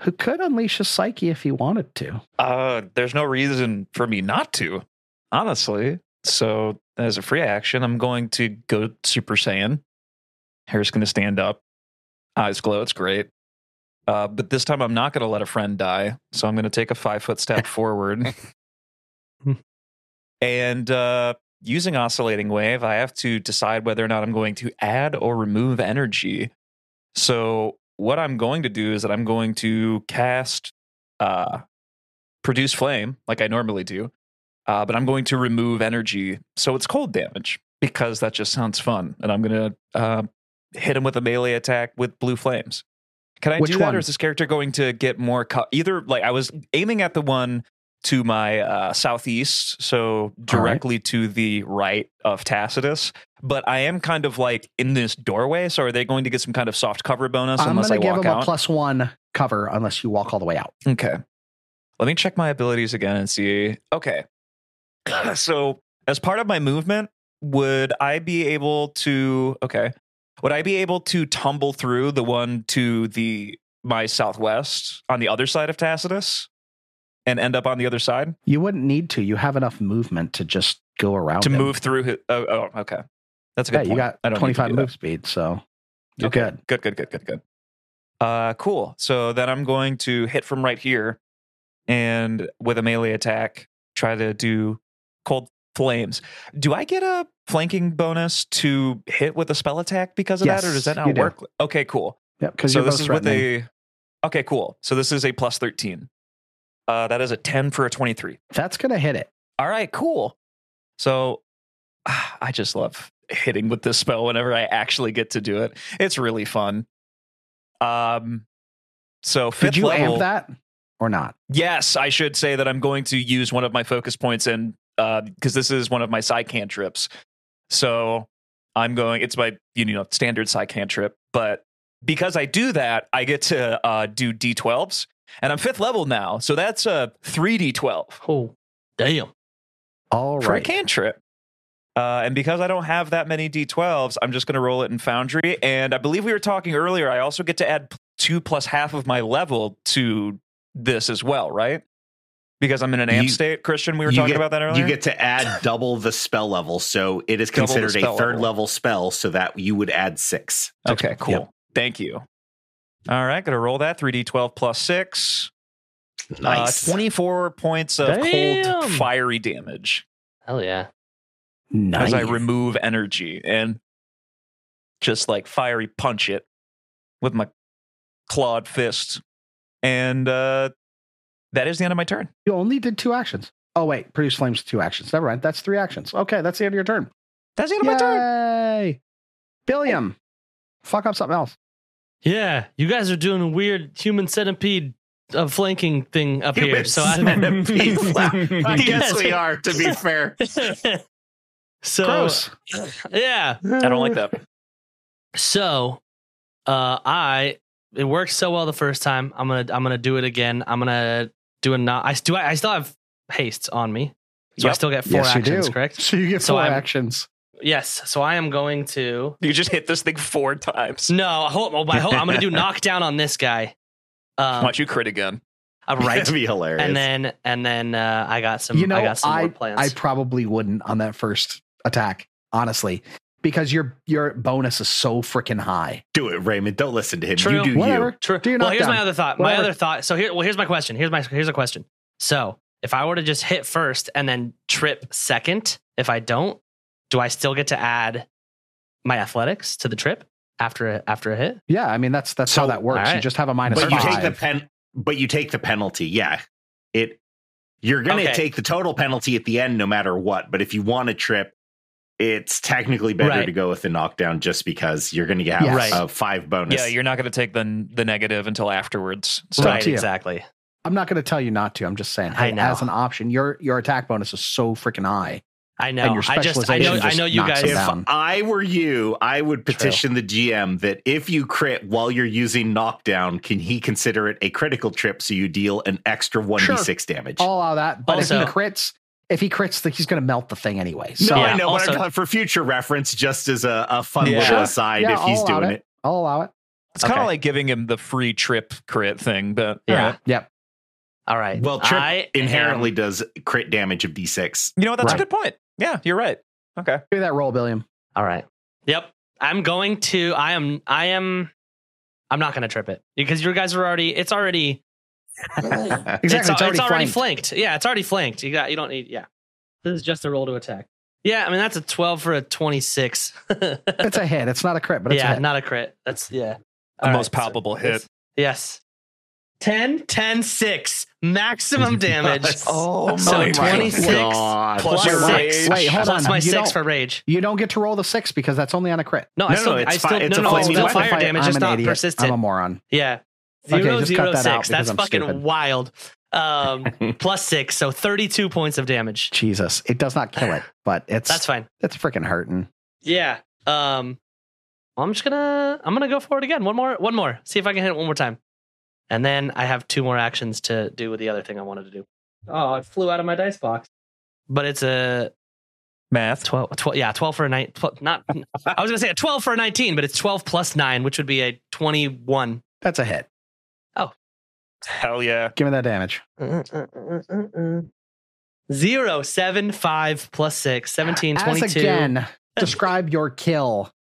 [SPEAKER 2] who could unleash his psyche if he wanted to.
[SPEAKER 6] Uh, there's no reason for me not to, honestly. So as a free action, I'm going to go Super Saiyan. Hair's going to stand up, eyes glow. It's great. Uh, but this time I'm not going to let a friend die. So I'm going to take a five foot step forward. and uh, using Oscillating Wave, I have to decide whether or not I'm going to add or remove energy. So what I'm going to do is that I'm going to cast uh, produce flame like I normally do, uh, but I'm going to remove energy. So it's cold damage because that just sounds fun. And I'm going to uh, hit him with a melee attack with blue flames. Can I
[SPEAKER 2] Which
[SPEAKER 6] do that,
[SPEAKER 2] one?
[SPEAKER 6] or is this character going to get more? Co- Either like I was aiming at the one to my uh, southeast, so directly to the right of Tacitus. But I am kind of like in this doorway. So are they going to get some kind of soft cover bonus
[SPEAKER 2] I'm
[SPEAKER 6] unless I
[SPEAKER 2] going to give
[SPEAKER 6] walk
[SPEAKER 2] him
[SPEAKER 6] out?
[SPEAKER 2] a plus one cover unless you walk all the way out.
[SPEAKER 6] Okay. Let me check my abilities again and see. Okay. so, as part of my movement, would I be able to okay, would I be able to tumble through the one to the my southwest on the other side of Tacitus and end up on the other side
[SPEAKER 2] You wouldn't need to. You have enough movement to just go around.
[SPEAKER 6] to
[SPEAKER 2] him.
[SPEAKER 6] move through his, oh, oh, okay. That's a good
[SPEAKER 2] Yeah,
[SPEAKER 6] point.
[SPEAKER 2] you got
[SPEAKER 6] I don't need to
[SPEAKER 2] 25
[SPEAKER 6] do that.
[SPEAKER 2] move speed, so you're
[SPEAKER 6] Okay,
[SPEAKER 2] good.
[SPEAKER 6] Good, good, good, good, good. Uh, cool. So then I'm going to hit from right here and with a melee attack, try to do cold flames. Do I get a flanking bonus to hit with a spell attack because of that, or
[SPEAKER 2] Yes,
[SPEAKER 6] does that
[SPEAKER 2] you
[SPEAKER 6] not
[SPEAKER 2] do.
[SPEAKER 6] work? Okay, cool.
[SPEAKER 2] Yep, because
[SPEAKER 6] So
[SPEAKER 2] you're
[SPEAKER 6] this
[SPEAKER 2] both
[SPEAKER 6] is with
[SPEAKER 2] threatening.
[SPEAKER 6] a. Okay, cool. So this is a plus 13. Uh, that is a 10 for a 23.
[SPEAKER 2] That's going to hit it.
[SPEAKER 6] All right, cool. So ah, I just love hitting with this spell whenever I actually get to do it. It's really fun. Um so fifth
[SPEAKER 2] Did you
[SPEAKER 6] level.
[SPEAKER 2] amp that or not?
[SPEAKER 6] Yes, I should say that I'm going to use one of my focus points and uh because this is one of my side cantrips. So I'm going it's my you know standard side cantrip, but because I do that, I get to uh do D12s. And I'm fifth level now, so that's a three D twelve
[SPEAKER 3] Oh, damn.
[SPEAKER 2] All
[SPEAKER 6] for a
[SPEAKER 2] right.
[SPEAKER 6] cantrip. Uh, and because I don't have that many d12s, I'm just going to roll it in Foundry. And I believe we were talking earlier, I also get to add p- two plus half of my level to this as well, right? Because I'm in an amp
[SPEAKER 4] You-
[SPEAKER 6] state. Christian, we were
[SPEAKER 4] you
[SPEAKER 6] talking
[SPEAKER 4] get-
[SPEAKER 6] about that earlier.
[SPEAKER 4] You get to add double the spell level, so it is
[SPEAKER 6] Double the
[SPEAKER 4] considered a
[SPEAKER 6] spell
[SPEAKER 4] third
[SPEAKER 6] level.
[SPEAKER 4] level. spell. So that you would add six.
[SPEAKER 6] okay, cool.
[SPEAKER 4] Yep.
[SPEAKER 6] Thank you. All right, going to roll that 3d12 plus six.
[SPEAKER 4] Nice.
[SPEAKER 6] Uh, 24 points of
[SPEAKER 3] Damn.
[SPEAKER 6] cold, fiery damage.
[SPEAKER 3] Hell yeah.
[SPEAKER 2] Nice.
[SPEAKER 6] as I remove energy and just like fiery punch it with my clawed fist. And uh, that is the end of my turn.
[SPEAKER 2] You only did two actions. Oh wait, produce flames two actions. Never mind. That's three actions. Okay, that's the end of your turn.
[SPEAKER 6] That's the end
[SPEAKER 2] Yay!
[SPEAKER 6] of my turn.
[SPEAKER 2] Billiam, fuck up something else.
[SPEAKER 3] Yeah, you guys are doing a weird human centipede uh, flanking thing up here. So I,
[SPEAKER 4] I guess
[SPEAKER 3] Yes.
[SPEAKER 4] we are. To be fair,
[SPEAKER 3] so
[SPEAKER 2] Gross.
[SPEAKER 3] yeah.
[SPEAKER 6] I don't like that.
[SPEAKER 3] So uh I it worked so well the first time. I'm gonna I'm gonna do it again. I'm gonna do a not I s- do I, I still have haste on me. So I
[SPEAKER 6] Yep.
[SPEAKER 3] still get four
[SPEAKER 2] Yes, you
[SPEAKER 3] actions,
[SPEAKER 2] do.
[SPEAKER 3] correct?
[SPEAKER 2] So you get
[SPEAKER 3] So
[SPEAKER 2] four
[SPEAKER 3] I'm-
[SPEAKER 2] actions.
[SPEAKER 3] Yes. So I am going to
[SPEAKER 6] You just hit this thing four times.
[SPEAKER 3] No, I hope, oh, I hope I'm going to do knockdown on this guy. Um,
[SPEAKER 6] Watch you crit again.
[SPEAKER 3] uh, right.
[SPEAKER 4] That'd be hilarious.
[SPEAKER 3] And then and then uh, I got some
[SPEAKER 2] You know,
[SPEAKER 3] I got some
[SPEAKER 2] I
[SPEAKER 3] more plans.
[SPEAKER 2] I probably wouldn't on that first attack, honestly, because your your bonus is so freaking high.
[SPEAKER 4] do it, Raymond. Don't listen to him.
[SPEAKER 3] True.
[SPEAKER 4] You do
[SPEAKER 2] Whatever.
[SPEAKER 3] True.
[SPEAKER 2] Do your
[SPEAKER 3] well, here's
[SPEAKER 2] knockdown.
[SPEAKER 3] my other thought. My
[SPEAKER 2] Whatever.
[SPEAKER 3] other thought. So here well here's my question. Here's my here's a question. So, if I were to just hit first and then trip second, if I don't, do I still get to add my athletics to the trip after a, after a hit?
[SPEAKER 2] Yeah, I mean that's that's how
[SPEAKER 4] So-
[SPEAKER 2] that works. You
[SPEAKER 3] alright.
[SPEAKER 2] just have a
[SPEAKER 4] you.
[SPEAKER 2] minus
[SPEAKER 4] But you
[SPEAKER 2] five.
[SPEAKER 4] take the pen. But you take the penalty. Yeah, it. You're gonna
[SPEAKER 3] Okay.
[SPEAKER 4] take the total penalty at the end, no matter what. But if you want a trip, it's technically better
[SPEAKER 3] Right.
[SPEAKER 4] to go with the knockdown, just because you're gonna have
[SPEAKER 2] Yes.
[SPEAKER 4] a five bonus.
[SPEAKER 6] Yeah, you're not going to take the, the negative until afterwards. So
[SPEAKER 2] Right. to you.
[SPEAKER 3] exactly.
[SPEAKER 2] I'm not going to tell you not to. I'm just saying,
[SPEAKER 3] I
[SPEAKER 2] hey,
[SPEAKER 3] know.
[SPEAKER 2] as an option, your your attack bonus is so freaking high.
[SPEAKER 3] I
[SPEAKER 2] And
[SPEAKER 3] know. I
[SPEAKER 2] your
[SPEAKER 3] just I know
[SPEAKER 2] specialization
[SPEAKER 3] I
[SPEAKER 2] just
[SPEAKER 3] know you
[SPEAKER 2] knocks
[SPEAKER 3] guys
[SPEAKER 2] it
[SPEAKER 4] if
[SPEAKER 2] down.
[SPEAKER 4] I were you, I would petition the GM that if you crit while you're using knockdown, can he consider it a critical trip so you deal an extra 1d6 damage?
[SPEAKER 2] All of that, but if
[SPEAKER 3] Also-
[SPEAKER 2] he crits, if he crits, the, he's going to melt the thing anyway. So
[SPEAKER 4] no,
[SPEAKER 3] Yeah,
[SPEAKER 4] I know,
[SPEAKER 3] also-
[SPEAKER 4] but I'm not- for future reference, just as a, a fun
[SPEAKER 6] Yeah.
[SPEAKER 4] little
[SPEAKER 6] Sure.
[SPEAKER 4] aside,
[SPEAKER 2] Yeah,
[SPEAKER 4] if he's
[SPEAKER 2] I'll allow
[SPEAKER 4] doing
[SPEAKER 2] it.
[SPEAKER 4] it.
[SPEAKER 2] I'll allow it.
[SPEAKER 6] It's kind of
[SPEAKER 3] Okay.
[SPEAKER 6] like giving him the free trip crit thing, but
[SPEAKER 3] Yeah.
[SPEAKER 6] alright.
[SPEAKER 2] Yep.
[SPEAKER 3] All right.
[SPEAKER 4] Well, trip
[SPEAKER 3] I
[SPEAKER 4] inherently does crit damage of d6.
[SPEAKER 6] You know what? That's
[SPEAKER 2] Right.
[SPEAKER 6] a good point. Yeah, you're right. Okay.
[SPEAKER 2] Do that roll, Billiam.
[SPEAKER 3] Am, all right. Yep. I'm going to. I am. I am. I'm not going to trip it because you guys are already. It's already.
[SPEAKER 2] Exactly.
[SPEAKER 3] It's, al- it's already
[SPEAKER 2] flanked.
[SPEAKER 3] flanked. Yeah, it's already flanked. You got. You don't need. Yeah. This is just a roll to attack. Yeah, I mean that's a 12 for a 26.
[SPEAKER 2] It's a hit. It's not a crit, but it's a
[SPEAKER 3] yeah,
[SPEAKER 2] hit.
[SPEAKER 3] not a crit. That's yeah.
[SPEAKER 6] The
[SPEAKER 3] All
[SPEAKER 6] most
[SPEAKER 3] right, so
[SPEAKER 6] palpable
[SPEAKER 3] this-
[SPEAKER 6] hit.
[SPEAKER 3] Yes. 10, 10, 6. Maximum damage.
[SPEAKER 6] Oh,
[SPEAKER 3] So
[SPEAKER 6] my
[SPEAKER 3] 26
[SPEAKER 4] God.
[SPEAKER 3] plus
[SPEAKER 6] Plus your
[SPEAKER 3] six.
[SPEAKER 2] rage. Wait, hold
[SPEAKER 3] plus
[SPEAKER 2] on.
[SPEAKER 3] my
[SPEAKER 2] You
[SPEAKER 3] 6
[SPEAKER 2] don't-
[SPEAKER 3] for rage.
[SPEAKER 2] you don't get to roll the six because that's only on a crit.
[SPEAKER 3] No, I
[SPEAKER 4] No, no,
[SPEAKER 3] still,
[SPEAKER 4] it's
[SPEAKER 3] I still,
[SPEAKER 4] fi- it's
[SPEAKER 3] no,
[SPEAKER 4] a
[SPEAKER 3] no,
[SPEAKER 4] flaming
[SPEAKER 3] it's still
[SPEAKER 4] weapon.
[SPEAKER 3] fire
[SPEAKER 2] If I-
[SPEAKER 3] damage. It's
[SPEAKER 2] I'm an
[SPEAKER 3] not
[SPEAKER 2] idiot.
[SPEAKER 3] persistent.
[SPEAKER 2] I'm a moron.
[SPEAKER 3] yeah.
[SPEAKER 2] Okay,
[SPEAKER 3] Zero zero
[SPEAKER 2] just
[SPEAKER 3] six.
[SPEAKER 2] cut that out because
[SPEAKER 3] That's
[SPEAKER 2] I'm
[SPEAKER 3] fucking
[SPEAKER 2] stupid.
[SPEAKER 3] wild. Um, plus six, so 32 points of damage.
[SPEAKER 2] Jesus, it does not kill it, but it's
[SPEAKER 3] That's fine.
[SPEAKER 2] it's freaking hurting.
[SPEAKER 3] Yeah. Um, I'm just gonna I'm gonna go for it again. One more, one more. See if I can hit it one more time. And then I have two more actions to do with the other thing I wanted to do. Oh, it flew out of my dice box. But it's a
[SPEAKER 6] Math.
[SPEAKER 3] 12, 12 yeah, 12 for a nine. 12, not, I was going to say a 12 for a 19, but it's 12 plus nine, which would be a Oh. 21.
[SPEAKER 2] That's a hit.
[SPEAKER 6] Hell yeah.
[SPEAKER 2] Give me that damage.
[SPEAKER 3] Zero, seven, five plus six, 17,
[SPEAKER 2] As
[SPEAKER 3] 22.
[SPEAKER 2] again, describe your kill.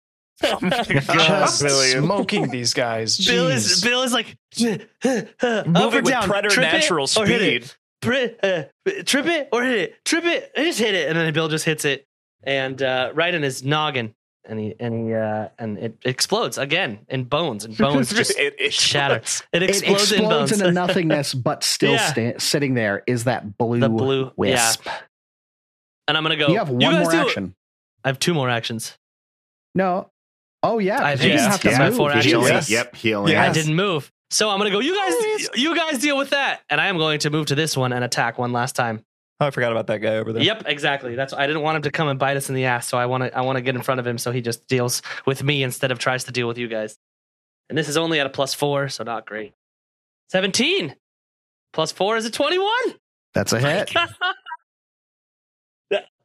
[SPEAKER 8] Just smoking these guys.
[SPEAKER 3] Bill
[SPEAKER 8] Jeez.
[SPEAKER 3] is Bill is like up or
[SPEAKER 6] Moving with
[SPEAKER 3] down,
[SPEAKER 6] preternatural
[SPEAKER 3] trip it or hit it.
[SPEAKER 6] speed.
[SPEAKER 3] Pri- uh, trip it or hit it, trip it, I just hit it, and then Bill just hits it, and uh, right in his noggin, and he and he uh, and it explodes again in bones and bones just
[SPEAKER 6] it, it
[SPEAKER 3] shatter. It
[SPEAKER 2] It
[SPEAKER 3] explodes, in bones.
[SPEAKER 2] explodes into nothingness, but still
[SPEAKER 3] Yeah.
[SPEAKER 2] sta- sitting there is that blue,
[SPEAKER 3] the blue
[SPEAKER 2] wisp.
[SPEAKER 3] Yeah. And I'm gonna go.
[SPEAKER 2] You have one
[SPEAKER 3] guys
[SPEAKER 2] more
[SPEAKER 3] do it."
[SPEAKER 2] action.
[SPEAKER 3] I have two more actions.
[SPEAKER 2] No. Oh yeah,
[SPEAKER 3] I
[SPEAKER 2] 'cause you didn't
[SPEAKER 3] yeah,
[SPEAKER 2] have to
[SPEAKER 3] that's my
[SPEAKER 2] move.
[SPEAKER 3] four actions.
[SPEAKER 4] Healing.
[SPEAKER 3] Yes.
[SPEAKER 4] Yep, healing.
[SPEAKER 3] I didn't move, so I'm gonna go. You guys, you guys deal with that, and I am going to move to this one and attack one last time.
[SPEAKER 6] Oh, I forgot about that guy over there.
[SPEAKER 3] Yep, exactly. That's I didn't want him to come and bite us in the ass, so I want to I want to get in front of him so he just deals with me instead of tries to deal with you guys. And this is only at a plus four, so not great. Seventeen plus four is a twenty-one.
[SPEAKER 2] That's a hit.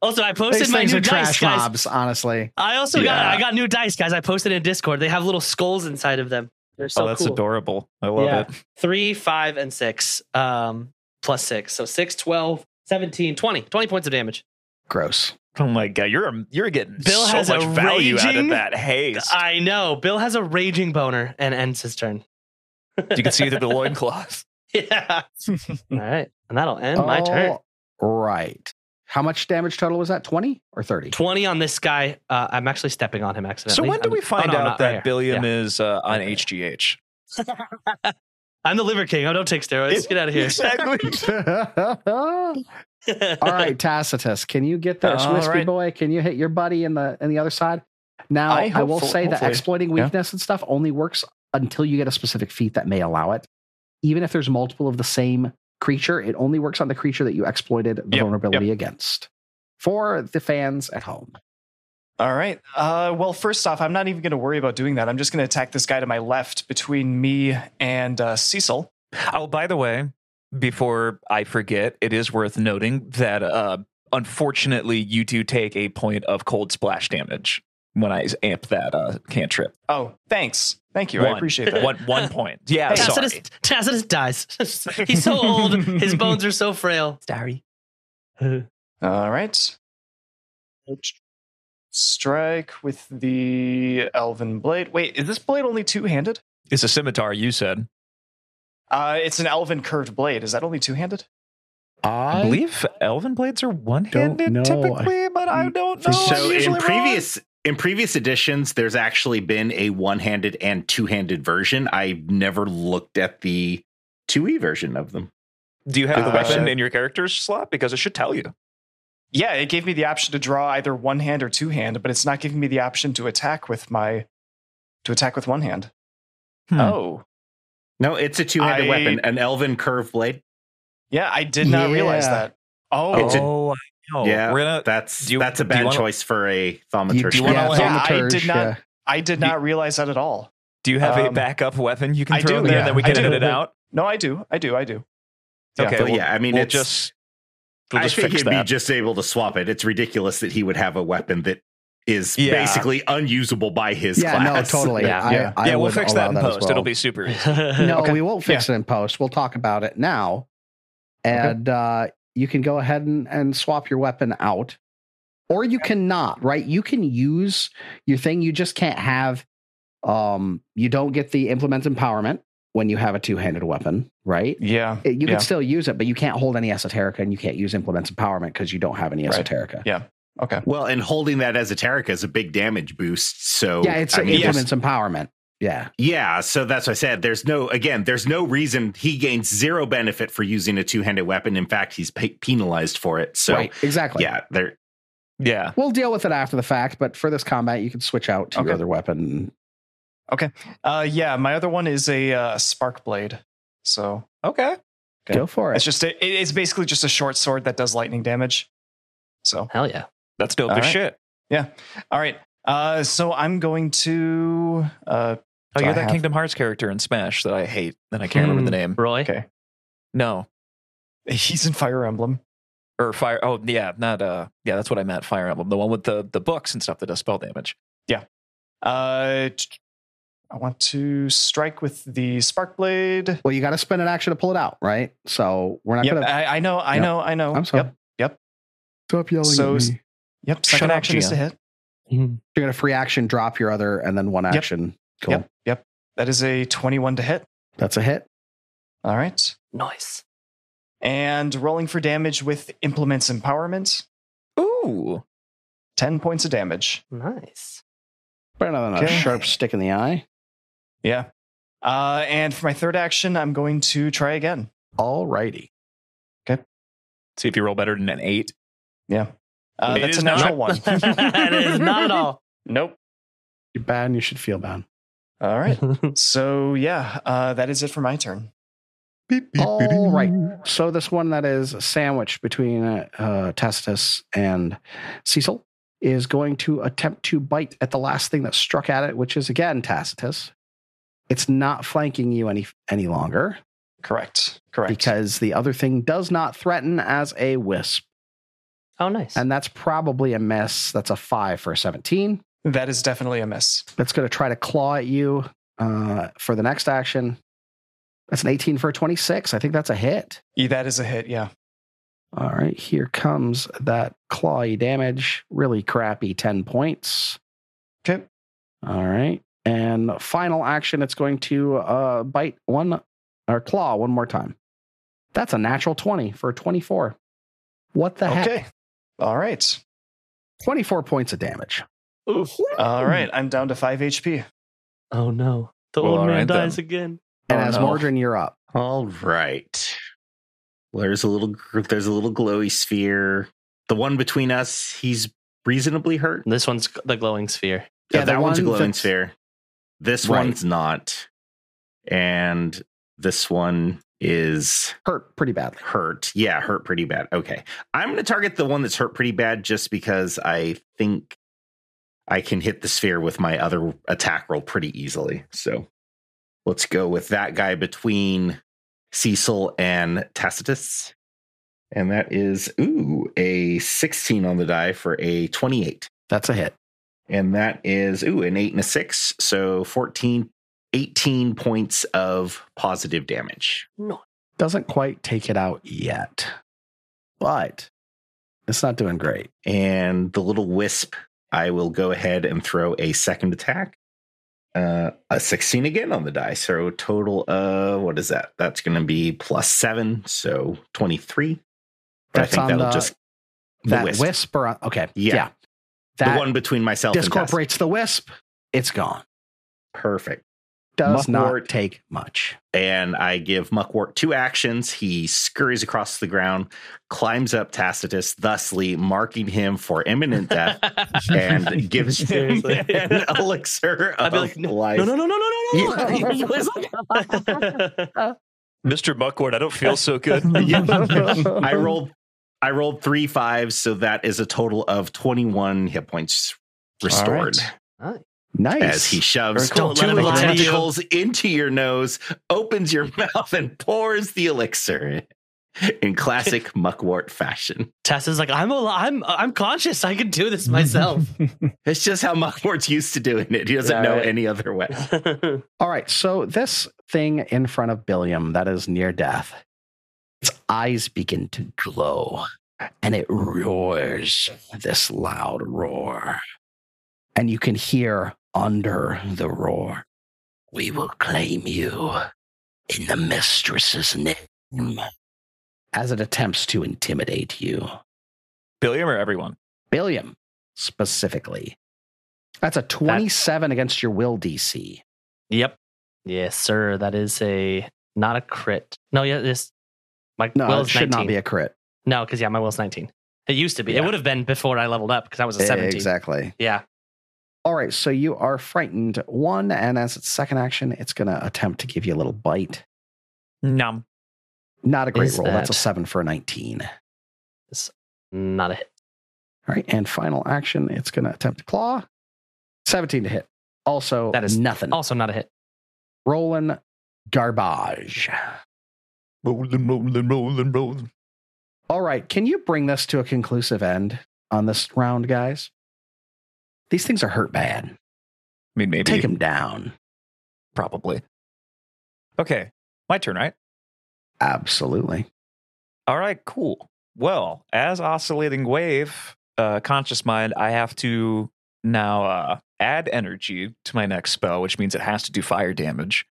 [SPEAKER 3] also, I posted
[SPEAKER 2] These
[SPEAKER 3] my
[SPEAKER 2] things
[SPEAKER 3] new
[SPEAKER 2] are
[SPEAKER 3] dice,
[SPEAKER 2] trash
[SPEAKER 3] guys.
[SPEAKER 2] mobs, honestly.
[SPEAKER 3] I also got
[SPEAKER 6] Oh,
[SPEAKER 4] Yeah.
[SPEAKER 3] I got new dice, guys. I posted in Discord. They have little skulls inside of them. They're so
[SPEAKER 6] oh, that's
[SPEAKER 3] cool.
[SPEAKER 6] adorable. I love
[SPEAKER 3] Yeah.
[SPEAKER 6] it.
[SPEAKER 3] Three, five, and six. Um, plus six. So six, 12, 17, 20. 20 points of damage.
[SPEAKER 2] Gross.
[SPEAKER 6] Oh my god, you're you're getting
[SPEAKER 3] Bill
[SPEAKER 6] so
[SPEAKER 3] has
[SPEAKER 6] much
[SPEAKER 3] a
[SPEAKER 6] value out
[SPEAKER 3] raging-
[SPEAKER 6] of that haste.
[SPEAKER 3] I know. Bill has a raging boner and ends his turn.
[SPEAKER 6] you can see through the loincloth. Oh.
[SPEAKER 3] Yeah. All right. And that'll end my turn.
[SPEAKER 2] All Right. How much damage total was that? Twenty or thirty?
[SPEAKER 3] 20 on this guy. Uh, I'm actually stepping on him
[SPEAKER 6] So
[SPEAKER 3] accidentally.
[SPEAKER 6] when do
[SPEAKER 3] I'm-
[SPEAKER 6] we find
[SPEAKER 3] oh, no, I'm
[SPEAKER 6] out
[SPEAKER 3] not
[SPEAKER 6] that
[SPEAKER 3] right here.
[SPEAKER 6] Billiam
[SPEAKER 3] Yeah.
[SPEAKER 6] is uh, on HGH?
[SPEAKER 3] I'm the liver king. I don't take steroids. Get out of here.
[SPEAKER 2] All right, Tacitus, can you get there,
[SPEAKER 6] All
[SPEAKER 2] Wispy
[SPEAKER 6] right.
[SPEAKER 2] boy? Can you hit your buddy in the in the other side? Now, I,
[SPEAKER 6] I
[SPEAKER 2] will
[SPEAKER 6] hopeful-
[SPEAKER 2] say that
[SPEAKER 6] hopefully.
[SPEAKER 2] exploiting
[SPEAKER 6] Yeah.
[SPEAKER 2] weakness and stuff only works until you get a specific feat that may allow it. Even if there's multiple of the same creature, it only works on the creature that you exploited the
[SPEAKER 6] Yep,
[SPEAKER 2] vulnerability against. For the fans at home,
[SPEAKER 8] All right. Uh, well, first off, I'm not even going to worry about doing that. I'm just going to attack this guy to my left between me and uh, Cecil.
[SPEAKER 6] Oh, by the way, before I forget, it is worth noting that uh, unfortunately you do take a point of cold splash damage when I amp that uh, cantrip.
[SPEAKER 8] Oh, thanks. Thank you. I
[SPEAKER 6] One.
[SPEAKER 8] appreciate that.
[SPEAKER 6] One one point. Yeah, sorry.
[SPEAKER 3] Tacitus, Tacitus dies. He's so old. His bones are so frail. Sorry.
[SPEAKER 8] All right. Strike with the elven blade. Wait, is this blade only two handed?
[SPEAKER 6] It's a scimitar. You said.
[SPEAKER 8] Uh, it's an elven curved blade. Is that only two handed?
[SPEAKER 6] I believe elven blades are one-handed
[SPEAKER 2] know.
[SPEAKER 6] typically, but I don't know.
[SPEAKER 4] So
[SPEAKER 6] I'm
[SPEAKER 4] in
[SPEAKER 6] usually
[SPEAKER 4] previous in previous editions, there's actually been a one-handed and two-handed version. I never looked at the 2e version of them.
[SPEAKER 6] wrong. do you have the
[SPEAKER 8] Uh,
[SPEAKER 6] weapon in your character's slot because it should tell you?
[SPEAKER 8] Yeah, it gave me the option to draw either one hand or two hand, but it's not giving me the option to attack with my to attack with one hand.
[SPEAKER 6] Hmm.
[SPEAKER 8] Oh.
[SPEAKER 4] No, it's a two-handed
[SPEAKER 8] I-
[SPEAKER 4] weapon, an elven curved blade.
[SPEAKER 8] Yeah, I did not realize
[SPEAKER 2] Yeah.
[SPEAKER 8] that. Oh,
[SPEAKER 4] It's a-
[SPEAKER 6] oh, I know.
[SPEAKER 4] Yeah,
[SPEAKER 6] We're gonna.
[SPEAKER 4] That's
[SPEAKER 6] Do you-
[SPEAKER 4] that's a
[SPEAKER 6] do you
[SPEAKER 4] bad
[SPEAKER 6] wanna-
[SPEAKER 4] choice for a
[SPEAKER 2] You-
[SPEAKER 4] thaumaturge.
[SPEAKER 6] do you wanna
[SPEAKER 4] Yeah.
[SPEAKER 6] let-
[SPEAKER 2] thaumaturge,
[SPEAKER 8] I did not- I did not realize that at all.
[SPEAKER 6] Do you have a
[SPEAKER 8] Um,
[SPEAKER 6] backup weapon you can
[SPEAKER 8] I
[SPEAKER 6] throw
[SPEAKER 8] do,
[SPEAKER 6] in there
[SPEAKER 8] yeah,
[SPEAKER 6] that we
[SPEAKER 8] I
[SPEAKER 6] can
[SPEAKER 8] do.
[SPEAKER 6] edit it out?
[SPEAKER 8] No, I do. I do. I do.
[SPEAKER 6] Okay,
[SPEAKER 4] But
[SPEAKER 6] we'll-
[SPEAKER 4] yeah, I mean,
[SPEAKER 6] we'll
[SPEAKER 4] it's
[SPEAKER 6] just
[SPEAKER 8] We'll
[SPEAKER 4] I
[SPEAKER 8] just
[SPEAKER 4] think
[SPEAKER 8] fix
[SPEAKER 4] he'd
[SPEAKER 8] that.
[SPEAKER 4] be just able to swap it. It's ridiculous that he would have a weapon that is
[SPEAKER 6] Yeah.
[SPEAKER 4] basically unusable by his
[SPEAKER 2] yeah,
[SPEAKER 4] class.
[SPEAKER 2] no, totally.
[SPEAKER 3] Yeah.
[SPEAKER 2] I,
[SPEAKER 6] yeah,
[SPEAKER 2] I
[SPEAKER 6] yeah Oh, we'll
[SPEAKER 2] would
[SPEAKER 6] fix
[SPEAKER 2] allow
[SPEAKER 6] that in
[SPEAKER 2] as
[SPEAKER 6] post.
[SPEAKER 2] well.
[SPEAKER 6] It'll be super easy.
[SPEAKER 2] No,
[SPEAKER 6] Okay.
[SPEAKER 2] we won't fix it in post. We'll talk about it now. And uh, you can go ahead and, and swap your weapon out. Or you cannot, right? You can use your thing. You just can't have um you don't get the implement empowerment when you have a two-handed weapon, right?
[SPEAKER 8] Yeah.
[SPEAKER 2] It- you
[SPEAKER 8] yeah.
[SPEAKER 2] can still use it, but you can't hold any esoterica and you can't use implements empowerment because you don't have any
[SPEAKER 8] Right.
[SPEAKER 2] esoterica.
[SPEAKER 8] Okay.
[SPEAKER 4] Well, and holding that as a Esoterica is a big damage boost. So
[SPEAKER 2] Yeah, it's
[SPEAKER 4] I mean,
[SPEAKER 6] yes.
[SPEAKER 2] implements empowerment. Yeah.
[SPEAKER 4] yeah. So that's what I said. There's no again. There's no reason he gains zero benefit for using a two handed weapon. In fact, he's pe- penalized for it. So
[SPEAKER 2] right. Exactly.
[SPEAKER 4] yeah, there.
[SPEAKER 6] Yeah.
[SPEAKER 2] We'll deal with it after the fact, but for this combat, you can switch out to
[SPEAKER 8] Okay.
[SPEAKER 2] your other weapon.
[SPEAKER 8] Uh, yeah. My other one is a uh, spark blade. So
[SPEAKER 6] Okay.
[SPEAKER 8] Okay.
[SPEAKER 2] Go for it.
[SPEAKER 8] it's just a, it- it's basically just a short sword that does lightning damage. So
[SPEAKER 3] Hell yeah.
[SPEAKER 6] That's dope
[SPEAKER 8] All
[SPEAKER 6] as
[SPEAKER 8] right.
[SPEAKER 6] shit.
[SPEAKER 8] all right. Uh, so I'm going to uh,
[SPEAKER 6] Oh,
[SPEAKER 8] Do
[SPEAKER 6] you're
[SPEAKER 8] I
[SPEAKER 6] that
[SPEAKER 8] have-
[SPEAKER 6] Kingdom Hearts character in Smash that I hate, and I can't remember the name.
[SPEAKER 3] Roy.
[SPEAKER 8] Okay.
[SPEAKER 6] No,
[SPEAKER 8] he's in Fire Emblem.
[SPEAKER 6] or Fire. Oh, yeah, not uh, yeah, that's what I meant. Fire Emblem, the one with the the books and stuff that does spell damage.
[SPEAKER 8] Uh, I want to strike with the spark blade.
[SPEAKER 2] Well, you got to spend an action to pull it out, right? So we're not
[SPEAKER 8] Yep,
[SPEAKER 2] going to.
[SPEAKER 8] I, I know, I
[SPEAKER 2] Yep.
[SPEAKER 8] know, I know.
[SPEAKER 2] I'm sorry.
[SPEAKER 8] Yep, yep,
[SPEAKER 2] Stop yelling
[SPEAKER 8] So- at me. yep. Second
[SPEAKER 6] Shut up,
[SPEAKER 8] action is to hit.
[SPEAKER 2] You're going to free action, drop your other, and then one
[SPEAKER 8] Yep.
[SPEAKER 2] action. Cool.
[SPEAKER 8] Yep, yep. That is a 21 to hit.
[SPEAKER 2] That's a hit.
[SPEAKER 8] All right.
[SPEAKER 3] Nice.
[SPEAKER 8] And rolling for damage with implements empowerment,
[SPEAKER 6] Ooh,
[SPEAKER 8] 10 points of damage.
[SPEAKER 3] Nice.
[SPEAKER 2] Better than a
[SPEAKER 8] Okay.
[SPEAKER 2] sharp stick in the eye.
[SPEAKER 8] Yeah. Uh, and for my third action, I'm going to try again.
[SPEAKER 2] Alrighty.
[SPEAKER 6] see if you roll better than an eight.
[SPEAKER 8] Uh,
[SPEAKER 6] It
[SPEAKER 8] that's
[SPEAKER 6] is
[SPEAKER 8] a natural one.
[SPEAKER 3] that is not at all.
[SPEAKER 8] nope.
[SPEAKER 2] You're bad and you should feel bad.
[SPEAKER 8] All right. So, yeah, uh, that is it for my turn.
[SPEAKER 2] All right. So this one that is sandwiched between uh, uh, Tacitus and Cecil is going to attempt to bite at the last thing that struck at it, which is again Tacitus. It's not flanking you any any longer
[SPEAKER 8] Correct. Correct.
[SPEAKER 2] because the other thing does not threaten as a wisp,
[SPEAKER 3] Oh, nice.
[SPEAKER 2] and that's probably a miss. That's a five for a seventeen.
[SPEAKER 8] that is definitely a miss.
[SPEAKER 2] That's going to try to claw at you uh, for the next action. That's an eighteen for a twenty-six. I think that's a hit.
[SPEAKER 8] Yeah, E, that is a hit. Yeah.
[SPEAKER 2] All right, here comes that clawy damage. Really crappy 10 points.
[SPEAKER 8] Okay.
[SPEAKER 2] All right. And final action, it's going to uh, bite one or claw one more time. That's a natural 20 for a 24. What the heck?
[SPEAKER 8] Okay. All right.
[SPEAKER 2] 24 points of damage.
[SPEAKER 8] All right. I'm down to 5 HP.
[SPEAKER 3] Oh no. The
[SPEAKER 4] Well,
[SPEAKER 3] old
[SPEAKER 4] all
[SPEAKER 3] man
[SPEAKER 4] right then.
[SPEAKER 3] dies again.
[SPEAKER 2] And
[SPEAKER 4] Oh,
[SPEAKER 2] as
[SPEAKER 4] no.
[SPEAKER 2] Mordrin, you're up.
[SPEAKER 4] All right. There's a little. gr- There's a little glowy sphere. The one between us. He's reasonably hurt.
[SPEAKER 3] This one's the glowing sphere.
[SPEAKER 4] Yeah,
[SPEAKER 2] Yeah, the
[SPEAKER 4] that one's a
[SPEAKER 2] one
[SPEAKER 4] glowing
[SPEAKER 2] that's-
[SPEAKER 4] sphere. This
[SPEAKER 2] Right.
[SPEAKER 4] one's not. And this one is
[SPEAKER 2] Hurt pretty badly.
[SPEAKER 4] hurt. Yeah, hurt pretty bad. Okay. I'm going to target the one that's hurt pretty bad just because I think I can hit the sphere with my other attack roll pretty easily. So let's go with that guy between Cecil and Tacitus. And that is, ooh, a 16 on the die for a 28.
[SPEAKER 2] That's a hit.
[SPEAKER 4] And that is, ooh, an eight and a six. So 14, 18 points of positive damage.
[SPEAKER 2] Doesn't quite take it out yet, but it's not doing great.
[SPEAKER 4] And the little wisp, I will go ahead and throw a second attack. Uh, a 16 again on the die. So a total of, what is that? That's going to be plus seven. So 23. But
[SPEAKER 2] That's
[SPEAKER 4] I think
[SPEAKER 2] on
[SPEAKER 4] that'll
[SPEAKER 2] the-
[SPEAKER 4] just. The
[SPEAKER 2] That
[SPEAKER 4] wisp.
[SPEAKER 2] whisper. Okay.
[SPEAKER 4] Yeah.
[SPEAKER 2] That
[SPEAKER 4] the one between myself and Tess.
[SPEAKER 2] discorporates the wisp. It's gone.
[SPEAKER 4] Perfect.
[SPEAKER 2] Does
[SPEAKER 4] Muckwort.
[SPEAKER 2] not take much.
[SPEAKER 4] and I give Muckwort two actions. He scurries across the ground, climbs up Tacitus, thusly marking him for imminent death, and gives him
[SPEAKER 3] Seriously.
[SPEAKER 4] an elixir
[SPEAKER 3] I'd
[SPEAKER 4] of
[SPEAKER 3] be like, no,
[SPEAKER 4] life.
[SPEAKER 3] no, no, no, no, no, no.
[SPEAKER 4] Yeah.
[SPEAKER 3] You wisp.
[SPEAKER 6] Mister Buckward, I don't feel so good.
[SPEAKER 4] Yeah. I rolled, I rolled three fives, so that is a total of twenty-one hit points restored
[SPEAKER 2] Nice.
[SPEAKER 4] as he shoves
[SPEAKER 3] Very cool.
[SPEAKER 4] two
[SPEAKER 3] Don't let him
[SPEAKER 4] little
[SPEAKER 3] lie to you.
[SPEAKER 4] tentacles into your nose, opens your mouth, and pours the elixir. in classic muckwort fashion.
[SPEAKER 3] Tessa's like, I'm al- I'm I'm conscious. I can do this myself.
[SPEAKER 4] It's just how muckwort's used to doing it. He doesn't
[SPEAKER 3] Yeah,
[SPEAKER 4] know
[SPEAKER 3] right.
[SPEAKER 4] any other way.
[SPEAKER 2] All right, so this thing in front of Billiam that is near death, its eyes begin to glow and it roars this loud roar. And you can hear under the roar,
[SPEAKER 7] We will claim you in the mistress's name.
[SPEAKER 2] as it attempts to intimidate you.
[SPEAKER 6] Billiam or everyone?
[SPEAKER 2] Billiam, specifically. E That's a 27 against your will DC.
[SPEAKER 3] yep. Yes, sir. That is a not a crit. No, yeah, this my
[SPEAKER 2] No,
[SPEAKER 3] will
[SPEAKER 2] it
[SPEAKER 3] is
[SPEAKER 2] should
[SPEAKER 3] 19.
[SPEAKER 2] not be a crit.
[SPEAKER 3] no, because yeah, my will's 19. It used to be. It
[SPEAKER 2] Yeah. E,
[SPEAKER 3] would have been before I leveled up because I was a 17.
[SPEAKER 2] Exactly.
[SPEAKER 3] Yeah.
[SPEAKER 2] All right, so you are frightened one, and as its second action, it's going to attempt to give you a little bite.
[SPEAKER 6] No.
[SPEAKER 2] Not a great
[SPEAKER 3] Is
[SPEAKER 2] roll. That's a
[SPEAKER 3] that-
[SPEAKER 2] seven for a 19. All
[SPEAKER 3] Not a hit.
[SPEAKER 2] right, and final action, it's going to attempt to claw. 17 to hit. Also,
[SPEAKER 3] That is
[SPEAKER 2] nothing.
[SPEAKER 3] Also not a hit.
[SPEAKER 2] Rolling garbage.
[SPEAKER 10] Rolling, rolling, rolling, rolling.
[SPEAKER 2] All right, can you bring this to a conclusive end on this round, guys? These things are hurt bad.
[SPEAKER 6] I mean, maybe.
[SPEAKER 2] Take them down.
[SPEAKER 6] Probably. Okay. My turn, right?
[SPEAKER 2] Absolutely.
[SPEAKER 6] All right, cool. Well, as oscillating wave, uh, conscious mind, I have to now uh, add energy to my next spell, which means it has to do fire damage.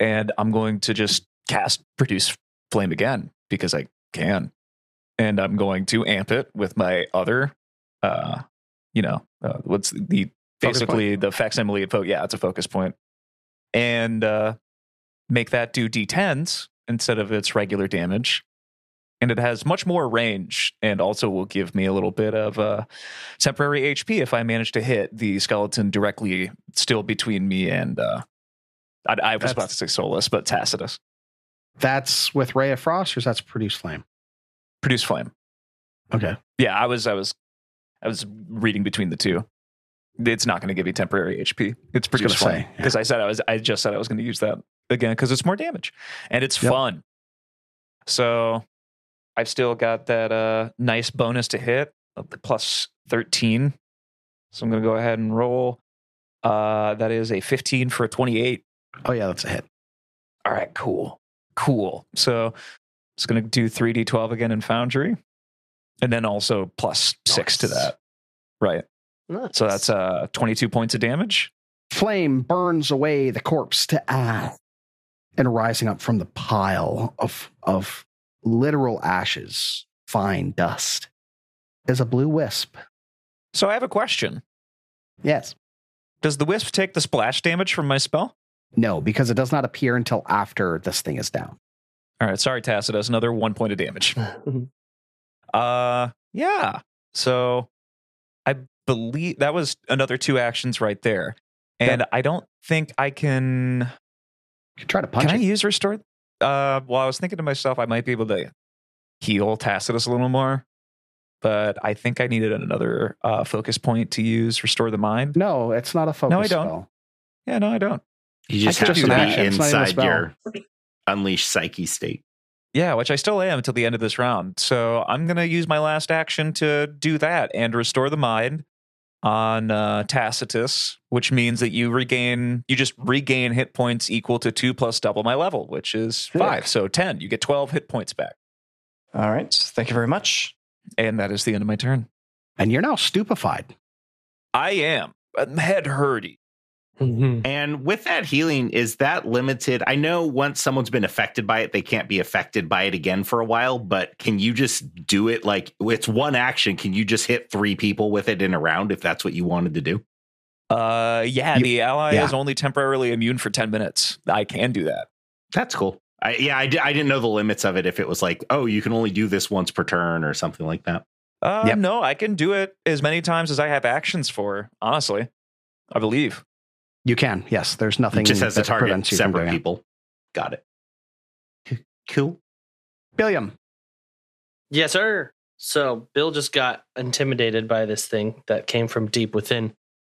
[SPEAKER 6] And I'm going to just cast produce flame again because I can. And I'm going to amp it with my other, uh, you know, uh, what's the
[SPEAKER 9] Focus
[SPEAKER 6] basically the facsimile of fo- yeah, it's a focus point, and uh, make that do d10s instead of its regular damage and it has much more range and also will give me a little bit of uh, temporary HP if I manage to hit the skeleton directly still between me and uh, I, I was
[SPEAKER 2] That's-
[SPEAKER 6] about to say Solus, but Tacitus.
[SPEAKER 2] That's with Ray of Frost, or is that's Produce Flame?
[SPEAKER 6] Produce flame.
[SPEAKER 2] Okay.
[SPEAKER 6] Yeah, I was I was I was reading between the two. It's not going to give me temporary HP.
[SPEAKER 2] was
[SPEAKER 6] It's produce
[SPEAKER 2] gonna
[SPEAKER 6] flame
[SPEAKER 2] say, yeah.
[SPEAKER 6] because I said I was I just said I was going to use that again because it's more damage and it's
[SPEAKER 2] Yep.
[SPEAKER 6] fun. So I've still got that uh, nice bonus to hit of the plus thirteen. So I'm going to go ahead and roll. Uh, that is a fifteen for a twenty-eight.
[SPEAKER 2] Oh, yeah, that's a hit.
[SPEAKER 6] All right, cool. Cool. So it's going to do 3d12 again in Foundry and then also plus 6 to
[SPEAKER 3] Nice.
[SPEAKER 6] that. Right.
[SPEAKER 3] Nice.
[SPEAKER 6] So that's uh 22 points of damage.
[SPEAKER 2] Flame burns away the corpse to ash, and rising up from the pile of of literal ashes, fine dust, is a blue wisp.
[SPEAKER 6] So I have a question.
[SPEAKER 2] Yes.
[SPEAKER 6] Does the wisp take the splash damage from my spell?
[SPEAKER 2] No, because it does not appear until after this thing is down.
[SPEAKER 6] All right, sorry Tacitus, another 1 point of damage. uh yeah. So I believe that was another two actions right there. And I don't think I can
[SPEAKER 2] You can try to punch
[SPEAKER 6] Can I
[SPEAKER 2] it.
[SPEAKER 6] use restore? Uh, well, I was thinking to myself, I might be able to heal Tacitus a little more, but I think I needed another uh, focus point to use restore the mind.
[SPEAKER 2] No, it's not a focus
[SPEAKER 6] I don't.
[SPEAKER 2] spell.
[SPEAKER 6] Yeah, no, I don't.
[SPEAKER 4] You just
[SPEAKER 6] can
[SPEAKER 4] have
[SPEAKER 6] do
[SPEAKER 4] to be
[SPEAKER 6] that.
[SPEAKER 2] It's not even a
[SPEAKER 4] inside
[SPEAKER 2] spell.
[SPEAKER 4] your unleashed psyche state.
[SPEAKER 6] Yeah, which I still am until the end of this round. So I'm gonna use my last action to do that and restore the mind on uh, Tacitus, which means that you regain you just regain hit points equal to two plus double my level, which is five. So ten. You get twelve hit points back,
[SPEAKER 8] All right. Thank you very much.
[SPEAKER 6] and that is the end of my turn.
[SPEAKER 2] And you're now stupefied.
[SPEAKER 6] I am. I'm head hurdy.
[SPEAKER 2] Mm-hmm.
[SPEAKER 3] Mhm.
[SPEAKER 4] And with that healing, is that limited? I know once someone's been affected by it, they can't be affected by it again for a while, but can you just do it like it's one action? Can you just hit three people with it in a round if that's what you wanted to do?
[SPEAKER 6] Uh, yeah,
[SPEAKER 2] You-
[SPEAKER 6] the ally
[SPEAKER 2] yeah.
[SPEAKER 6] is only temporarily immune for 10 minutes. I can do that.
[SPEAKER 4] That's cool. I, yeah, I, di- I didn't know the limits of it. If it was like, oh, you can only do this once per turn or something like that.
[SPEAKER 6] Uh,
[SPEAKER 2] Yep.
[SPEAKER 6] No, I can do it as many times as I have actions for, honestly. I believe.
[SPEAKER 2] You can, yes. There's nothing
[SPEAKER 4] It just has the
[SPEAKER 2] that
[SPEAKER 4] target
[SPEAKER 2] prevents you from
[SPEAKER 4] separate
[SPEAKER 2] doing it.
[SPEAKER 4] people. Got it. Cool.
[SPEAKER 2] Billiam,
[SPEAKER 3] Yes, sir. So Bill just got intimidated by this thing that came from deep within.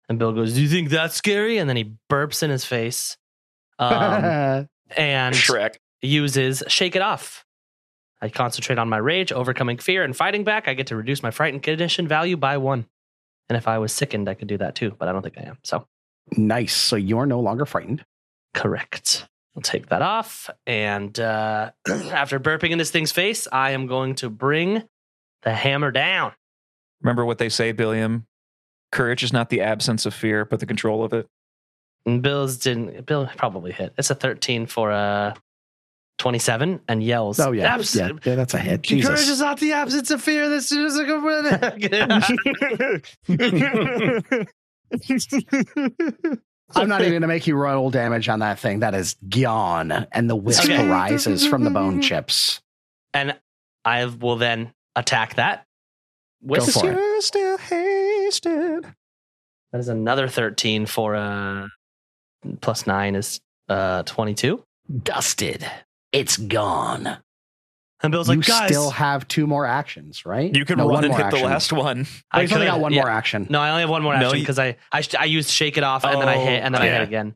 [SPEAKER 3] And Bill goes, Do you think that's scary? And then he burps in his face um, and
[SPEAKER 6] Shrek.
[SPEAKER 3] uses Shake It Off I concentrate on my rage, overcoming fear, and fighting back. I get to reduce my frightened condition value by one. And if I was sickened, I could do that too, but I don't think I am. So,
[SPEAKER 2] Nice. So you're no longer frightened.
[SPEAKER 3] correct. I'll take that off. And uh, after burping in this thing's face, I am going to bring the hammer down.
[SPEAKER 6] Remember what they say, Billiam? Courage is not the absence of fear, but the control of it.
[SPEAKER 3] And Bill's didn't, Bill probably hit. It's a 13 for a 27 and yells.
[SPEAKER 2] Oh yeah,
[SPEAKER 3] "Abs-
[SPEAKER 2] yeah, yeah. That's a hit.
[SPEAKER 3] Courage
[SPEAKER 2] Jesus.
[SPEAKER 3] is not the absence of fear. This is a
[SPEAKER 2] I'm not even gonna make you roll damage on that thing. That is gone, and the wisp
[SPEAKER 3] Okay.
[SPEAKER 2] arises from the bone chips.
[SPEAKER 3] and I will then attack that.
[SPEAKER 2] Go
[SPEAKER 3] With
[SPEAKER 2] for it.
[SPEAKER 6] You're still hasted.
[SPEAKER 3] that is another thirteen for uh plus nine is uh twenty two.
[SPEAKER 7] Dusted. It's gone.
[SPEAKER 3] And Bill's
[SPEAKER 2] you
[SPEAKER 3] like, guys,
[SPEAKER 2] still have two more actions, right?
[SPEAKER 6] You can
[SPEAKER 2] No,
[SPEAKER 6] run
[SPEAKER 2] one
[SPEAKER 6] and
[SPEAKER 2] more
[SPEAKER 6] hit the
[SPEAKER 2] action.
[SPEAKER 6] last one.
[SPEAKER 2] Oh,
[SPEAKER 3] I
[SPEAKER 2] he's only
[SPEAKER 3] could-
[SPEAKER 2] got one
[SPEAKER 3] yeah.
[SPEAKER 2] more action.
[SPEAKER 3] No, I only have one more
[SPEAKER 6] No,
[SPEAKER 3] action
[SPEAKER 6] you-
[SPEAKER 3] because I I, sh- I used shake it off and then I hit
[SPEAKER 6] Oh,
[SPEAKER 3] and then I
[SPEAKER 4] yeah.
[SPEAKER 3] hit again.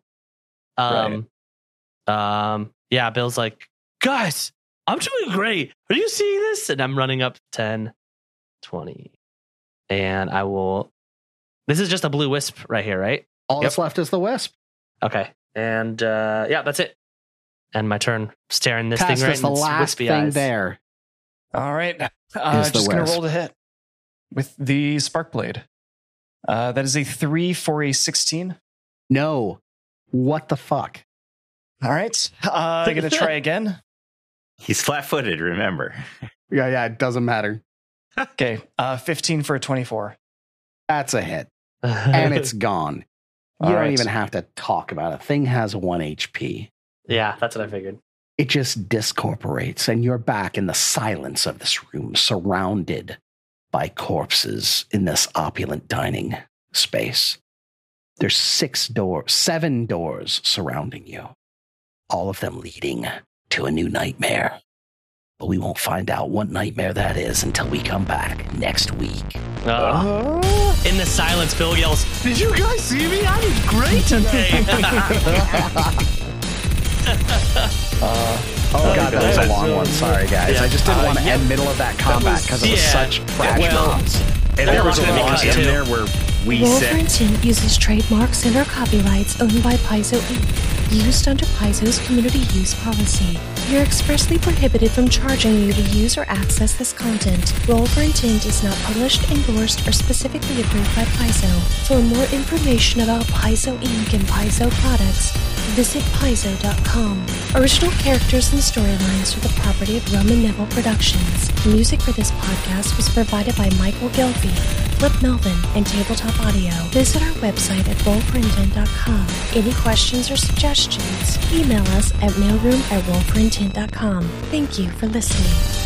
[SPEAKER 3] Um, um, yeah. Bill's like, guys, I'm doing great. Are you seeing this? And I'm running up 10, 20. and I will. This is just a blue wisp right here, right?
[SPEAKER 2] All that's left is the wisp.
[SPEAKER 3] Okay. And uh, yeah, that's it. And my turn staring this
[SPEAKER 2] Past
[SPEAKER 3] thing right
[SPEAKER 2] is the
[SPEAKER 3] in its
[SPEAKER 2] last
[SPEAKER 3] wispy
[SPEAKER 2] thing
[SPEAKER 3] eyes.
[SPEAKER 2] there.
[SPEAKER 8] All right. Uh,
[SPEAKER 2] Is the
[SPEAKER 8] just going to
[SPEAKER 2] wisp.
[SPEAKER 8] roll to hit with the spark blade. Uh, that is a three for a 16.
[SPEAKER 2] No, what the fuck?
[SPEAKER 8] All right. Uh, I'm going to try again.
[SPEAKER 4] He's flat footed, remember.
[SPEAKER 2] Yeah, yeah. It doesn't matter.
[SPEAKER 8] Okay. Uh, 15 for a 24.
[SPEAKER 2] That's a hit, and it's gone. You
[SPEAKER 8] All
[SPEAKER 2] don't
[SPEAKER 8] right.
[SPEAKER 2] even have to talk about it. Thing has one HP.
[SPEAKER 3] yeah, that's what I figured.
[SPEAKER 2] It just discorporates, and you're back in the silence of this room, surrounded by corpses in this opulent dining space. There's six doors, seven doors surrounding you, all of them leading to a new nightmare. But we won't find out what nightmare that is until we come back next week.
[SPEAKER 3] Uh, in the silence, Bill yells, Did you guys see me? I did great today.
[SPEAKER 2] Oh, God, that was a
[SPEAKER 4] that's
[SPEAKER 2] long one. Sorry, guys. I just didn't
[SPEAKER 3] Uh,
[SPEAKER 2] want to
[SPEAKER 3] yeah.
[SPEAKER 2] end middle of that combat because it was
[SPEAKER 3] yeah.
[SPEAKER 2] such crash
[SPEAKER 3] well,
[SPEAKER 2] bombs.
[SPEAKER 4] And
[SPEAKER 3] Yeah,
[SPEAKER 4] there was
[SPEAKER 3] lots
[SPEAKER 4] a
[SPEAKER 3] of them
[SPEAKER 4] clause
[SPEAKER 3] cut, too.
[SPEAKER 4] in there where we said
[SPEAKER 11] Wolverhampton uses trademarks and/or copyrights owned by Paizo Inc. Used under Paizo's community use policy. You're expressly prohibited from charging you to use or access this content. Roll for Intent is not published, endorsed, or specifically approved by Paizo. For more information about Paizo Inc. and Paizo products, visit paizo.com. Original characters and storylines are the property of Roman Neville Productions. Music for this podcast was provided by Michael Gilby, Flip Melvin, and Tabletop Audio. Visit our website at rollforintent.com. Any questions or suggestions, email us at mailroom at rollforintent.com. Thank you for listening.